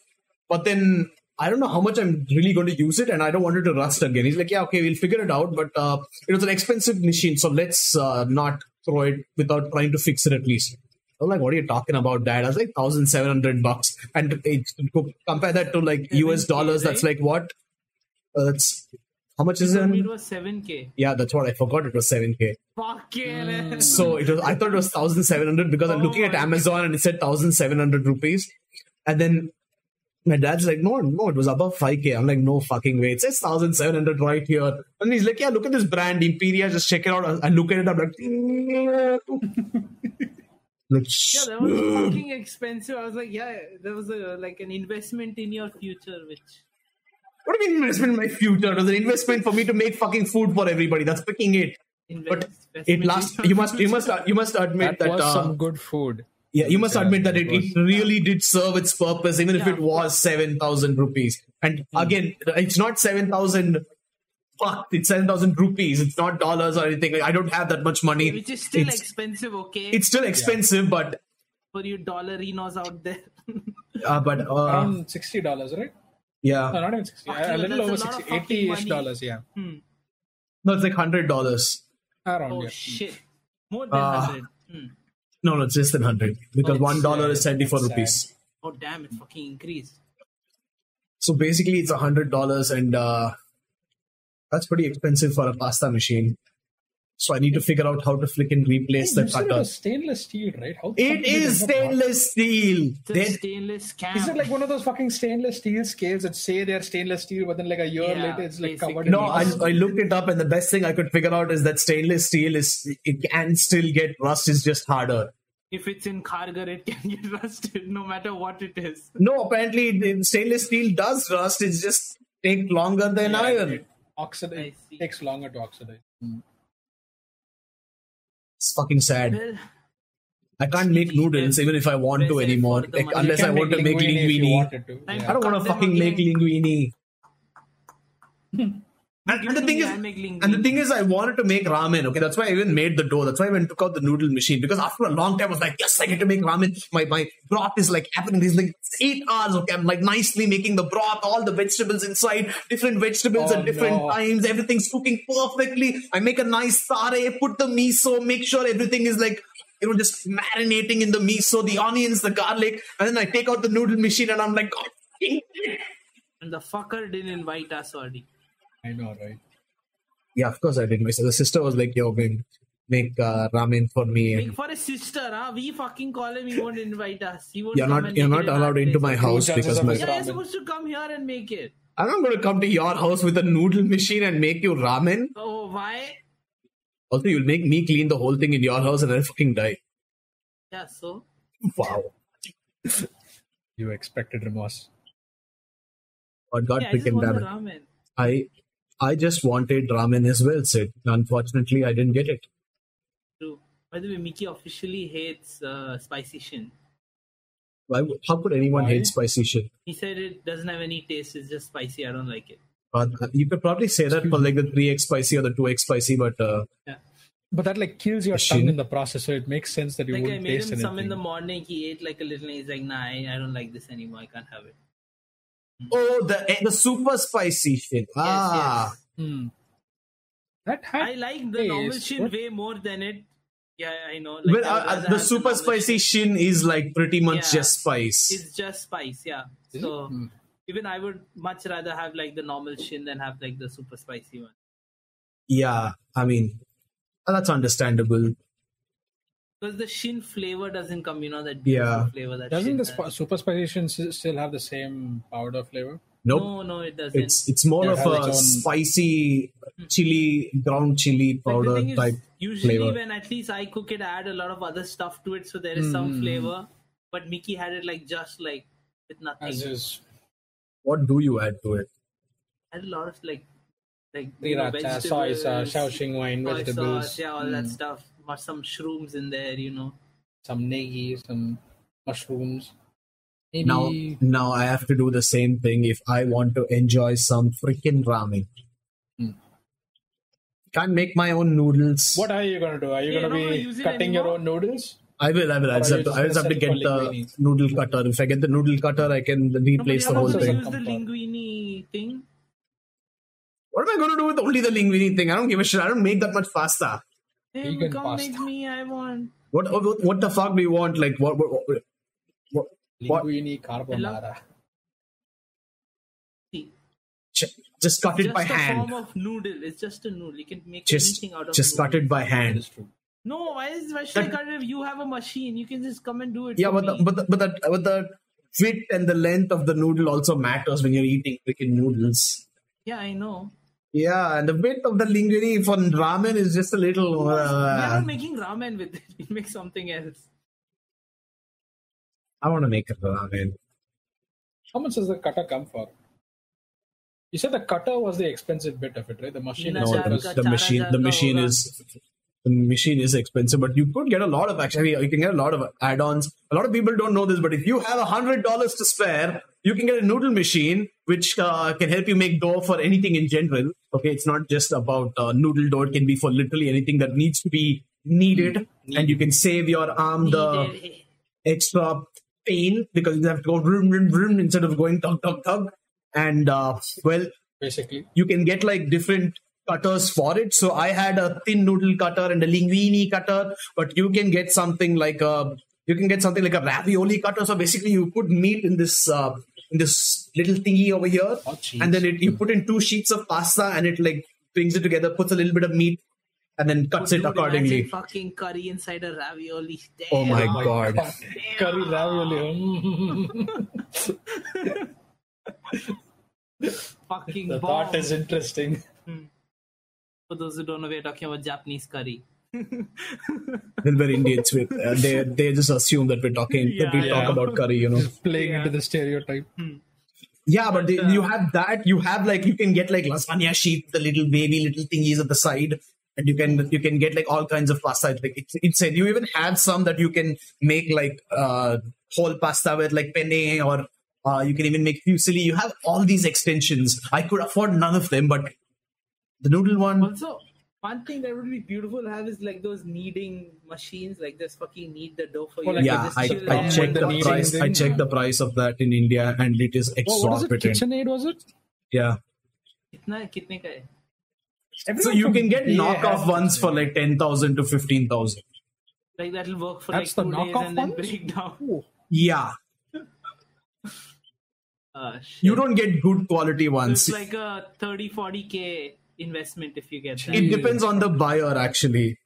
[SPEAKER 3] but then i don't know how much i'm really going to use it and i don't want it to rust again he's like yeah okay we'll figure it out but uh, it was an expensive machine so let's uh, not throw it without trying to fix it at least I'm like, what are you talking about, Dad? I was like, thousand seven hundred bucks, and it, compare that to like US dollars. That's like what? Uh, that's how much is
[SPEAKER 2] For me,
[SPEAKER 3] it?
[SPEAKER 2] it was seven k.
[SPEAKER 3] Yeah, that's what I forgot. It was seven k.
[SPEAKER 2] Fucking
[SPEAKER 1] Hmm.
[SPEAKER 3] So it was. I thought it was thousand seven hundred because I'm
[SPEAKER 2] Oh
[SPEAKER 3] looking at
[SPEAKER 2] my
[SPEAKER 3] Amazon and it said thousand seven hundred rupees, and then my dad's like, "No, no, it was above five k." I'm like, "No fucking way! It says thousand seven hundred right here." And he's like, "Yeah, look at this brand, Imperia. Just check it out." I look at it. I'm like, like
[SPEAKER 2] yeah, that was fucking expensive. I was like, yeah, there was a like an investment in your future, which
[SPEAKER 3] "What do you mean investment in my future? It was an investment for me to make fucking food for everybody. That's fucking it." But
[SPEAKER 2] invest- investment
[SPEAKER 3] it
[SPEAKER 2] in
[SPEAKER 3] last.
[SPEAKER 2] your
[SPEAKER 3] You must. You
[SPEAKER 2] future.
[SPEAKER 3] must. You must
[SPEAKER 1] That,
[SPEAKER 3] admit that.
[SPEAKER 1] was
[SPEAKER 3] uh,
[SPEAKER 1] some good food.
[SPEAKER 3] Yeah, you must
[SPEAKER 1] Yeah,
[SPEAKER 3] admit that
[SPEAKER 1] it
[SPEAKER 3] it, it really did serve its purpose, even if
[SPEAKER 2] Yeah.
[SPEAKER 3] it was 7,000 rupees. And
[SPEAKER 1] Mm.
[SPEAKER 3] again, it's not 7,000. Fuck, it's 7,000 rupees. It's not dollars or anything. I don't have that much money.
[SPEAKER 2] which is still
[SPEAKER 3] it's,
[SPEAKER 2] expensive, okay?
[SPEAKER 3] it's still expensive, but
[SPEAKER 2] for you dollarinos out there.
[SPEAKER 3] uh, but uh,
[SPEAKER 2] Um,
[SPEAKER 1] Around sixty dollars, right?
[SPEAKER 3] Ah.
[SPEAKER 1] No,
[SPEAKER 3] yeah,
[SPEAKER 1] not even sixty.
[SPEAKER 2] Fucking
[SPEAKER 1] A, a little
[SPEAKER 2] that's
[SPEAKER 1] over
[SPEAKER 2] a lot of
[SPEAKER 1] 60
[SPEAKER 2] fucking
[SPEAKER 1] 80 ish
[SPEAKER 2] money.
[SPEAKER 1] dollars. Yeah,
[SPEAKER 2] Hmm.
[SPEAKER 3] no, it's like hundred dollars.
[SPEAKER 1] around.
[SPEAKER 2] Oh
[SPEAKER 1] yeah.
[SPEAKER 2] shit! More than
[SPEAKER 3] Uh,
[SPEAKER 2] hundred. Hmm.
[SPEAKER 3] No, no, it's less than hundred because
[SPEAKER 2] It's,
[SPEAKER 3] one dollar
[SPEAKER 1] uh,
[SPEAKER 3] is seventy four
[SPEAKER 1] it's, uh,
[SPEAKER 3] rupees.
[SPEAKER 2] Oh damn! It fucking increased.
[SPEAKER 3] So basically, it's a hundred dollars, and uh, that's pretty expensive for a pasta machine. So I need to figure out how to freaking replace
[SPEAKER 1] Hey,
[SPEAKER 3] that
[SPEAKER 1] you said it
[SPEAKER 3] cutter.
[SPEAKER 1] was stainless steel, right? How the fuck
[SPEAKER 3] It
[SPEAKER 1] did
[SPEAKER 3] is
[SPEAKER 1] end up hot?
[SPEAKER 3] stainless steel.
[SPEAKER 2] It's a
[SPEAKER 3] They-
[SPEAKER 2] stainless scam.
[SPEAKER 1] Is it like one of those fucking stainless steel scales that say they're stainless steel, but then like a year
[SPEAKER 2] Yeah,
[SPEAKER 1] later it's like
[SPEAKER 2] basically.
[SPEAKER 1] covered in
[SPEAKER 3] no, I, uh,
[SPEAKER 1] rust?
[SPEAKER 3] I looked it up, and the best thing I could figure out is that stainless steel is it can still get rust. Is just harder.
[SPEAKER 2] if it's in Kargar, it can get rusted no matter what it is.
[SPEAKER 3] No, apparently it- stainless steel does rust. It's just take longer than
[SPEAKER 1] Yeah,
[SPEAKER 3] iron.
[SPEAKER 1] it oxida-
[SPEAKER 2] I
[SPEAKER 1] it
[SPEAKER 2] see.
[SPEAKER 1] takes longer to oxidize.
[SPEAKER 3] It's fucking sad.
[SPEAKER 2] Well,
[SPEAKER 3] I can't make noodles even if I want to
[SPEAKER 2] Best
[SPEAKER 3] anymore,
[SPEAKER 2] effort, the
[SPEAKER 3] like,
[SPEAKER 2] money.
[SPEAKER 3] unless
[SPEAKER 1] You
[SPEAKER 3] I
[SPEAKER 1] can
[SPEAKER 3] want to make
[SPEAKER 1] if you
[SPEAKER 3] linguine.
[SPEAKER 1] wanted to.
[SPEAKER 2] I
[SPEAKER 1] Yeah.
[SPEAKER 3] I don't want to
[SPEAKER 2] Cut them
[SPEAKER 3] fucking make
[SPEAKER 2] again.
[SPEAKER 3] linguine. And, and the
[SPEAKER 2] to
[SPEAKER 3] thing
[SPEAKER 2] me,
[SPEAKER 3] is,
[SPEAKER 2] I make linguine.
[SPEAKER 3] and the thing is, I wanted to make ramen. Okay, that's why I even made the dough. That's why I even took out the noodle machine because after a long time, I was like, yes, I get to make ramen. My my broth is like happening. These like eight hours. Okay, I'm like nicely making the broth, all the vegetables inside, different vegetables
[SPEAKER 1] Oh,
[SPEAKER 3] at different
[SPEAKER 1] no.
[SPEAKER 3] times. Everything's cooking perfectly. I make a nice sare, put the miso, make sure everything is like. You know, just marinating in the miso, the onions, the garlic, and then I take out the noodle machine and I'm like, God,
[SPEAKER 2] and the fucker didn't invite us already.
[SPEAKER 1] I know, right?
[SPEAKER 3] Yeah, of course I did. My the sister was like, "Yo, man, make uh, ramen for me."
[SPEAKER 2] Like
[SPEAKER 3] And
[SPEAKER 2] for a sister, huh? we fucking call him, he won't invite us. He won't
[SPEAKER 3] you're
[SPEAKER 2] come
[SPEAKER 3] not
[SPEAKER 2] and
[SPEAKER 3] you're
[SPEAKER 2] make
[SPEAKER 3] not
[SPEAKER 2] it in our
[SPEAKER 3] allowed into
[SPEAKER 2] place.
[SPEAKER 3] my house
[SPEAKER 1] Two chances
[SPEAKER 3] because
[SPEAKER 1] of
[SPEAKER 3] my
[SPEAKER 1] his
[SPEAKER 2] Yeah, you're
[SPEAKER 1] ramen.
[SPEAKER 2] supposed to come here and make it.
[SPEAKER 3] I'm not going to come to your house with a noodle machine and make you ramen.
[SPEAKER 2] Oh, why?
[SPEAKER 3] Also, you'll make me clean the whole thing in your house and I'll fucking die.
[SPEAKER 2] Yeah, so
[SPEAKER 3] Wow.
[SPEAKER 1] You expected remorse.
[SPEAKER 3] God, God,
[SPEAKER 2] yeah, I just
[SPEAKER 3] freaking
[SPEAKER 2] want
[SPEAKER 3] damn
[SPEAKER 2] the
[SPEAKER 3] it.
[SPEAKER 2] ramen.
[SPEAKER 3] I, I just wanted ramen as well, Sid. Unfortunately, I didn't get it.
[SPEAKER 2] True. By the way, Mickey officially hates uh, spicy shin.
[SPEAKER 3] Why, would- how could anyone
[SPEAKER 1] Why?
[SPEAKER 3] hate spicy shit?
[SPEAKER 2] He said it doesn't have any taste. It's just spicy. I don't like it.
[SPEAKER 3] But Uh, you could probably say that for like the 3x spicy or the 2x spicy, but uh,
[SPEAKER 1] But that like kills your
[SPEAKER 3] Machine.
[SPEAKER 1] tongue in the process, so it makes sense that you
[SPEAKER 2] Like I
[SPEAKER 1] wouldn't
[SPEAKER 2] made
[SPEAKER 1] taste
[SPEAKER 2] him some in
[SPEAKER 1] anything.
[SPEAKER 2] the morning. He ate like a little. And he's like, nah, I, I don't like this anymore. I can't have it.
[SPEAKER 3] oh, the eh, the super spicy shit.
[SPEAKER 2] Yes,
[SPEAKER 3] Ah,
[SPEAKER 2] yes.
[SPEAKER 1] Hmm. That had
[SPEAKER 2] I like the normal
[SPEAKER 1] taste.
[SPEAKER 2] shin
[SPEAKER 1] What-
[SPEAKER 2] way more than it. Yeah, I know. Like,
[SPEAKER 3] well,
[SPEAKER 2] I would
[SPEAKER 3] uh, uh,
[SPEAKER 2] rather
[SPEAKER 3] the
[SPEAKER 2] have
[SPEAKER 3] super
[SPEAKER 2] normal
[SPEAKER 3] spicy
[SPEAKER 2] shin.
[SPEAKER 3] shin is like pretty much
[SPEAKER 2] Yeah.
[SPEAKER 3] just spice.
[SPEAKER 2] It's just spice. Yeah.
[SPEAKER 1] Is it?
[SPEAKER 2] So
[SPEAKER 1] Hmm.
[SPEAKER 2] even I would much rather have like the normal shin than have like the super spicy one.
[SPEAKER 3] Yeah, I mean, uh, that's understandable.
[SPEAKER 2] Because the shin flavor doesn't come, you know, that
[SPEAKER 3] Yeah.
[SPEAKER 2] beautiful flavor. That
[SPEAKER 1] Doesn't
[SPEAKER 2] shin
[SPEAKER 1] the sp-
[SPEAKER 2] has.
[SPEAKER 1] super spicy shin s- still have the same powder flavor?
[SPEAKER 3] Nope.
[SPEAKER 2] No, no, it doesn't.
[SPEAKER 3] It's it's more
[SPEAKER 1] Yeah,
[SPEAKER 3] of
[SPEAKER 1] it has
[SPEAKER 3] a
[SPEAKER 1] its own-
[SPEAKER 3] spicy chili, ground chili
[SPEAKER 2] Hmm. But the
[SPEAKER 3] powder
[SPEAKER 2] thing is,
[SPEAKER 3] type
[SPEAKER 2] usually
[SPEAKER 3] flavor.
[SPEAKER 2] when at least I cook it, I add a lot of other stuff to it, so there is
[SPEAKER 3] Hmm.
[SPEAKER 2] some flavor. But Mickey had it like just like with nothing.
[SPEAKER 1] As is
[SPEAKER 3] What do you add to it?
[SPEAKER 2] had a lot of like like you know,
[SPEAKER 1] Sriracha, soy sauce,
[SPEAKER 2] vegetables,
[SPEAKER 1] Shaoxing wine,
[SPEAKER 2] soy
[SPEAKER 1] vegetables,
[SPEAKER 2] sauce, yeah, all that
[SPEAKER 3] Hmm.
[SPEAKER 2] stuff. Mu- Some shrooms in there, you know.
[SPEAKER 1] some negi, some mushrooms. Maybe
[SPEAKER 3] Now, now I have to do the same thing if I want to enjoy some freaking ramen. Can't make my own noodles.
[SPEAKER 1] Hmm. what are you gonna do? Are you
[SPEAKER 2] Yeah,
[SPEAKER 1] gonna
[SPEAKER 2] you're not
[SPEAKER 1] be
[SPEAKER 2] gonna use it
[SPEAKER 1] cutting your
[SPEAKER 2] anymore?
[SPEAKER 1] own noodles?
[SPEAKER 3] I will, I will. I just
[SPEAKER 1] Or
[SPEAKER 3] have
[SPEAKER 1] you
[SPEAKER 3] to, I
[SPEAKER 1] just
[SPEAKER 3] just have to get
[SPEAKER 1] settle for
[SPEAKER 3] the
[SPEAKER 1] linguine?
[SPEAKER 3] noodle cutter. If I get the noodle cutter, I can replace
[SPEAKER 2] Nobody
[SPEAKER 3] the whole
[SPEAKER 2] else
[SPEAKER 1] also
[SPEAKER 3] thing.
[SPEAKER 2] use the
[SPEAKER 1] Compound.
[SPEAKER 2] linguini thing.
[SPEAKER 3] What am I going to do with only the linguine thing? I don't give a shit. I don't make that much pasta.
[SPEAKER 2] Hey,
[SPEAKER 1] Vegan
[SPEAKER 2] come
[SPEAKER 1] pasta.
[SPEAKER 2] make me, I want.
[SPEAKER 3] What what, what the fuck do you want? Like what what, what, what What?
[SPEAKER 1] Linguini carbonara.
[SPEAKER 2] See,
[SPEAKER 3] ch- just cut it
[SPEAKER 2] just
[SPEAKER 3] by
[SPEAKER 2] a
[SPEAKER 3] hand.
[SPEAKER 2] form of noodle. It's just a noodle. You can make
[SPEAKER 3] Just
[SPEAKER 2] anything out of
[SPEAKER 3] just cut
[SPEAKER 2] noodle.
[SPEAKER 3] it by
[SPEAKER 1] That
[SPEAKER 3] hand.
[SPEAKER 1] is true.
[SPEAKER 2] No, why is why should I
[SPEAKER 3] That-
[SPEAKER 2] cut it? If you have a machine, you can just come and do it.
[SPEAKER 3] Yeah,
[SPEAKER 2] for
[SPEAKER 3] but the,
[SPEAKER 2] me.
[SPEAKER 3] but the, but the, but the width and the length of the noodle also matters when you're eating freaking noodles.
[SPEAKER 2] yeah, I know.
[SPEAKER 3] Yeah, and the width of the linguine for ramen is just a little.
[SPEAKER 2] we are
[SPEAKER 3] Uh,
[SPEAKER 2] not making ramen with it. We make something else.
[SPEAKER 3] I want to make a ramen.
[SPEAKER 1] How much does the cutter come for? You said the cutter was the expensive bit of it, right? The machine
[SPEAKER 2] No,
[SPEAKER 3] No,
[SPEAKER 1] itself
[SPEAKER 2] Chara-
[SPEAKER 3] the,
[SPEAKER 1] was-
[SPEAKER 2] chara-
[SPEAKER 3] the machine, the
[SPEAKER 2] chara-
[SPEAKER 3] machine
[SPEAKER 2] chara-
[SPEAKER 3] is, the machine is expensive, but you could get a lot of actually. You can get a lot of add-ons. A lot of people don't know this, but if you have a hundred dollars to spare, you can get a noodle machine, which uh, can help you make dough for anything in general. Okay, it's not just about uh, noodle dough; it can be for literally anything that needs to be needed, and you can save your arm the
[SPEAKER 2] Needed.
[SPEAKER 3] extra pain because you have to go vroom vroom vroom instead of going tug tug tug. And uh, well,
[SPEAKER 1] basically.
[SPEAKER 3] you can get like different cutters for it. So I had a thin noodle cutter and a linguine cutter, but you can get something like a you can get something like a ravioli cutter. So basically, you put meat in this uh, in this little thingy over here,
[SPEAKER 1] Oh, jeez.
[SPEAKER 3] and then it you put in two sheets of pasta, and it like brings it together, puts a little bit of meat, and then cuts
[SPEAKER 2] Dude,
[SPEAKER 3] it accordingly.
[SPEAKER 2] imagine fucking curry inside a ravioli. Damn.
[SPEAKER 3] Oh my god!
[SPEAKER 1] Curry ravioli. mm.
[SPEAKER 2] Fucking
[SPEAKER 1] the
[SPEAKER 2] bomb. Hmm.
[SPEAKER 1] thought is interesting.
[SPEAKER 2] For those who don't know, we're talking about Japanese curry.
[SPEAKER 3] Then we're Indians with uh, they they just assume that we're talking that we
[SPEAKER 2] Yeah,
[SPEAKER 3] talk
[SPEAKER 1] yeah.
[SPEAKER 3] about curry, you know.
[SPEAKER 1] Playing
[SPEAKER 2] Yeah. Hmm.
[SPEAKER 1] into the stereotype.
[SPEAKER 3] Yeah, but
[SPEAKER 2] But,
[SPEAKER 3] the,
[SPEAKER 2] uh,
[SPEAKER 3] you have that. You have like you can get like lasagna sheet, the little baby little thingies at the side, and you can you can get like all kinds of pasta. It's like it's insane. You even have some that you can make like uh, whole pasta with like penne, or uh, you can even make fusilli. You have all these extensions. I could afford none of them, but the noodle one.
[SPEAKER 2] Hmm. Also, one thing that would be beautiful to have is like those kneading machines, like just fucking knead the dough for you.
[SPEAKER 1] Oh, like
[SPEAKER 2] You
[SPEAKER 3] Yeah,
[SPEAKER 2] just
[SPEAKER 3] I,
[SPEAKER 2] chill
[SPEAKER 3] I
[SPEAKER 2] and-
[SPEAKER 3] checked
[SPEAKER 1] the
[SPEAKER 3] the
[SPEAKER 1] kneading
[SPEAKER 3] price. I
[SPEAKER 1] thing.
[SPEAKER 3] checked the price of that in India, and it is
[SPEAKER 1] Oh, what is it?
[SPEAKER 3] exorbitant.
[SPEAKER 1] KitchenAid was it?
[SPEAKER 3] Yeah.
[SPEAKER 2] Kitna- kitne ka hai?
[SPEAKER 3] So
[SPEAKER 1] Everyone
[SPEAKER 3] you
[SPEAKER 1] from
[SPEAKER 3] can get
[SPEAKER 1] BA
[SPEAKER 3] knockoff
[SPEAKER 1] has
[SPEAKER 3] ones for
[SPEAKER 1] KitchenAid.
[SPEAKER 3] like ten thousand to fifteen thousand.
[SPEAKER 2] Like that'll work for
[SPEAKER 1] That's
[SPEAKER 2] like
[SPEAKER 1] the
[SPEAKER 2] two days
[SPEAKER 1] knockoff
[SPEAKER 2] and then
[SPEAKER 1] ones?
[SPEAKER 2] break down.
[SPEAKER 1] Oh,
[SPEAKER 3] Yeah,
[SPEAKER 2] Uh, shit.
[SPEAKER 3] you don't get good quality
[SPEAKER 2] it's
[SPEAKER 3] ones.
[SPEAKER 2] like a 30 40k investment if you get that.
[SPEAKER 3] it depends on the buyer, actually.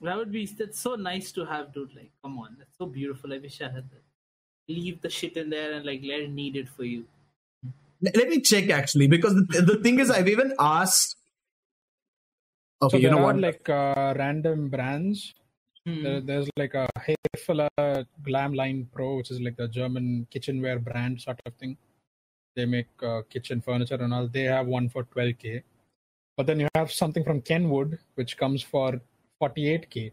[SPEAKER 2] That would be that's so nice to have, dude. Like, come on, that's so beautiful. I wish I had that. Leave the shit in there and like let it knead it for you.
[SPEAKER 3] Let let me check actually, because the, the thing is, I've even asked. Okay,
[SPEAKER 1] so
[SPEAKER 3] you
[SPEAKER 1] there
[SPEAKER 3] know
[SPEAKER 1] are
[SPEAKER 3] what?
[SPEAKER 1] like uh, random brands. There, there's like a Hefele Glamline Pro, which is like the German kitchenware brand sort of thing. They make uh, kitchen furniture and all. They have one for 12k, but then you have something from Kenwood, which comes for 48k.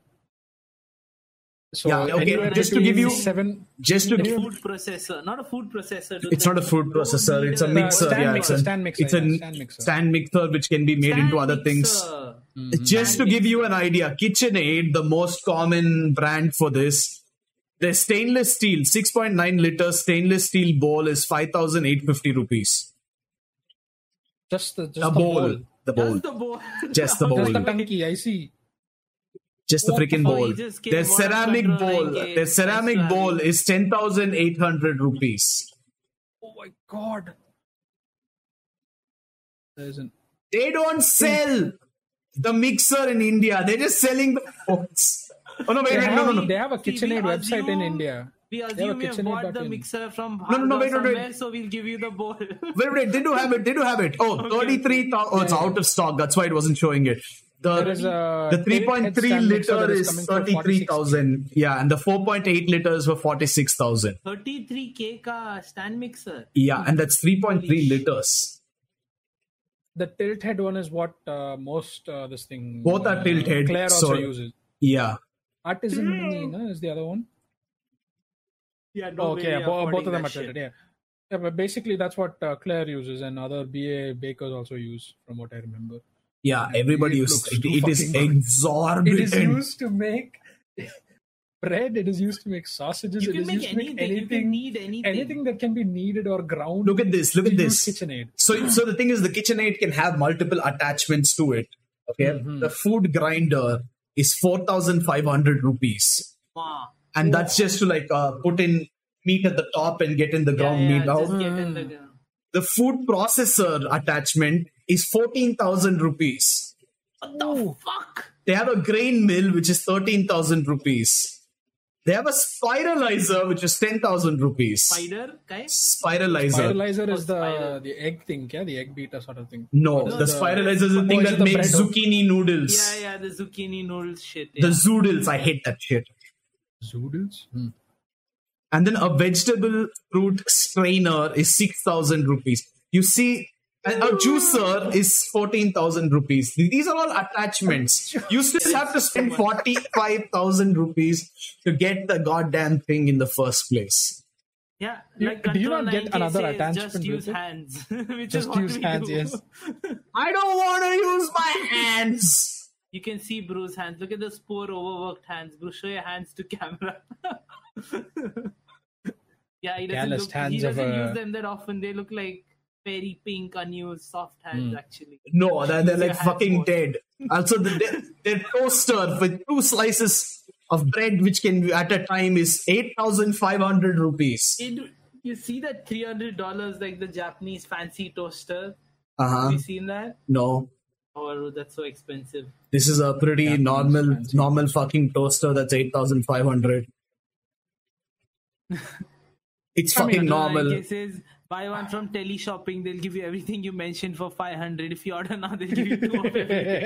[SPEAKER 1] So
[SPEAKER 3] Yeah, okay,
[SPEAKER 1] anywhere
[SPEAKER 3] just to give
[SPEAKER 1] between
[SPEAKER 3] you-
[SPEAKER 1] seven
[SPEAKER 3] Just to
[SPEAKER 2] A
[SPEAKER 3] give,
[SPEAKER 2] food processor, not a food processor. dude.
[SPEAKER 3] it's not a food processor; it's a
[SPEAKER 2] Uh,
[SPEAKER 3] mixer.
[SPEAKER 1] stand
[SPEAKER 3] yeah,
[SPEAKER 1] mixer,
[SPEAKER 3] it's a
[SPEAKER 1] stand mixer,
[SPEAKER 3] It's a
[SPEAKER 1] yeah, stand mixer.
[SPEAKER 3] stand mixer which can be made
[SPEAKER 2] Stand
[SPEAKER 3] into other things. Mm.
[SPEAKER 2] mixer.
[SPEAKER 1] Mm-hmm.
[SPEAKER 3] Just to give you an idea, KitchenAid, the most common brand for this, the stainless steel 6.9 liter stainless steel bowl is 5,850 rupees.
[SPEAKER 1] just the just
[SPEAKER 3] The
[SPEAKER 1] the
[SPEAKER 3] bowl,
[SPEAKER 1] bowl,
[SPEAKER 3] the bowl,
[SPEAKER 2] Just the bowl.
[SPEAKER 3] Just the bowl.
[SPEAKER 1] just the tanky. I see.
[SPEAKER 3] just the
[SPEAKER 2] Oh,
[SPEAKER 3] freaking bowl.
[SPEAKER 2] you just came
[SPEAKER 3] Their
[SPEAKER 2] out of
[SPEAKER 3] ceramic
[SPEAKER 2] control
[SPEAKER 3] bowl,
[SPEAKER 2] again.
[SPEAKER 3] their ceramic
[SPEAKER 2] That's
[SPEAKER 3] bowl
[SPEAKER 2] right.
[SPEAKER 3] is 10,800 rupees.
[SPEAKER 1] Oh my god. There's an
[SPEAKER 3] They
[SPEAKER 1] Hmm.
[SPEAKER 3] don't sell the mixer in India. They're just selling the bowls. Oh no! Wait,
[SPEAKER 1] they,
[SPEAKER 3] wait,
[SPEAKER 1] have,
[SPEAKER 3] no, no, no.
[SPEAKER 1] they have a
[SPEAKER 2] See, we
[SPEAKER 1] KitchenAid website in
[SPEAKER 2] assume-
[SPEAKER 1] India.
[SPEAKER 2] We
[SPEAKER 1] have
[SPEAKER 2] assume
[SPEAKER 1] a
[SPEAKER 2] you have
[SPEAKER 1] KitchenAid
[SPEAKER 2] bought
[SPEAKER 1] dot
[SPEAKER 2] the
[SPEAKER 1] in.
[SPEAKER 2] mixer from
[SPEAKER 3] no,
[SPEAKER 2] Bhargav
[SPEAKER 3] wait, no, wait.
[SPEAKER 2] somewhere, so we'll give you the bowl.
[SPEAKER 3] Wait, wait, they do have it. They do have it. Oh, 33,000. Oh, it's out of stock. That's why it wasn't showing it. The,
[SPEAKER 1] There is a
[SPEAKER 3] the
[SPEAKER 1] David Head
[SPEAKER 3] 3.3
[SPEAKER 1] stand mixer
[SPEAKER 3] liter
[SPEAKER 1] that is
[SPEAKER 3] is
[SPEAKER 1] coming for
[SPEAKER 3] 33,000. Yeah, and the 4.8 liter is for 46,000.
[SPEAKER 2] 33k ka stand mixer.
[SPEAKER 3] Yeah, and that's 3.3 liters.
[SPEAKER 1] The tilt head one is what uh, most uh, this thing.
[SPEAKER 3] Both are
[SPEAKER 1] uh,
[SPEAKER 3] tilt head,
[SPEAKER 1] Claire also
[SPEAKER 3] so-
[SPEAKER 1] uses.
[SPEAKER 3] Yeah.
[SPEAKER 1] Artisan Mini, no, is the other one.
[SPEAKER 2] Yeah, no
[SPEAKER 1] Oh,
[SPEAKER 2] way
[SPEAKER 1] okay,
[SPEAKER 2] we
[SPEAKER 1] yeah, bo- both
[SPEAKER 2] affording
[SPEAKER 1] of them
[SPEAKER 2] that
[SPEAKER 1] are tilted.
[SPEAKER 2] shit.
[SPEAKER 1] Yeah. yeah, but basically that's what uh, Claire uses, and other BA bakers also use, from what I remember.
[SPEAKER 3] Yeah, everybody
[SPEAKER 1] It
[SPEAKER 3] uses
[SPEAKER 1] looks
[SPEAKER 3] it.
[SPEAKER 1] too
[SPEAKER 3] It is
[SPEAKER 1] fucking good.
[SPEAKER 3] exorbitant.
[SPEAKER 1] It is used to make bread. It is used to make sausages.
[SPEAKER 2] You
[SPEAKER 1] it
[SPEAKER 2] can
[SPEAKER 1] is
[SPEAKER 2] make
[SPEAKER 1] used to make
[SPEAKER 2] anything. You
[SPEAKER 1] anything,
[SPEAKER 2] can need anything.
[SPEAKER 1] anything that can be kneaded or ground.
[SPEAKER 3] Look at this. Look at
[SPEAKER 1] You
[SPEAKER 3] this.
[SPEAKER 1] use KitchenAid.
[SPEAKER 3] So, so the thing is, the KitchenAid can have multiple attachments to it. Okay. The food grinder is 4,500 rupees.
[SPEAKER 2] Wow.
[SPEAKER 3] and that's just to like uh, put in meat at the top and get in the
[SPEAKER 2] Yeah,
[SPEAKER 3] ground
[SPEAKER 2] yeah,
[SPEAKER 3] meat out.
[SPEAKER 2] just get in the ground.
[SPEAKER 3] The food processor attachment is fourteen thousand rupees.
[SPEAKER 2] What the fuck?
[SPEAKER 3] They have a grain mill which is thirteen thousand rupees. They have a spiralizer which is ten thousand rupees.
[SPEAKER 2] Spider? Okay.
[SPEAKER 3] Spiralizer.
[SPEAKER 1] Spiralizer is the
[SPEAKER 2] spiral.
[SPEAKER 1] the egg thing, yeah, the egg beater sort of thing.
[SPEAKER 3] No,
[SPEAKER 1] What is
[SPEAKER 3] the, spiralizer is the
[SPEAKER 1] Oh,
[SPEAKER 3] thing
[SPEAKER 1] is it
[SPEAKER 3] that
[SPEAKER 1] the
[SPEAKER 3] makes
[SPEAKER 1] bread?
[SPEAKER 3] zucchini noodles.
[SPEAKER 2] Yeah, yeah, the zucchini noodles shit.
[SPEAKER 3] The
[SPEAKER 2] Yeah.
[SPEAKER 3] zoodles. I hate that shit.
[SPEAKER 1] Zoodles? Hmm.
[SPEAKER 3] and then a vegetable fruit strainer is 6000 rupees you see and a juicer is 14000 rupees these are all attachments you still have to spend 45000 rupees to get the goddamn thing in the first place
[SPEAKER 2] yeah,
[SPEAKER 1] You-
[SPEAKER 2] like
[SPEAKER 1] do you
[SPEAKER 2] Control
[SPEAKER 1] not get
[SPEAKER 2] 9K
[SPEAKER 1] another
[SPEAKER 2] says,
[SPEAKER 1] attachment
[SPEAKER 2] Just
[SPEAKER 1] with
[SPEAKER 2] use
[SPEAKER 1] it?
[SPEAKER 2] hands. which is
[SPEAKER 1] Just
[SPEAKER 2] what
[SPEAKER 1] use
[SPEAKER 2] we
[SPEAKER 1] hands,
[SPEAKER 2] do.
[SPEAKER 1] yes.
[SPEAKER 3] i don't want to use my hands
[SPEAKER 2] You can see Bruce's hands. Look at those poor overworked hands. Bruce, show your hands to camera. yeah, he doesn't,
[SPEAKER 1] Calloused
[SPEAKER 2] look, he
[SPEAKER 1] hands of
[SPEAKER 2] doesn't
[SPEAKER 1] a-
[SPEAKER 2] use them that often. They look like very pink, unused, soft hands,
[SPEAKER 1] Hmm.
[SPEAKER 2] actually.
[SPEAKER 3] no they're, they're
[SPEAKER 2] Use your
[SPEAKER 3] like
[SPEAKER 2] hands
[SPEAKER 3] fucking
[SPEAKER 2] more.
[SPEAKER 3] dead also the, their- their toaster with two slices of bread which can be at a time is 8500 rupees
[SPEAKER 2] It- you see that $300 like the Japanese fancy toaster? Have
[SPEAKER 3] uh-huh
[SPEAKER 2] you seen that?
[SPEAKER 3] no
[SPEAKER 2] Oh, that's so expensive.
[SPEAKER 3] This is a pretty normal
[SPEAKER 1] fancy.
[SPEAKER 3] normal fucking toaster that's 8500. it's
[SPEAKER 1] I mean,
[SPEAKER 3] fucking normal.
[SPEAKER 2] This is buy one from Tele Shopping. They'll give you everything you mentioned for 500. If you order now, they'll give you two of everything.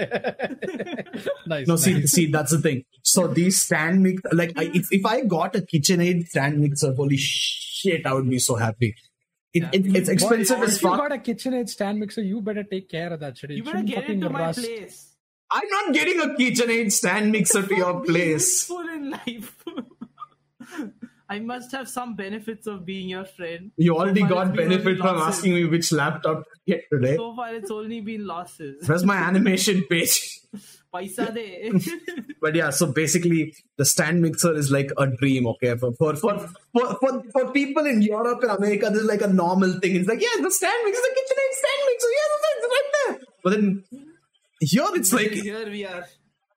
[SPEAKER 1] nice.
[SPEAKER 3] No,
[SPEAKER 1] nice.
[SPEAKER 3] see, see, that's the thing. So these stand mix, like, I, if, if I got a KitchenAid stand mixer, holy shit, I would be so happy. It, it, it's
[SPEAKER 1] Boy,
[SPEAKER 3] expensive as
[SPEAKER 1] if you
[SPEAKER 3] fuck.
[SPEAKER 1] got a KitchenAid stand mixer, you better take care of that shit. It
[SPEAKER 2] You better
[SPEAKER 1] shouldn't
[SPEAKER 2] get
[SPEAKER 1] fucking
[SPEAKER 2] into my
[SPEAKER 1] rust.
[SPEAKER 2] place.
[SPEAKER 3] I'm not getting a KitchenAid stand mixer to your place.
[SPEAKER 2] Useful in life. I must have some benefits of being your friend.
[SPEAKER 3] You already
[SPEAKER 2] So far,
[SPEAKER 3] got
[SPEAKER 2] it's been only
[SPEAKER 3] benefit from
[SPEAKER 2] losses.
[SPEAKER 3] asking me which laptop to get today.
[SPEAKER 2] So far, it's only been losses.
[SPEAKER 3] Where's my animation page?
[SPEAKER 2] Paisa de.
[SPEAKER 3] but yeah so basically the stand mixer is like a dream okay for for for for, for, for people in europe and america this is like a normal thing it's like yeah the stand mixer the kitchen stand mixer yeah that's right there but then here it's like
[SPEAKER 2] Here we are.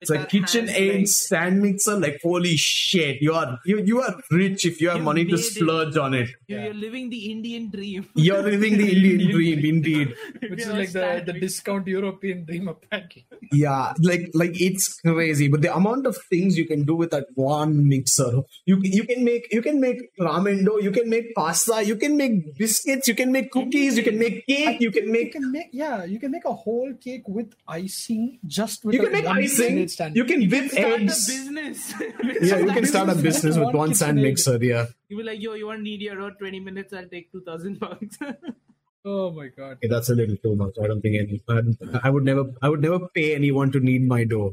[SPEAKER 3] It's like kitchen aid stand mixer. Like holy shit, you are you you are rich if you have
[SPEAKER 2] You
[SPEAKER 3] money to
[SPEAKER 2] made it.
[SPEAKER 3] splurge on it.
[SPEAKER 2] You're,
[SPEAKER 1] Yeah.
[SPEAKER 2] you're living the Indian dream.
[SPEAKER 3] You're living the Indian dream, indeed.
[SPEAKER 1] which is
[SPEAKER 2] Yeah,
[SPEAKER 1] like the,
[SPEAKER 2] stand
[SPEAKER 1] the
[SPEAKER 2] mixer.
[SPEAKER 1] discount European dream apparently.
[SPEAKER 3] Yeah, like like it's crazy. But the amount of things you can do with that one mixer. You you can make you can make ramen dough. You can make pasta. You can make biscuits. You can make cookies. You can make cake. You can
[SPEAKER 1] You
[SPEAKER 3] make
[SPEAKER 1] can make yeah, you can make a whole cake with icing just with
[SPEAKER 3] you
[SPEAKER 1] a
[SPEAKER 3] can make
[SPEAKER 1] one
[SPEAKER 3] icing.
[SPEAKER 1] sandwich stand.
[SPEAKER 3] You can whip
[SPEAKER 2] Start a
[SPEAKER 3] eggs.
[SPEAKER 2] business.
[SPEAKER 3] Yeah, you
[SPEAKER 1] Start a
[SPEAKER 3] can start a
[SPEAKER 1] business,
[SPEAKER 3] business
[SPEAKER 1] right?
[SPEAKER 3] with one
[SPEAKER 1] One
[SPEAKER 3] sand
[SPEAKER 1] KitchenAid.
[SPEAKER 3] mixer. Yeah,
[SPEAKER 2] you be like, yo, you want need your road 20 minutes? I'll take 2,000 bucks.
[SPEAKER 1] oh my god.
[SPEAKER 3] Okay, that's a little too much. I don't think any. I, I would never. I would never pay anyone to knead my dough.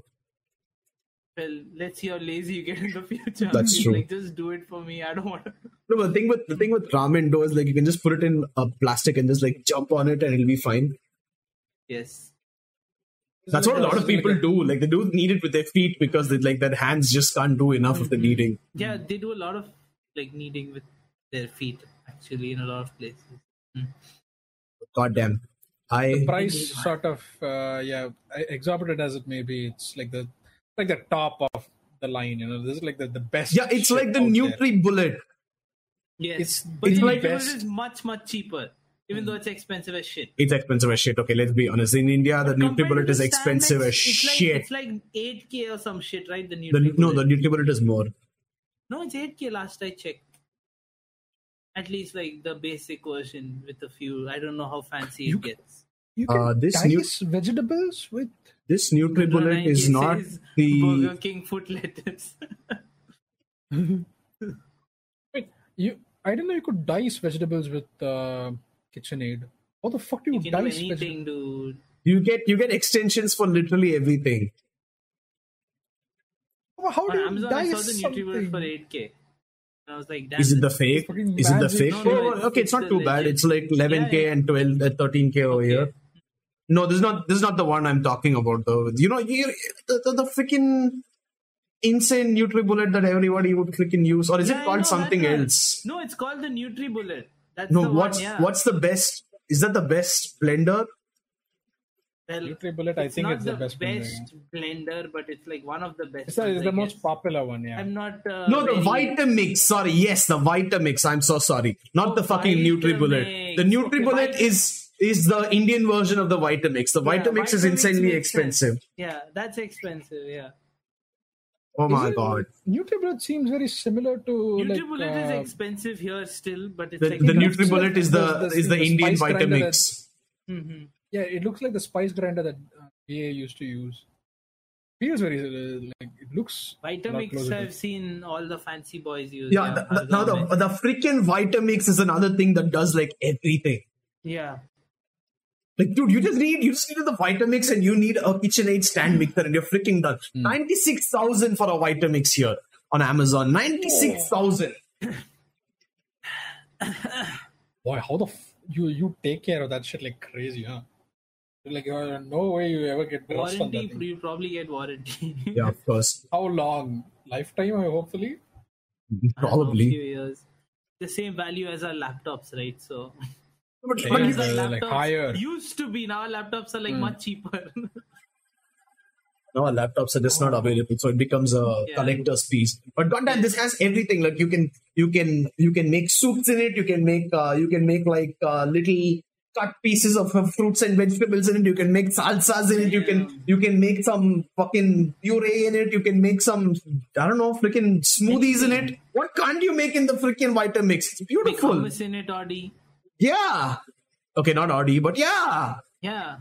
[SPEAKER 2] well, let's see how lazy you get in the future.
[SPEAKER 3] That's
[SPEAKER 2] He's
[SPEAKER 3] true.
[SPEAKER 2] Like, just do it for me. I don't want to.
[SPEAKER 3] No, but the thing with the thing with ramen dough is like you can just put it in a plastic and just like jump on it and it'll be fine.
[SPEAKER 2] Yes.
[SPEAKER 3] That's what a lot of people do. Like they do knead it with their feet because they, like their hands just can't do enough of the kneading.
[SPEAKER 2] Yeah, they do a lot of like kneading with their feet, actually, in a lot of places.
[SPEAKER 3] God damn. I
[SPEAKER 1] Price sort of uh, yeah, exorbitant as it may be, it's like the like the top of the line, you know. This is like the, the best.
[SPEAKER 3] yeah, it's
[SPEAKER 1] shit
[SPEAKER 3] like the
[SPEAKER 1] out there.
[SPEAKER 3] Nutri Bullet.
[SPEAKER 2] Yes.
[SPEAKER 1] It's-
[SPEAKER 2] but
[SPEAKER 1] it's
[SPEAKER 2] the
[SPEAKER 1] like-
[SPEAKER 2] Indian is much, much cheaper, even though it's expensive as shit.
[SPEAKER 3] It's expensive as shit. Okay, let's be honest. In India, the Nutri
[SPEAKER 2] Compared to
[SPEAKER 3] Bullet
[SPEAKER 2] the
[SPEAKER 3] is
[SPEAKER 2] Stand
[SPEAKER 3] expensive
[SPEAKER 2] Mix,
[SPEAKER 3] as
[SPEAKER 2] it's like-
[SPEAKER 3] shit.
[SPEAKER 2] it's like 8k or some shit, right? The new
[SPEAKER 3] The, no, the Nutri Bullet is more.
[SPEAKER 2] no, it's 8k last I checked. At least like the basic version with a few. I don't know how fancy it gets.
[SPEAKER 1] You can
[SPEAKER 3] Uh, this new-
[SPEAKER 1] dice vegetables with
[SPEAKER 3] This Nutri Bullet
[SPEAKER 2] 9K
[SPEAKER 3] is not
[SPEAKER 2] says
[SPEAKER 3] the
[SPEAKER 2] Burger King foot lettuce.
[SPEAKER 1] Wait, you? I didn't know you could dice vegetables with uh, KitchenAid. How the fuck do you,
[SPEAKER 2] you can do
[SPEAKER 1] dice vegetables?
[SPEAKER 2] anything, dude.
[SPEAKER 3] you get you get extensions for literally everything.
[SPEAKER 1] How
[SPEAKER 2] On
[SPEAKER 1] do you
[SPEAKER 2] Amazon, I
[SPEAKER 1] dice
[SPEAKER 2] saw the
[SPEAKER 1] something?
[SPEAKER 2] Nutribullet for 8k. And I was like, damn.
[SPEAKER 3] Is it the
[SPEAKER 2] this
[SPEAKER 3] fake?
[SPEAKER 1] fucking
[SPEAKER 3] Is it the
[SPEAKER 1] magic.
[SPEAKER 3] fake?
[SPEAKER 2] No, no,
[SPEAKER 3] Oh,
[SPEAKER 2] it's-
[SPEAKER 3] okay, it's
[SPEAKER 2] it's
[SPEAKER 3] not
[SPEAKER 2] the
[SPEAKER 3] too bad.
[SPEAKER 2] legit.
[SPEAKER 3] It's like 11k
[SPEAKER 2] Yeah, yeah.
[SPEAKER 3] and 12 uh, 13k over
[SPEAKER 2] Okay.
[SPEAKER 3] here. No, this is not this is not the one I'm talking about though. You know, you, the, the, the freaking insane Nutri bullet that everybody would freaking use, or is
[SPEAKER 2] Yeah,
[SPEAKER 3] it
[SPEAKER 2] I
[SPEAKER 3] called
[SPEAKER 2] know that
[SPEAKER 3] something
[SPEAKER 2] one.
[SPEAKER 3] else?
[SPEAKER 2] No, it's called the Nutri Bullet. That's
[SPEAKER 3] No,
[SPEAKER 2] the
[SPEAKER 3] what's
[SPEAKER 2] one, yeah.
[SPEAKER 3] what's the best? Is that the best blender?
[SPEAKER 2] Well,
[SPEAKER 1] Nutribullet, I think
[SPEAKER 2] not
[SPEAKER 1] it's the best blender,
[SPEAKER 2] blender, but it's like one of the best.
[SPEAKER 1] It's the,
[SPEAKER 2] ones,
[SPEAKER 1] it's
[SPEAKER 2] I
[SPEAKER 1] the
[SPEAKER 2] guess.
[SPEAKER 1] most popular one, yeah.
[SPEAKER 2] I'm not. Uh,
[SPEAKER 3] No, the
[SPEAKER 2] very-
[SPEAKER 3] Vitamix. Sorry, yes, the Vitamix. I'm so sorry. Not
[SPEAKER 2] Oh,
[SPEAKER 3] the fucking Nutri bullet. The
[SPEAKER 2] Vitamix.
[SPEAKER 3] Nutri bullet
[SPEAKER 2] Okay,
[SPEAKER 3] is is the Indian version of the Vitamix. The
[SPEAKER 2] Yeah,
[SPEAKER 3] Vitamix is
[SPEAKER 2] Vitamix
[SPEAKER 3] insanely
[SPEAKER 2] makes sense.
[SPEAKER 3] expensive.
[SPEAKER 2] Yeah, that's expensive. Yeah,
[SPEAKER 3] Oh my
[SPEAKER 1] Isn't-
[SPEAKER 3] god.
[SPEAKER 1] Nutribullet seems very similar to like.
[SPEAKER 2] Nutribullet is
[SPEAKER 1] uh,
[SPEAKER 2] expensive here still, but it's
[SPEAKER 3] The,
[SPEAKER 2] like
[SPEAKER 3] the
[SPEAKER 2] a-
[SPEAKER 3] Nutri bullet is the
[SPEAKER 1] The- the-
[SPEAKER 3] is the,
[SPEAKER 1] the
[SPEAKER 3] Indian
[SPEAKER 1] spice grinder
[SPEAKER 3] Vitamix.
[SPEAKER 2] Mhm.
[SPEAKER 1] yeah, it looks like the spice grinder that uh, BA used to use. Feels very uh, like it looks. a lot
[SPEAKER 2] Vitamix.
[SPEAKER 1] closer to-
[SPEAKER 2] I've seen all the fancy boys use.
[SPEAKER 3] Yeah, the, the, now the the freaking Vitamix is another thing that does like everything.
[SPEAKER 2] yeah.
[SPEAKER 3] Like, dude, you just need you just need the Vitamix and you need a KitchenAid stand mixer and you're freaking done. Ninety six thousand for a Vitamix here on Amazon. Ninety six thousand.
[SPEAKER 1] Boy, how the f- you you take care of that shit like crazy, huh? Like uh, no way you ever get rust on that
[SPEAKER 2] Warranty,
[SPEAKER 1] thing.
[SPEAKER 2] you probably get warranty.
[SPEAKER 3] Yeah, of course,
[SPEAKER 1] How long? Lifetime, I hopefully.
[SPEAKER 2] I don't know, a few
[SPEAKER 3] probably.
[SPEAKER 2] years. The same value as our laptops, right? So
[SPEAKER 3] But,
[SPEAKER 1] Yeah,
[SPEAKER 3] but
[SPEAKER 2] Because
[SPEAKER 3] you-
[SPEAKER 1] yeah.
[SPEAKER 2] our
[SPEAKER 1] like
[SPEAKER 2] laptops
[SPEAKER 1] higher.
[SPEAKER 2] Used to be now laptops are like
[SPEAKER 3] Hmm.
[SPEAKER 2] much cheaper.
[SPEAKER 3] no, laptops are just not available, so it becomes a
[SPEAKER 2] Yeah.
[SPEAKER 3] collector's piece. But goddamn, this has everything. Like you can you can you can make soups in it. You can make uh, you can make like uh, little cut pieces of uh, fruits and vegetables in it. You can make salsas in it. You can you can make some fucking puree in it. You can make some I don't know freaking smoothies in it. What can't you make in the freaking Vitamix? It's
[SPEAKER 2] Make
[SPEAKER 3] beautiful.
[SPEAKER 2] hummus in it, Audi.
[SPEAKER 3] Yeah. Okay, not Audi, but yeah.
[SPEAKER 2] Yeah.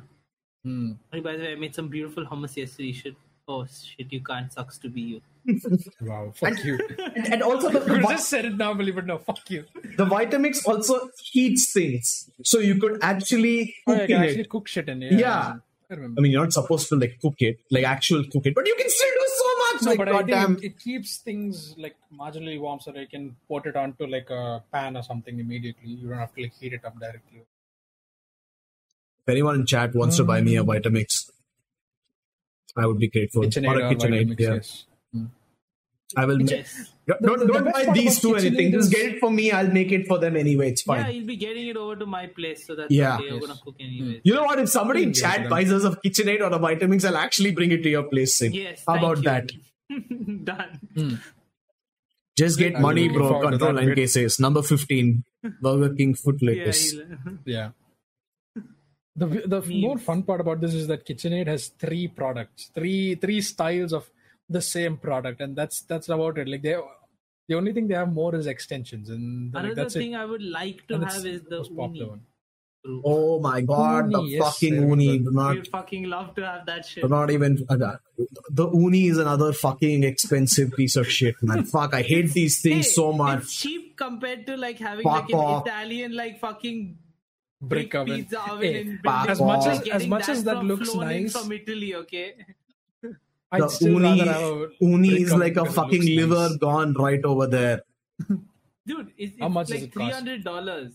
[SPEAKER 1] Hmm.
[SPEAKER 2] Hey, by the way, I made some beautiful hummus yesterday. You should. Oh shit, you can't. Sucks to be you.
[SPEAKER 1] Wow, fuck you.
[SPEAKER 3] And, and also the, the
[SPEAKER 1] You
[SPEAKER 3] Vi-
[SPEAKER 1] just said it now, believe it. No, fuck you.
[SPEAKER 3] the Vitamix also heats things, so you could actually
[SPEAKER 1] Oh,
[SPEAKER 3] cook
[SPEAKER 1] yeah, I
[SPEAKER 3] in
[SPEAKER 1] can
[SPEAKER 3] it.
[SPEAKER 1] actually cook shit in it.
[SPEAKER 3] Yeah.
[SPEAKER 1] I remember.
[SPEAKER 3] I mean, you're not supposed to like cook it, like actual cook it, but you can still do so much.
[SPEAKER 1] no,
[SPEAKER 3] like,
[SPEAKER 1] but I
[SPEAKER 3] goddamn,
[SPEAKER 1] think it, it keeps things like marginally warm, so that you can put it onto like a pan or something immediately. You don't have to like heat it up directly.
[SPEAKER 3] if anyone in chat wants to buy me
[SPEAKER 1] Mm.
[SPEAKER 3] a Vitamix, I would be grateful.
[SPEAKER 1] KitchenAid
[SPEAKER 3] or a
[SPEAKER 1] or
[SPEAKER 3] KitchenAid,
[SPEAKER 1] uh, Vitamix,
[SPEAKER 3] yeah.
[SPEAKER 1] yes. Hmm.
[SPEAKER 3] I will. Make,
[SPEAKER 2] Yes.
[SPEAKER 3] don't
[SPEAKER 1] the- the
[SPEAKER 3] don't
[SPEAKER 1] best
[SPEAKER 3] buy
[SPEAKER 1] part
[SPEAKER 3] these
[SPEAKER 1] about
[SPEAKER 3] two
[SPEAKER 1] KitchenAid
[SPEAKER 3] anything. Just
[SPEAKER 1] is-
[SPEAKER 3] get it for me. I'll make it for them anyway. It's fine.
[SPEAKER 2] Yeah, you'll be getting it over to my place, so that's
[SPEAKER 3] Yeah. Hmm.
[SPEAKER 2] what you're gonna
[SPEAKER 1] Yes.
[SPEAKER 2] cook anyway.
[SPEAKER 3] You know what? If somebody in chat
[SPEAKER 1] Yeah.
[SPEAKER 3] buys us a KitchenAid or a Vitamix, I'll actually bring it to your place. Sid.
[SPEAKER 2] Yes.
[SPEAKER 3] How
[SPEAKER 2] thank
[SPEAKER 3] about
[SPEAKER 2] you.
[SPEAKER 3] that?
[SPEAKER 2] Done.
[SPEAKER 1] Hmm.
[SPEAKER 3] Just get
[SPEAKER 1] I'm
[SPEAKER 3] money,
[SPEAKER 1] looking
[SPEAKER 3] bro.
[SPEAKER 1] forward to
[SPEAKER 3] Control
[SPEAKER 1] that
[SPEAKER 3] and
[SPEAKER 1] bit.
[SPEAKER 3] cases. Number 15. Burger King foot
[SPEAKER 2] Yeah.
[SPEAKER 3] lettuce.
[SPEAKER 2] he'll-
[SPEAKER 1] Yeah. The the more fun part about this is that KitchenAid has three products, three three styles of the same product, and that's that's about it. Like they, the only thing they have more is extensions, and like,
[SPEAKER 2] Another
[SPEAKER 1] that's
[SPEAKER 2] thing
[SPEAKER 1] it.
[SPEAKER 2] I would like to
[SPEAKER 1] And it's
[SPEAKER 2] have is the
[SPEAKER 1] most popular
[SPEAKER 2] uni.
[SPEAKER 1] one.
[SPEAKER 2] True.
[SPEAKER 3] oh my
[SPEAKER 1] Uni,
[SPEAKER 3] god. the
[SPEAKER 1] yes,
[SPEAKER 3] fucking
[SPEAKER 1] I remember.
[SPEAKER 3] uni. Do not,
[SPEAKER 2] We'd fucking love to have that shit.
[SPEAKER 3] do not even. uh, the uni is another fucking expensive piece of shit, man. Fuck, I hate these things
[SPEAKER 2] Hey,
[SPEAKER 3] so
[SPEAKER 2] It's
[SPEAKER 3] much.
[SPEAKER 2] cheap compared to like having
[SPEAKER 3] Fuck
[SPEAKER 2] like an
[SPEAKER 3] off.
[SPEAKER 2] Italian like fucking
[SPEAKER 1] Brick
[SPEAKER 2] big
[SPEAKER 1] oven.
[SPEAKER 2] pizza oven.
[SPEAKER 1] Hey,
[SPEAKER 2] in
[SPEAKER 3] fuck
[SPEAKER 2] Britain.
[SPEAKER 3] As
[SPEAKER 1] as-
[SPEAKER 3] much
[SPEAKER 2] Like,
[SPEAKER 1] as
[SPEAKER 2] getting
[SPEAKER 1] much as that
[SPEAKER 2] from
[SPEAKER 1] looks
[SPEAKER 2] flown in
[SPEAKER 1] nice-
[SPEAKER 2] from Italy, okay.
[SPEAKER 1] I'd
[SPEAKER 3] The
[SPEAKER 1] still
[SPEAKER 3] uni,
[SPEAKER 1] rather have a
[SPEAKER 3] uni
[SPEAKER 1] brick
[SPEAKER 3] is
[SPEAKER 1] oven
[SPEAKER 3] like a
[SPEAKER 1] because it
[SPEAKER 3] fucking
[SPEAKER 1] looks nice.
[SPEAKER 3] liver gone right over there.
[SPEAKER 2] Dude, it's, it's
[SPEAKER 1] How much does
[SPEAKER 2] like
[SPEAKER 1] it cost?
[SPEAKER 2] three hundred dollars.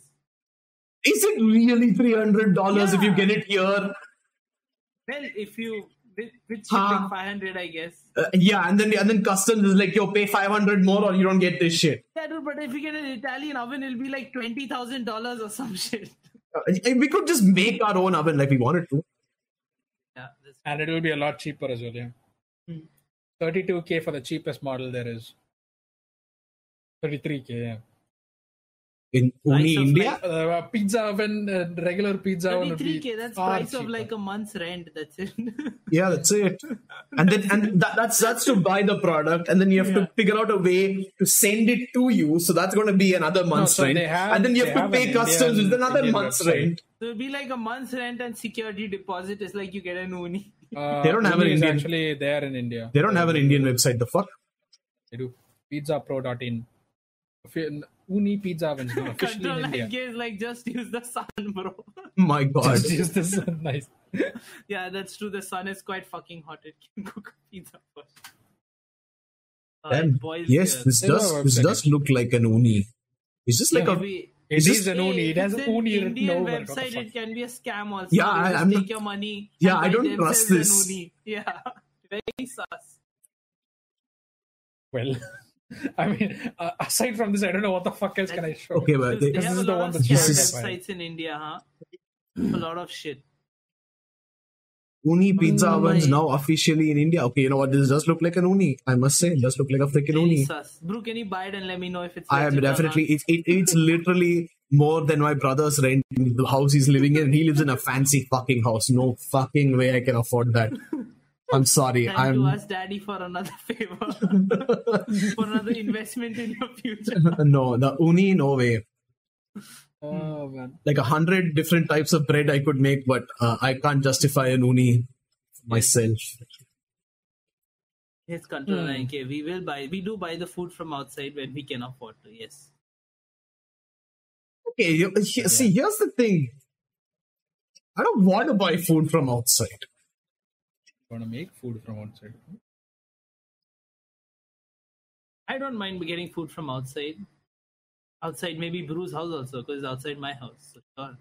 [SPEAKER 3] Is it really $300 if you
[SPEAKER 2] Yeah.
[SPEAKER 3] get it here?
[SPEAKER 2] Well, if you with, with
[SPEAKER 3] Huh.
[SPEAKER 2] shipping five hundred, I guess.
[SPEAKER 3] Uh, yeah, and then and then customs is like, yo, pay five hundred more or you don't get this shit.
[SPEAKER 2] Yeah, dude, but if you get an Italian oven, it'll be like twenty thousand dollars or some shit.
[SPEAKER 3] Uh, we could just make our own oven like we wanted to.
[SPEAKER 2] Yeah, that's
[SPEAKER 1] and it will be a lot cheaper as well. Yeah,
[SPEAKER 2] Hmm.
[SPEAKER 1] thirty-two k for the cheapest model there is. Thirty-three k. Yeah,
[SPEAKER 3] In only
[SPEAKER 2] Price of
[SPEAKER 3] India,
[SPEAKER 2] life.
[SPEAKER 1] uh, a pizza oven, a regular pizza oven would be
[SPEAKER 2] thirty-three k. That's
[SPEAKER 1] far
[SPEAKER 2] price of
[SPEAKER 1] cheaper.
[SPEAKER 2] like a month's rent. That's it.
[SPEAKER 3] yeah, that's it. And then and that, that's that's to buy the product, and then you have to figure out a way to send it to you. So that's going to be another month's
[SPEAKER 1] so
[SPEAKER 3] rent,
[SPEAKER 1] they have-
[SPEAKER 3] and then you
[SPEAKER 1] they
[SPEAKER 3] have to
[SPEAKER 1] have
[SPEAKER 3] pay
[SPEAKER 1] an Indian-
[SPEAKER 3] customs, which is another
[SPEAKER 1] Indian
[SPEAKER 3] month's
[SPEAKER 1] website.
[SPEAKER 3] rent.
[SPEAKER 2] so it'll be like a month's rent and security deposit is like you get an uni.
[SPEAKER 1] Uh,
[SPEAKER 3] They don't have an
[SPEAKER 1] Uni is
[SPEAKER 3] Indian-
[SPEAKER 1] actually there in India.
[SPEAKER 3] They don't have an Indian website. The fuck.
[SPEAKER 1] They do pizzapro.in. Fi- Uni pizza ovens now officially
[SPEAKER 2] Control
[SPEAKER 1] in
[SPEAKER 2] I
[SPEAKER 1] India.
[SPEAKER 2] guess like just use the sun, bro.
[SPEAKER 3] My God.
[SPEAKER 1] Just use this one, nice.
[SPEAKER 2] yeah, that's true. The sun is quite fucking hot. It can cook pizza first. Uh, it
[SPEAKER 3] Damn.
[SPEAKER 2] boils
[SPEAKER 3] Yes,
[SPEAKER 2] here.
[SPEAKER 3] this
[SPEAKER 1] They don't
[SPEAKER 3] does
[SPEAKER 1] have
[SPEAKER 3] this
[SPEAKER 1] website,
[SPEAKER 3] does look like an uni. It's just like
[SPEAKER 1] Yeah,
[SPEAKER 3] a
[SPEAKER 2] Maybe-
[SPEAKER 1] It
[SPEAKER 3] just-
[SPEAKER 1] is an
[SPEAKER 2] Hey,
[SPEAKER 1] uni. It
[SPEAKER 2] if
[SPEAKER 1] has
[SPEAKER 2] it's an
[SPEAKER 1] uni written
[SPEAKER 2] Indian
[SPEAKER 1] over. it. What the
[SPEAKER 2] website.
[SPEAKER 1] fuck?
[SPEAKER 2] It can be a scam also.
[SPEAKER 3] Yeah,
[SPEAKER 2] They
[SPEAKER 3] I-
[SPEAKER 2] just
[SPEAKER 3] I'm
[SPEAKER 2] take
[SPEAKER 3] not-
[SPEAKER 2] your money.
[SPEAKER 3] Yeah,
[SPEAKER 2] and
[SPEAKER 3] I
[SPEAKER 2] buy
[SPEAKER 3] don't trust
[SPEAKER 2] themselves an
[SPEAKER 3] this.
[SPEAKER 2] uni. Yeah, very sus.
[SPEAKER 1] Well, I mean, uh, aside from this, I don't know what the fuck else can I show.
[SPEAKER 3] okay, but
[SPEAKER 2] They
[SPEAKER 3] they-
[SPEAKER 1] This
[SPEAKER 2] have
[SPEAKER 1] is
[SPEAKER 2] a
[SPEAKER 1] the
[SPEAKER 2] lot
[SPEAKER 1] one
[SPEAKER 2] of
[SPEAKER 1] that's
[SPEAKER 2] scam
[SPEAKER 3] this is-
[SPEAKER 2] websites in India, huh? a lot of shit.
[SPEAKER 3] Uni pizza
[SPEAKER 2] Oh
[SPEAKER 3] ovens
[SPEAKER 2] my.
[SPEAKER 3] now officially in India. Okay, you know what? This does look like an uni. I must say, it does look like a freaking
[SPEAKER 2] Very
[SPEAKER 3] uni.
[SPEAKER 2] sus. Bro, can you buy it and let me know if it's?
[SPEAKER 3] I am
[SPEAKER 2] legit or not?
[SPEAKER 3] definitely. It, it, it's literally more than my brother's rent in the house he's living in. He lives in a fancy fucking house. No fucking way I can afford that. I'm sorry.
[SPEAKER 2] Time to
[SPEAKER 3] I'm
[SPEAKER 2] ask daddy for another favor, for another investment in your future.
[SPEAKER 3] no the uni. No way.
[SPEAKER 1] Oh man,
[SPEAKER 3] Like a hundred different types of bread I could make, but uh, I can't justify an uni myself.
[SPEAKER 2] Yes, control nine K. We will buy. We do buy the food from outside when we can afford to. Yes.
[SPEAKER 3] Okay, you, uh, he- see, here's the thing. I don't want to buy food from outside.
[SPEAKER 1] gonna make food from outside.
[SPEAKER 2] I don't mind getting food from outside. Outside, maybe Bru's house also, because outside my house. So sure.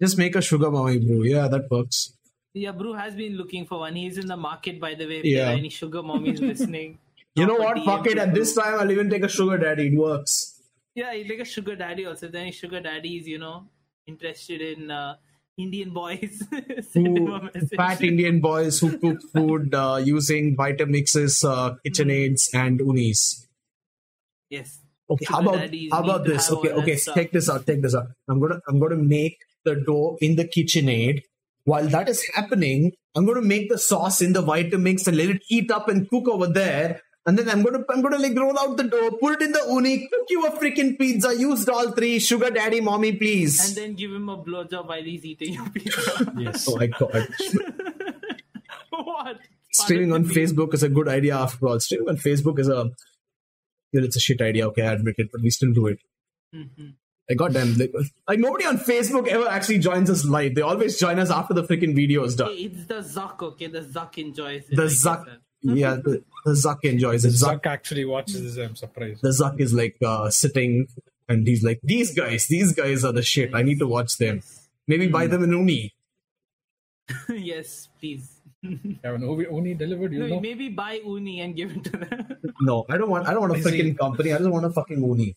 [SPEAKER 3] Just make a sugar mommy brew. Yeah, that works.
[SPEAKER 2] Yeah, Bru has been looking for one. He's in the market, by the way. If
[SPEAKER 3] Yeah.
[SPEAKER 2] there are any sugar mommies listening.
[SPEAKER 3] You know
[SPEAKER 2] drop a
[SPEAKER 3] what?
[SPEAKER 2] DM
[SPEAKER 3] Fuck it.
[SPEAKER 2] to
[SPEAKER 3] At
[SPEAKER 2] Bru.
[SPEAKER 3] this time, I'll even take a sugar daddy. It works.
[SPEAKER 2] Yeah, he's like a sugar daddy also. If there are any sugar daddies, you know, interested in uh, Indian boys, send him a
[SPEAKER 3] Who,
[SPEAKER 2] message.
[SPEAKER 3] fat Indian boys who cook food uh, using Vitamixes, uh,
[SPEAKER 2] Hmm.
[SPEAKER 3] KitchenAids, and Unis.
[SPEAKER 2] Yes.
[SPEAKER 3] Okay, Oh, how
[SPEAKER 2] Sugar
[SPEAKER 3] about
[SPEAKER 2] daddies
[SPEAKER 3] how
[SPEAKER 2] need
[SPEAKER 3] about
[SPEAKER 2] to
[SPEAKER 3] this?
[SPEAKER 2] have
[SPEAKER 3] Okay,
[SPEAKER 2] all that
[SPEAKER 3] okay,
[SPEAKER 2] stuff.
[SPEAKER 3] check this out. Check this out. I'm gonna I'm gonna make the dough in the KitchenAid. While that is happening, I'm gonna make the sauce in the Vitamix and let it heat up and cook over there. And then I'm gonna I'm gonna like roll out the dough, put it in the uni, cook you a freaking pizza. Used all three, sugar daddy, mommy, please.
[SPEAKER 2] And then give him a blowjob while he's eating your pizza.
[SPEAKER 1] Yes.
[SPEAKER 3] oh my god.
[SPEAKER 2] what?
[SPEAKER 3] Streaming on Facebook is a good idea after all. Streaming on Facebook is a you know, it's a shit idea. Okay, I admit it, but we still do it.
[SPEAKER 2] Mhm.
[SPEAKER 3] Like goddamn, like, like nobody on Facebook ever actually joins us live. They always join us after the freaking video is done.
[SPEAKER 2] Hey, it's the Zuck, okay? The Zuck enjoys it.
[SPEAKER 3] The
[SPEAKER 2] I guess,
[SPEAKER 3] Zuck,
[SPEAKER 2] uh.
[SPEAKER 3] yeah, the, the Zuck enjoys it. Zuck,
[SPEAKER 1] Zuck actually watches this. I'm surprised.
[SPEAKER 3] the Zuck is like uh, sitting and he's like, these guys, these guys are the
[SPEAKER 2] Hmm.
[SPEAKER 3] shit. I need to watch them. Maybe buy them an uni.
[SPEAKER 2] yes, please.
[SPEAKER 1] Kevin, Uni, Uni delivered, you
[SPEAKER 2] No,
[SPEAKER 1] know.
[SPEAKER 2] maybe buy Uni and give it to them.
[SPEAKER 3] No, I don't want. I don't want a
[SPEAKER 1] Busy.
[SPEAKER 3] freaking company. I just want a fucking uni.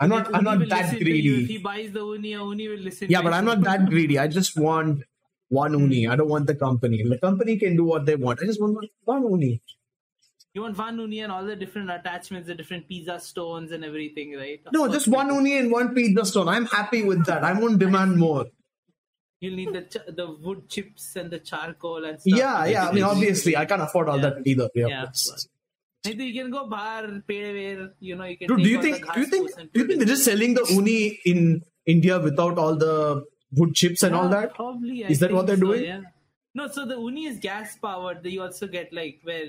[SPEAKER 3] I'm not. I'm
[SPEAKER 2] Uni
[SPEAKER 3] not
[SPEAKER 2] will
[SPEAKER 3] that
[SPEAKER 2] listen to you. If
[SPEAKER 3] greedy.
[SPEAKER 2] he buys the Uni, a Uni will listen.
[SPEAKER 3] Yeah,
[SPEAKER 2] to
[SPEAKER 3] but
[SPEAKER 2] you.
[SPEAKER 3] I'm not that greedy. I just want one uni. I don't want the company. The company can do what they want. I just want one uni.
[SPEAKER 2] You want one Uni and all the different attachments, the different pizza stones and everything, right? Of
[SPEAKER 3] No,
[SPEAKER 2] course,
[SPEAKER 3] just one uni and one pizza stone. I'm happy with that. I won't demand more.
[SPEAKER 2] You'll need the ch- the wood chips and the charcoal and stuff.
[SPEAKER 3] Yeah, yeah. I mean, obviously, I can't afford all
[SPEAKER 2] Yeah.
[SPEAKER 3] that either. Yeah.
[SPEAKER 2] Yeah, of course. Maybe you can go bar, payware, you know, you can.
[SPEAKER 3] Dude,
[SPEAKER 2] take
[SPEAKER 3] do you
[SPEAKER 2] all the
[SPEAKER 3] think? Do you
[SPEAKER 2] ghas
[SPEAKER 3] think?
[SPEAKER 2] posts and
[SPEAKER 3] Do you
[SPEAKER 2] put
[SPEAKER 3] think
[SPEAKER 2] it-
[SPEAKER 3] they're just selling the uni in India without all the wood chips and all
[SPEAKER 2] Yeah,
[SPEAKER 3] that?
[SPEAKER 2] Probably. I
[SPEAKER 3] Is that what
[SPEAKER 2] think
[SPEAKER 3] they're
[SPEAKER 2] so,
[SPEAKER 3] doing?
[SPEAKER 2] yeah. No, so the uni is gas powered. You also get like where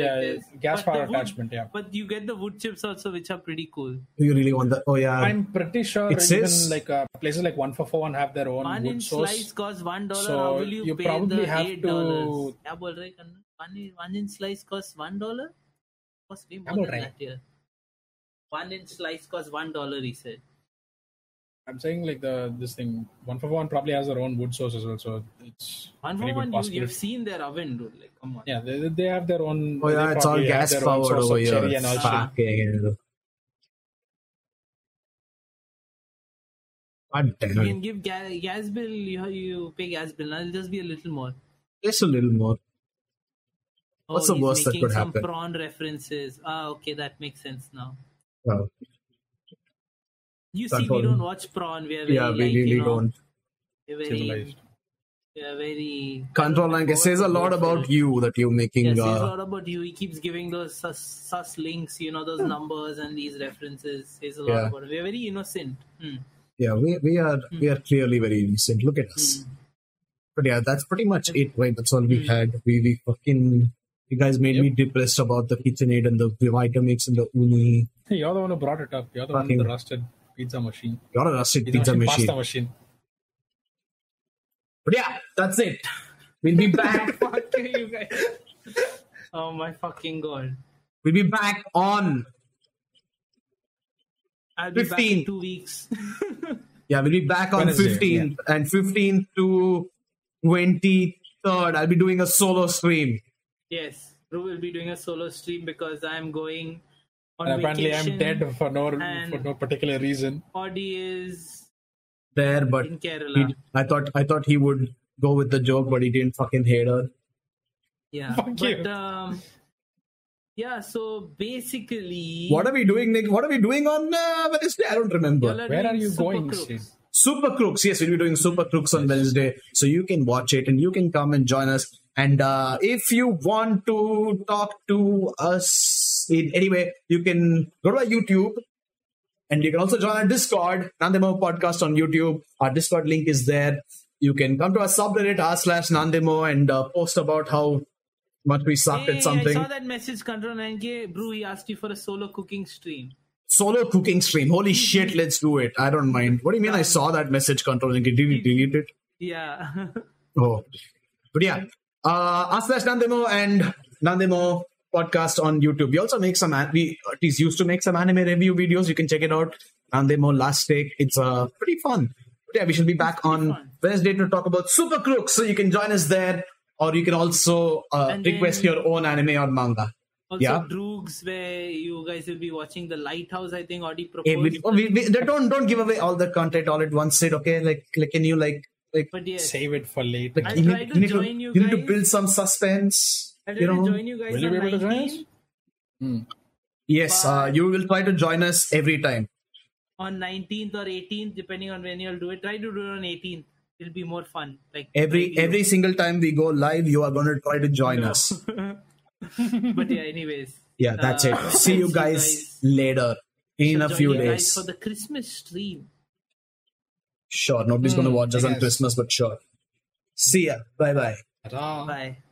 [SPEAKER 1] Yeah, gas
[SPEAKER 2] but the
[SPEAKER 1] power
[SPEAKER 2] wood-
[SPEAKER 1] attachment, yeah.
[SPEAKER 2] But you get the wood chips also, which are pretty cool.
[SPEAKER 3] Do you really want that? Oh yeah.
[SPEAKER 1] I'm pretty sure
[SPEAKER 3] It
[SPEAKER 1] even
[SPEAKER 3] says-
[SPEAKER 1] like uh, places like One for Four One have their own
[SPEAKER 2] One
[SPEAKER 1] wood
[SPEAKER 2] inch slice
[SPEAKER 1] source.
[SPEAKER 2] costs one dollar.
[SPEAKER 1] So
[SPEAKER 2] How will you,
[SPEAKER 1] you
[SPEAKER 2] pay
[SPEAKER 1] probably
[SPEAKER 2] the
[SPEAKER 1] have
[SPEAKER 2] eight
[SPEAKER 1] to-
[SPEAKER 2] dollars? Yeah, बोल रहे हैं, Kannan. one in- one inch slice costs one dollar. Costs way more
[SPEAKER 1] बोल
[SPEAKER 2] than
[SPEAKER 1] रहे
[SPEAKER 2] that here. One inch slice costs one dollar. He said.
[SPEAKER 1] I'm saying like the this thing One for One probably has their own wood source as well. So it's
[SPEAKER 2] One for
[SPEAKER 1] very good
[SPEAKER 2] one, you,
[SPEAKER 1] possibility.
[SPEAKER 2] you've seen their oven, dude. Like, come on.
[SPEAKER 1] Yeah, they, they have their own.
[SPEAKER 3] Oh yeah,
[SPEAKER 1] they
[SPEAKER 3] it's all
[SPEAKER 1] probably have
[SPEAKER 3] gas
[SPEAKER 1] their own
[SPEAKER 3] powered
[SPEAKER 1] source of
[SPEAKER 3] over here.
[SPEAKER 1] cherry and all shit.
[SPEAKER 3] Fucking hell. God damn
[SPEAKER 2] You
[SPEAKER 3] it.
[SPEAKER 2] can give gas, gas bill. You you pay gas bill. Now it'll just be a little more.
[SPEAKER 3] Just a little more.
[SPEAKER 2] Oh,
[SPEAKER 3] What's the
[SPEAKER 2] he's
[SPEAKER 3] worst that
[SPEAKER 2] making
[SPEAKER 3] could
[SPEAKER 2] some
[SPEAKER 3] happen?
[SPEAKER 2] Prawn references. Ah, okay, that makes sense now.
[SPEAKER 3] Well,
[SPEAKER 2] You
[SPEAKER 3] That's
[SPEAKER 2] see, we
[SPEAKER 3] all.
[SPEAKER 2] don't watch prawn. We are very,
[SPEAKER 3] yeah, we
[SPEAKER 2] like,
[SPEAKER 3] really
[SPEAKER 2] you know,
[SPEAKER 3] don't.
[SPEAKER 2] We're very,
[SPEAKER 1] Civilized.
[SPEAKER 2] we're very.
[SPEAKER 3] Control line it says a lot about you that you're
[SPEAKER 2] Yeah,
[SPEAKER 3] making.
[SPEAKER 2] says a
[SPEAKER 3] uh,
[SPEAKER 2] lot about you. He keeps giving those sus, sus links, you know, those numbers and these references. Says a lot
[SPEAKER 3] Hmm. Yeah.
[SPEAKER 2] about it. We're very innocent. Hmm.
[SPEAKER 3] yeah, we we are we are clearly very innocent. Look
[SPEAKER 2] Hmm.
[SPEAKER 3] at us. But yeah, that's pretty much it, right? That's all we had. We we fucking you guys made me depressed about the KitchenAid and the Vitamix and the Uni.
[SPEAKER 1] Hey, you're the one who brought it up. You're the one
[SPEAKER 3] Fucking-
[SPEAKER 1] with the rusted pizza machine.
[SPEAKER 3] You're a rusted
[SPEAKER 1] Pizza,
[SPEAKER 3] pizza
[SPEAKER 1] machine,
[SPEAKER 3] machine.
[SPEAKER 1] Pasta machine.
[SPEAKER 3] But yeah, that's it. We'll be back.
[SPEAKER 2] Fuck you guys. Oh my fucking god!
[SPEAKER 3] we'll be back on.
[SPEAKER 2] I'll be back
[SPEAKER 3] 15.
[SPEAKER 2] in two weeks.
[SPEAKER 3] Yeah, we'll be back on
[SPEAKER 1] Wednesday,
[SPEAKER 3] fifteenth and fifteenth to twenty third. I'll be doing a solo stream.
[SPEAKER 2] yes, Ru will be doing a solo stream because I'm going on
[SPEAKER 1] And apparently,
[SPEAKER 2] vacation.
[SPEAKER 1] I'm dead for no
[SPEAKER 2] and-
[SPEAKER 1] for no particular reason.
[SPEAKER 2] Audi is
[SPEAKER 3] There, but
[SPEAKER 2] in
[SPEAKER 3] he,
[SPEAKER 2] Kerala.
[SPEAKER 3] I thought I thought he would go with the joke, but he didn't fucking hate her.
[SPEAKER 2] Yeah,
[SPEAKER 1] Fuck
[SPEAKER 2] but
[SPEAKER 1] you.
[SPEAKER 2] um, yeah. So basically,
[SPEAKER 3] What are we doing, Nick? What are we doing on uh, Wednesday? I don't
[SPEAKER 2] y'all
[SPEAKER 3] remember.
[SPEAKER 1] Where
[SPEAKER 2] doing
[SPEAKER 1] are you
[SPEAKER 2] Super
[SPEAKER 1] going,
[SPEAKER 2] Crooks.
[SPEAKER 1] Steve?
[SPEAKER 3] Super Crooks. Yes, we'll be doing Super Crooks on Wednesday, so you can watch it and you can come and join us. And uh, if you want to talk to us in any way, you can go to our YouTube And you can also join our Discord, Nandemo Podcast on YouTube. Our Discord link is there. You can come to our subreddit, r slash Nandemo, and uh, post about how much we sucked
[SPEAKER 2] Hey,
[SPEAKER 3] at
[SPEAKER 2] I
[SPEAKER 3] something.
[SPEAKER 2] saw that message, Control 9K. Brew, he asked you for a solo cooking stream.
[SPEAKER 3] Solo cooking stream. Holy shit, let's do it. I don't mind. What do you mean I saw that message, Control link? Did you delete it?
[SPEAKER 2] Yeah.
[SPEAKER 3] Oh. But yeah, uh, r slash Nandemo and Nandemo Podcast on YouTube. We also make some, an- we at least used to make some anime review videos. You can check it out. Nandemo Last Take. It's uh, pretty fun. But yeah, we should be back on
[SPEAKER 2] fun.
[SPEAKER 3] Wednesday to talk about Super Crooks. So you can join us there, or you can also uh,
[SPEAKER 2] And
[SPEAKER 3] request
[SPEAKER 2] then-
[SPEAKER 3] your own anime or manga.
[SPEAKER 2] also,
[SPEAKER 3] Yeah.
[SPEAKER 2] Droogs, where you guys will be watching The Lighthouse, I think. Audi proposed.
[SPEAKER 3] Every, oh, we, we, don't don't give away all the content all at once. Sid, okay? Like, like, can you like like
[SPEAKER 2] but yes,
[SPEAKER 1] Save it for later.
[SPEAKER 3] like
[SPEAKER 2] I'll
[SPEAKER 3] you,
[SPEAKER 2] try
[SPEAKER 3] need,
[SPEAKER 2] to
[SPEAKER 3] you, need
[SPEAKER 2] join you
[SPEAKER 3] you need to
[SPEAKER 2] guys.
[SPEAKER 3] build some suspense.
[SPEAKER 2] I'll
[SPEAKER 3] you know?
[SPEAKER 2] join you guys.
[SPEAKER 1] Will you
[SPEAKER 2] on
[SPEAKER 1] be able to join
[SPEAKER 2] 19.
[SPEAKER 1] us? Hmm.
[SPEAKER 3] Yes, uh, you will try to join us every time.
[SPEAKER 2] on 19th or 18th, depending on when you'll do it. Try to do it on 18th. It'll be more fun. Like
[SPEAKER 3] Every
[SPEAKER 2] review.
[SPEAKER 3] every single time we go live, you are going to try to join us.
[SPEAKER 2] But yeah, anyways.
[SPEAKER 3] Yeah, that's
[SPEAKER 2] Uh,
[SPEAKER 3] it. See you
[SPEAKER 2] see you
[SPEAKER 3] guys
[SPEAKER 2] guys.
[SPEAKER 3] later in
[SPEAKER 2] Shall
[SPEAKER 3] a
[SPEAKER 2] join
[SPEAKER 3] few
[SPEAKER 2] you guys
[SPEAKER 3] days.
[SPEAKER 2] for the Christmas stream. Mm.
[SPEAKER 3] Sure, nobody's going to watch us on
[SPEAKER 1] yes.
[SPEAKER 3] Christmas, but sure. See ya. Bye bye.
[SPEAKER 1] Ta-da.
[SPEAKER 2] Bye.